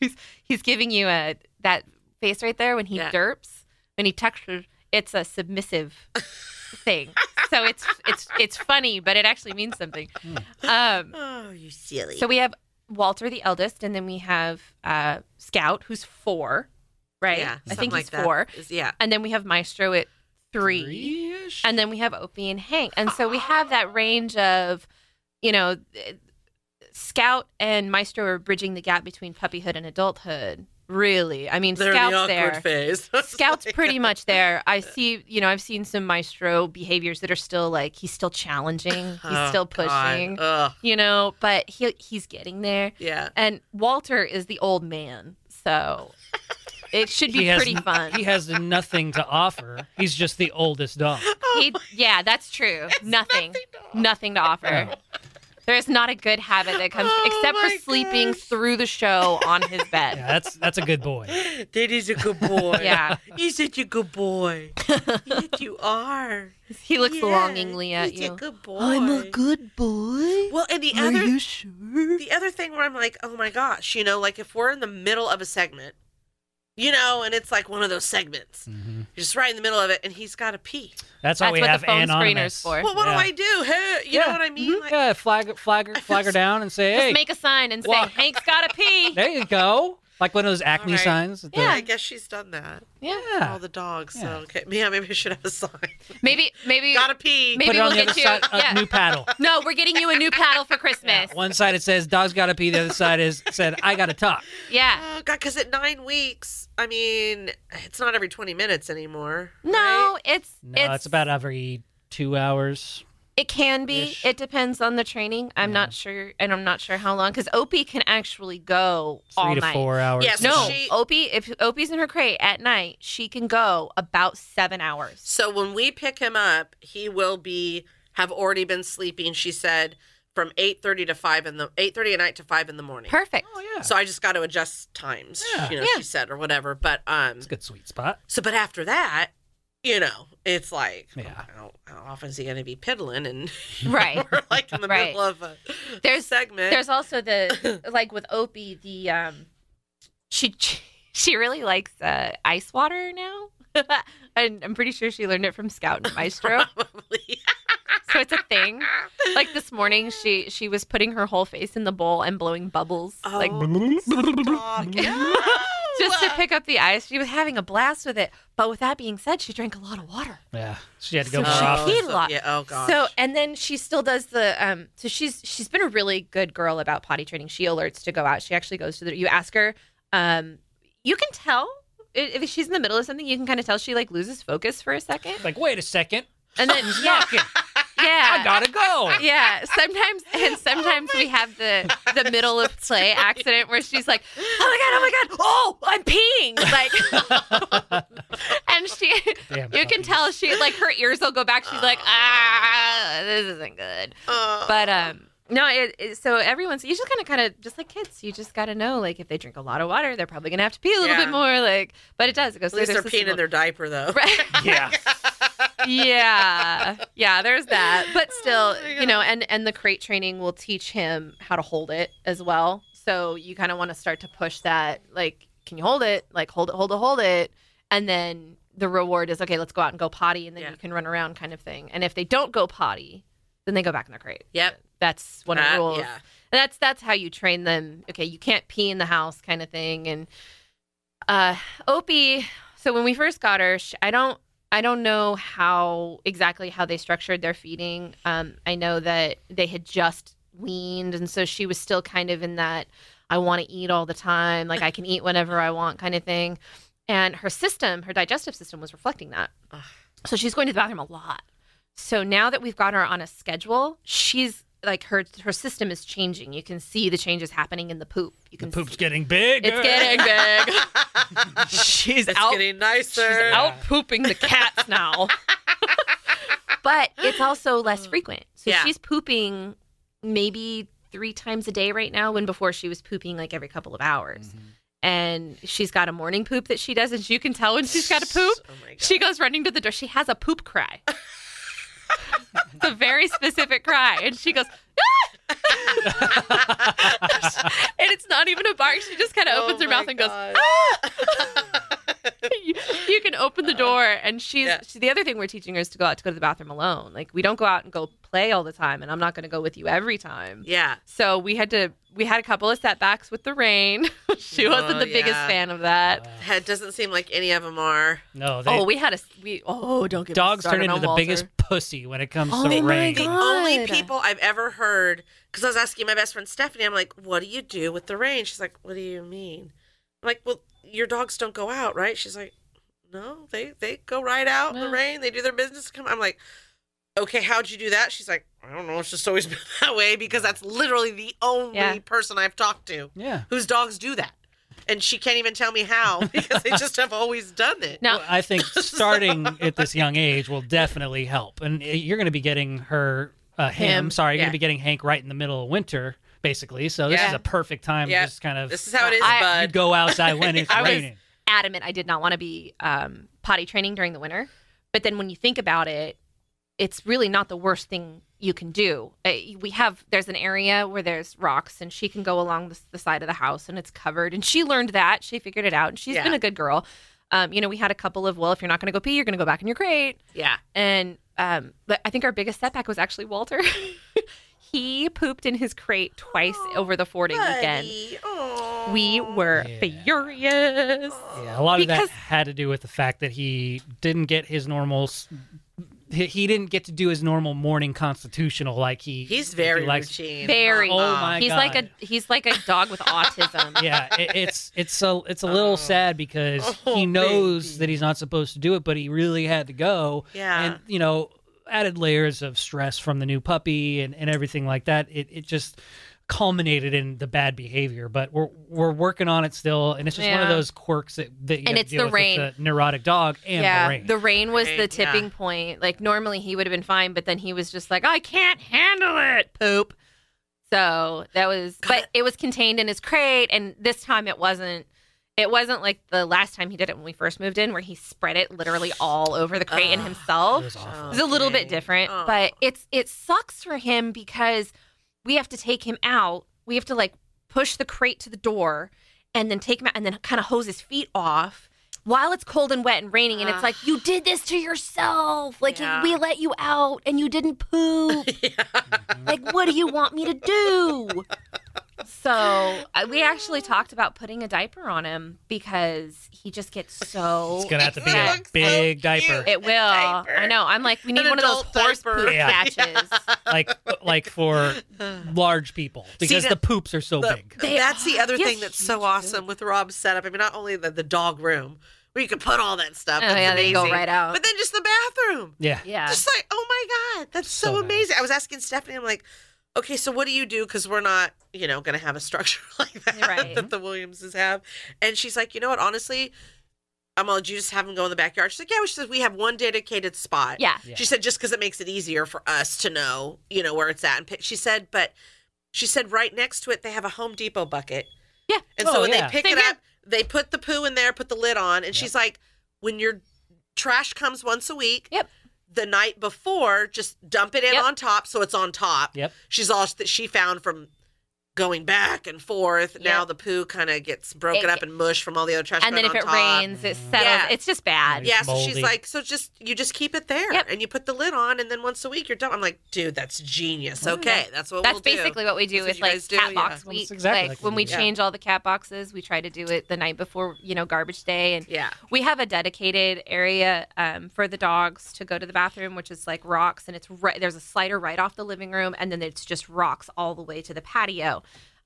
Speaker 2: he's, he's giving you a that face right there when he
Speaker 3: Yeah.
Speaker 2: derps, when he tucks. her- It's a submissive thing. So it's it's it's funny, but it actually means something.
Speaker 4: Hmm.
Speaker 2: Um,
Speaker 3: oh, you silly.
Speaker 2: so we have Walter the eldest, and then we have uh, Scout who's four, right?
Speaker 3: Yeah,
Speaker 2: I
Speaker 3: something
Speaker 2: think
Speaker 3: like
Speaker 2: he's
Speaker 3: that.
Speaker 2: four.
Speaker 3: Is- yeah.
Speaker 2: And then we have Maestro at three
Speaker 4: Three-ish?
Speaker 2: and then we have Opie and Hank, and so we have that range of, you know, th- Scout and Maestro are bridging the gap between puppyhood and adulthood. Really, I mean,
Speaker 3: They're in the
Speaker 2: Scout's
Speaker 3: awkward
Speaker 2: there.
Speaker 3: phase.
Speaker 2: Scout's pretty much there. I see, you know, I've seen some Maestro behaviors that are still like he's still challenging, he's
Speaker 3: Oh,
Speaker 2: still
Speaker 3: God.
Speaker 2: pushing,
Speaker 3: Ugh.
Speaker 2: you know, but he he's getting there.
Speaker 3: Yeah.
Speaker 2: And Walter is the old man, so it should be
Speaker 4: He has-
Speaker 2: pretty fun.
Speaker 4: he has nothing to offer. He's just the oldest dog.
Speaker 2: He, yeah, that's true. Nothing. Nothing to offer. There is not a good habit that comes
Speaker 3: Oh
Speaker 2: except for
Speaker 3: my
Speaker 2: sleeping
Speaker 3: gosh.
Speaker 2: through the show on his
Speaker 4: Yeah,
Speaker 2: bed.
Speaker 4: that's that's a good boy.
Speaker 3: That is a good boy.
Speaker 2: Yeah.
Speaker 3: He's such a good boy. yes, you are.
Speaker 2: He looks
Speaker 3: Yeah,
Speaker 2: longingly at
Speaker 3: he's
Speaker 2: you.
Speaker 3: a good boy.
Speaker 5: good boy.
Speaker 3: Well, and the other
Speaker 5: sure?
Speaker 3: the other thing where I'm like, oh my gosh, you know, like if we're in the middle of a segment, you know, and it's like one of those segments,
Speaker 4: Mhm.
Speaker 3: you're just right in the middle of it, and he's got to pee.
Speaker 4: That's why
Speaker 2: That's
Speaker 4: we
Speaker 2: what the
Speaker 4: have
Speaker 2: phone
Speaker 4: anonymous.
Speaker 2: screener's for.
Speaker 3: Well, what
Speaker 4: Yeah.
Speaker 3: do I do? Hey, you know
Speaker 4: Yeah. Mm-hmm.
Speaker 3: what I mean? Like,
Speaker 4: Yeah, flag flag her, flag her down and say,
Speaker 2: Just
Speaker 4: "Hey,
Speaker 2: make a sign and say,
Speaker 4: Well-
Speaker 2: Hank's got to pee.
Speaker 4: there you go." Like one of those acne
Speaker 3: right.
Speaker 4: signs. at the-
Speaker 3: yeah, I guess she's done that.
Speaker 2: Yeah.
Speaker 4: Yeah.
Speaker 3: All the dogs. So
Speaker 4: Yeah.
Speaker 3: okay, yeah, maybe I should have a sign.
Speaker 2: Maybe, maybe.
Speaker 3: Gotta pee.
Speaker 2: Maybe
Speaker 4: Put it on
Speaker 2: we'll
Speaker 4: the
Speaker 2: get
Speaker 4: other
Speaker 2: you-
Speaker 4: side. A
Speaker 2: yeah.
Speaker 4: new paddle.
Speaker 2: No, we're getting you a new paddle for Christmas.
Speaker 4: One side it says dogs gotta pee. The other side is said I gotta talk.
Speaker 2: Yeah.
Speaker 3: Oh God, because at nine weeks, I mean, it's not every twenty minutes anymore.
Speaker 2: No, it's,
Speaker 4: No, it's, about every two hours.
Speaker 2: It can be.
Speaker 4: Ish.
Speaker 2: It depends on the training. I'm not sure, and I'm not sure how long because Opie can actually go
Speaker 4: Three
Speaker 2: all
Speaker 4: to
Speaker 2: night.
Speaker 4: four hours. Oh,
Speaker 3: Yes,
Speaker 2: No,
Speaker 3: She-
Speaker 2: Opie. If Opie's in her crate at night, she can go about seven hours.
Speaker 3: So when we pick him up, he will be have already been sleeping. She said from eight thirty to five in the eight thirty at night to five in the morning.
Speaker 2: Perfect.
Speaker 4: Oh yeah.
Speaker 3: So I just got to adjust times.
Speaker 4: Yeah.
Speaker 3: You know,
Speaker 2: Yeah.
Speaker 3: she said or whatever. But um,
Speaker 4: it's a good sweet spot.
Speaker 3: So, but after that, you know, it's like,
Speaker 4: Yeah.
Speaker 3: how, how often is he going to be piddling? And
Speaker 2: Right.
Speaker 3: we're like in the
Speaker 2: Right.
Speaker 3: middle of a
Speaker 2: There's-
Speaker 3: segment.
Speaker 2: There's also the like with Opie, the um, she she really likes uh, ice water now. And I'm pretty sure she learned it from Scout and Maestro,
Speaker 3: probably.
Speaker 2: so it's a thing. Like this morning, she she was putting her whole face in the bowl and blowing bubbles, like
Speaker 3: Oh, stop. Yeah.
Speaker 2: just to pick up the ice. She was having a blast with it, but with that being said, she drank a lot of water.
Speaker 4: Yeah. She had to go
Speaker 2: So
Speaker 4: more
Speaker 2: she
Speaker 4: often.
Speaker 2: peed a lot.
Speaker 3: Oh, Yeah. Oh gosh.
Speaker 2: So and then she still does the um so she's she's been a really good girl about potty training. She alerts to go out. She actually goes to the you ask her um you can tell i- if she's in the middle of something, you can kind of tell she like loses focus for a second.
Speaker 4: Like wait a second.
Speaker 2: And then yeah.
Speaker 4: Fucking-
Speaker 2: Yeah.
Speaker 4: I got
Speaker 1: gotta go.
Speaker 2: Yeah, sometimes
Speaker 3: Oh
Speaker 2: and sometimes we have the the middle of play accident where she's like, "Oh my god, oh my god, oh I'm peeing!" Like, and she,
Speaker 4: Damn
Speaker 2: you can
Speaker 4: puppies.
Speaker 2: tell she like her ears will go back. She's like, "Ah, this isn't good."
Speaker 3: Uh,
Speaker 2: But um, no, it, it, so everyone's you just kind of kind of just like kids, you just got to know like if they drink a lot of water, they're probably gonna have to pee a little
Speaker 3: Yeah.
Speaker 2: bit more. Like, but it does it goes
Speaker 3: at least
Speaker 2: through
Speaker 3: they're
Speaker 2: their
Speaker 3: peeing
Speaker 2: system.
Speaker 3: in their diaper though.
Speaker 2: Right.
Speaker 4: Yeah.
Speaker 2: yeah yeah there's that but still
Speaker 3: Oh my
Speaker 2: you know and and the crate training will teach him how to hold it as well so you kind of want to start to push that like can you hold it like hold it hold it hold it and then the reward is okay let's go out and go potty and then
Speaker 3: Yeah.
Speaker 2: you can run around kind of thing and if they don't go potty then they go back in the crate
Speaker 3: Yep.
Speaker 2: that's one of
Speaker 3: That-
Speaker 2: the rules
Speaker 3: yeah.
Speaker 2: that's that's how you train them okay you can't pee in the house kind of thing and uh opie so when we first got her sh i don't i don't know how exactly how they structured their feeding um i know that they had just weaned and so she was still kind of in that i want to eat all the time like i can eat whenever i want kind of thing and her system her digestive system was reflecting that
Speaker 3: Ugh.
Speaker 2: so she's going to the bathroom a lot so now that we've got her on a schedule, she's like her her system is changing. You can see the changes happening in the poop. You
Speaker 4: The
Speaker 2: can
Speaker 4: poop's
Speaker 2: see-
Speaker 4: getting big.
Speaker 2: it's getting big. she's
Speaker 3: It's
Speaker 2: out
Speaker 3: getting nicer.
Speaker 2: she's out pooping the cats now. Mm. but it's also less frequent. So
Speaker 3: Yeah.
Speaker 2: she's pooping maybe three times a day right now when before she was pooping like every couple of hours. And she's got a morning poop that she does, and you can tell when she's got a poop.
Speaker 3: Oh my God.
Speaker 2: She goes running to the door. She has a poop cry. the very specific cry. And she goes, "Ah!" and it's not even a bark. She just kind of opens her mouth and goes, "Ah!" you, you can open the door and she's
Speaker 3: Yeah.
Speaker 2: she, the other thing we're teaching her is to go out to go to the bathroom alone like we don't go out and go play all the time and i'm not going to go with you every time
Speaker 3: Yeah.
Speaker 2: so we had to we had a couple of setbacks with the rain she wasn't
Speaker 3: Oh,
Speaker 2: the biggest
Speaker 3: yeah.
Speaker 2: fan of that
Speaker 3: Head doesn't seem like any of them are.
Speaker 4: No, they,
Speaker 2: oh we had a s- we oh don't get me
Speaker 4: dogs turn
Speaker 2: started
Speaker 4: into
Speaker 2: on
Speaker 4: the
Speaker 2: Walter.
Speaker 4: biggest pussy when it comes
Speaker 2: Oh
Speaker 4: to
Speaker 2: my
Speaker 4: rain.
Speaker 2: God.
Speaker 3: The only
Speaker 2: God.
Speaker 3: people I've ever heard, because I was asking my best friend Stephanie, I'm like, what do you do with the rain? She's like, what do you mean? I'm like, well, your dogs don't go out, right? She's like, no, they they go right out in the
Speaker 2: No.
Speaker 3: rain. They do their business. Come, I'm like, okay, how'd you do that? She's like, I don't know. It's just always been that way because that's literally the only
Speaker 2: Yeah.
Speaker 3: person I've talked to
Speaker 4: Yeah.
Speaker 3: whose dogs do that, and she can't even tell me how because they just have always done it.
Speaker 2: now
Speaker 4: Well, I think starting at this young age will definitely help. And uh, you're going to be getting her, uh, him,
Speaker 2: Him,
Speaker 4: sorry, you're
Speaker 3: yeah.
Speaker 4: going to be getting Hank right in the middle of winter, basically. So this
Speaker 3: Yeah.
Speaker 4: is a perfect time
Speaker 3: Yeah.
Speaker 4: to just kind of
Speaker 3: This is how it is,
Speaker 2: I-
Speaker 4: you
Speaker 3: bud.
Speaker 4: go outside when it's
Speaker 2: I was-
Speaker 4: raining.
Speaker 2: adamant I did not want to be um, potty training during the winter. But then when you think about it, it's really not the worst thing you can do. Uh, We have there's an area where there's rocks, and she can go along the, the side of the house, and it's covered. And she learned that she figured it out, and she's
Speaker 3: Yeah.
Speaker 2: been a good girl. Um, you know, we had a couple of well, if you're not going to go pee, you're going to go back in your crate.
Speaker 3: yeah.
Speaker 2: And um, but I think our biggest setback was actually Walter. he pooped in his crate twice over the four day weekend.
Speaker 3: Oh, Buddy. Aw.
Speaker 2: We were
Speaker 4: Yeah.
Speaker 2: furious.
Speaker 4: Yeah, a lot of
Speaker 2: Because-
Speaker 4: that had to do with the fact that he didn't get his normal. s- He he didn't get to do his normal morning constitutional like he.
Speaker 3: He's
Speaker 4: he
Speaker 3: very
Speaker 4: likes.
Speaker 3: routine. Uh-huh.
Speaker 2: Very.
Speaker 4: Oh my
Speaker 2: he's like a
Speaker 4: God.
Speaker 2: he's like a dog with autism.
Speaker 4: Yeah, it, it's it's a it's a little
Speaker 3: Oh.
Speaker 4: sad because
Speaker 3: Oh,
Speaker 4: he knows
Speaker 3: baby.
Speaker 4: that he's not supposed to do it, but he really had to go.
Speaker 3: Yeah.
Speaker 4: and you know, added layers of stress from the new puppy and, and everything like that. It it just culminated in the bad behavior, but we're we're working on it still, and it's just one of
Speaker 2: Yeah.
Speaker 4: those quirks that, that you
Speaker 2: And
Speaker 4: have to
Speaker 2: it's
Speaker 4: deal
Speaker 2: the
Speaker 4: with with
Speaker 2: rain.
Speaker 4: the neurotic dog and the rain.
Speaker 2: was
Speaker 3: Rain,
Speaker 2: the tipping
Speaker 3: yeah.
Speaker 2: point. Like normally he would have been fine, but then he was just like, I can't handle it, poop. So that was, but it was contained in his crate, and this time it wasn't. It wasn't like the last time he did it when we first moved in, where he spread it literally all over the crate and
Speaker 3: Ugh.
Speaker 2: himself.
Speaker 4: It was awful.
Speaker 2: It's a little bit
Speaker 3: Okay.
Speaker 2: different,
Speaker 3: Oh.
Speaker 2: but it's it sucks for him because we have to take him out. We have to like push the crate to the door and then take him out and then kind of hose his feet off while it's cold and wet and raining and
Speaker 3: Ugh.
Speaker 2: it's like you did this to yourself. Like
Speaker 3: Yeah.
Speaker 2: we let you out and you didn't poop. like what do you want me to do? So I- we actually talked about putting a diaper on him because he just gets so
Speaker 4: It's gonna have to be a
Speaker 2: upset.
Speaker 3: Oh. looks so
Speaker 4: big diaper,
Speaker 3: cute.
Speaker 2: It will.
Speaker 3: diaper.
Speaker 2: I know. I'm like, we need
Speaker 3: An
Speaker 2: one of those
Speaker 3: adult
Speaker 2: horse
Speaker 3: diaper.
Speaker 2: poop
Speaker 4: Yeah.
Speaker 2: patches.
Speaker 4: like like for large people because
Speaker 3: that-
Speaker 4: the poops are so
Speaker 3: The-
Speaker 4: big.
Speaker 2: They
Speaker 3: that's the
Speaker 2: are.
Speaker 3: other
Speaker 2: Yes,
Speaker 3: thing that's so
Speaker 2: huge.
Speaker 3: awesome with Rob's setup. I mean, not only the, the dog room, where you could put all that stuff.
Speaker 2: Oh
Speaker 3: That's
Speaker 2: yeah, they go
Speaker 3: amazing.
Speaker 2: right out.
Speaker 3: But then just the bathroom.
Speaker 4: Yeah.
Speaker 2: yeah.
Speaker 3: Just like, oh my God, that's so,
Speaker 4: So nice.
Speaker 3: amazing. I was asking Stephanie, I'm like, okay, so what do you do? Because we're not, you know, going to have a structure like that
Speaker 2: Right.
Speaker 3: that the Williamses have. And she's like, you know what? Honestly, I'm all, do you just have them go in the backyard? She's like, yeah, she says, we have one dedicated spot.
Speaker 2: yeah.
Speaker 4: Yeah.
Speaker 3: She said, just because it makes it easier for us to know, you know, where it's at. And pick. she said, but she said right next to it, they have a Home Depot bucket.
Speaker 2: Yeah.
Speaker 3: And so
Speaker 4: Oh,
Speaker 3: when
Speaker 4: yeah.
Speaker 3: they pick
Speaker 2: Same
Speaker 3: it
Speaker 2: here.
Speaker 3: up, they put the poo in there, put the lid on. And
Speaker 4: Yeah.
Speaker 3: she's like, when your trash comes once a week,
Speaker 2: Yep.
Speaker 3: the night before, just dump it in
Speaker 2: Yep.
Speaker 3: on top so it's on top.
Speaker 4: Yep.
Speaker 3: She's all that she found from going back and forth. Now the poo kind of gets
Speaker 2: It-
Speaker 3: broken up and mush from all the other trash.
Speaker 2: And then if
Speaker 3: going
Speaker 2: it
Speaker 3: on top.
Speaker 2: rains, it settles.
Speaker 3: Yeah.
Speaker 2: It's just bad.
Speaker 4: It's
Speaker 3: Yeah, so she's
Speaker 4: moldy.
Speaker 3: like, so just you just keep it there,
Speaker 2: Yep.
Speaker 3: and you put the lid on, and then once a week you're done. I'm like, dude, that's genius. Okay, that's what
Speaker 2: Oh, That's
Speaker 3: we'll do.
Speaker 2: basically what we do
Speaker 3: That's
Speaker 2: with
Speaker 3: what
Speaker 2: like
Speaker 3: you guys do,
Speaker 2: cat
Speaker 3: yeah.
Speaker 2: box
Speaker 4: Well,
Speaker 2: week.
Speaker 4: it's exactly
Speaker 2: like
Speaker 4: like
Speaker 2: when
Speaker 4: we
Speaker 2: we
Speaker 4: do.
Speaker 2: change all the cat boxes, we try to do it the night before, you know, garbage day. And
Speaker 3: yeah,
Speaker 2: we have a dedicated area um, for the dogs to go to the bathroom, which is like rocks, and it's right there's a slider right off the living room, and then it's just rocks all the way to the patio.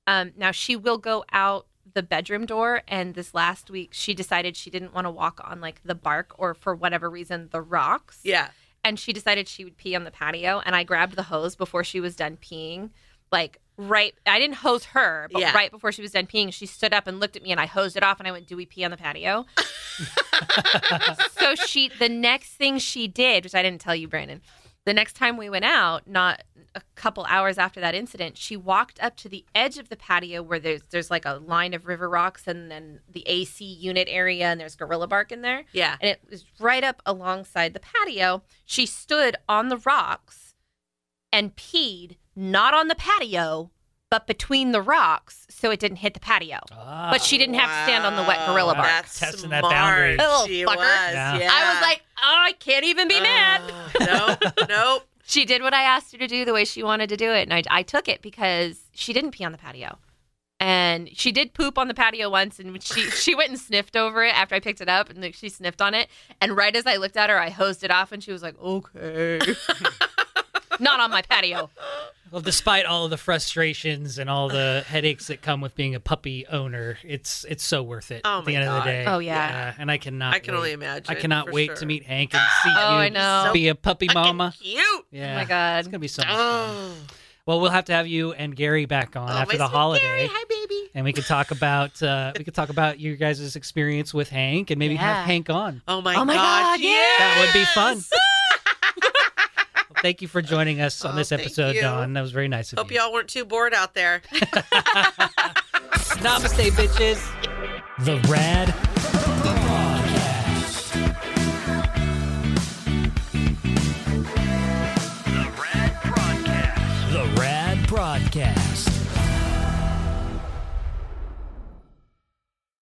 Speaker 2: Um, now she will go out the bedroom door, and this last week she decided she didn't want to walk on like the bark or for whatever reason the rocks
Speaker 3: yeah.
Speaker 2: and she decided she would pee on the patio and i grabbed the hose before she was done peeing like right i didn't hose her but
Speaker 3: Yeah.
Speaker 2: right before she was done peeing she stood up and looked at me and i hosed it off and i went do we pee on the patio so she the next thing she did which i didn't tell you brandon the next time we went out not a couple hours after that incident she walked up to the edge of the patio where there's there's like a line of river rocks and then the ac unit area and there's gorilla bark in there
Speaker 3: Yeah.
Speaker 2: and it was right up alongside the patio. She stood on the rocks and peed, not on the patio, but between the rocks, so it didn't hit the patio.
Speaker 4: Ah.
Speaker 2: But she didn't have to stand on the wet gorilla bark.
Speaker 3: Oh, That's
Speaker 4: Testing that
Speaker 3: smart.
Speaker 4: boundary.
Speaker 2: Oh,
Speaker 3: She
Speaker 2: fucker.
Speaker 3: was.
Speaker 4: Yeah.
Speaker 3: Yeah.
Speaker 2: I was like, oh, I can't even be mad.
Speaker 3: Uh, nope, nope.
Speaker 2: She did what I asked her to do the way she wanted to do it. And I, I took it because she didn't pee on the patio. And she did poop on the patio once, and she, she went and sniffed over it after I picked it up, and like, she sniffed on it. And right as I looked at her, I hosed it off, and she was like, "Okay, not on my patio."
Speaker 4: Well, despite all of the frustrations and all the headaches that come with being a puppy owner, it's it's so worth it.
Speaker 3: Oh
Speaker 4: at the
Speaker 3: my
Speaker 4: end of
Speaker 3: God.
Speaker 4: the day.
Speaker 2: Oh, yeah.
Speaker 4: Uh, and I cannot.
Speaker 3: I can
Speaker 4: wait.
Speaker 3: only imagine.
Speaker 4: I cannot
Speaker 3: for
Speaker 4: wait
Speaker 3: sure.
Speaker 4: to meet Hank and see you.
Speaker 2: Oh, I know.
Speaker 4: Be a puppy
Speaker 3: Fucking
Speaker 4: mama.
Speaker 3: Cute.
Speaker 4: Yeah.
Speaker 2: Oh my God.
Speaker 4: It's gonna be so much fun.
Speaker 3: Oh,
Speaker 4: Well, we'll have to have you and Gary back on after
Speaker 3: Always
Speaker 4: the
Speaker 3: with
Speaker 4: holiday.
Speaker 3: Gary. Hi, baby.
Speaker 4: And we could talk about uh, we could talk about your guys' experience with Hank and maybe
Speaker 2: Yeah.
Speaker 4: have Hank on.
Speaker 3: Oh my,
Speaker 2: Oh my
Speaker 3: gosh,
Speaker 2: God, yeah.
Speaker 4: That would be
Speaker 3: yes!
Speaker 4: fun. Well, thank you for joining us on
Speaker 3: Oh,
Speaker 4: this
Speaker 3: thank
Speaker 4: episode,
Speaker 3: you.
Speaker 4: Don. That was very nice of
Speaker 3: Hope
Speaker 4: you.
Speaker 3: y'all weren't too bored out there.
Speaker 4: Namaste, bitches.
Speaker 1: The Rad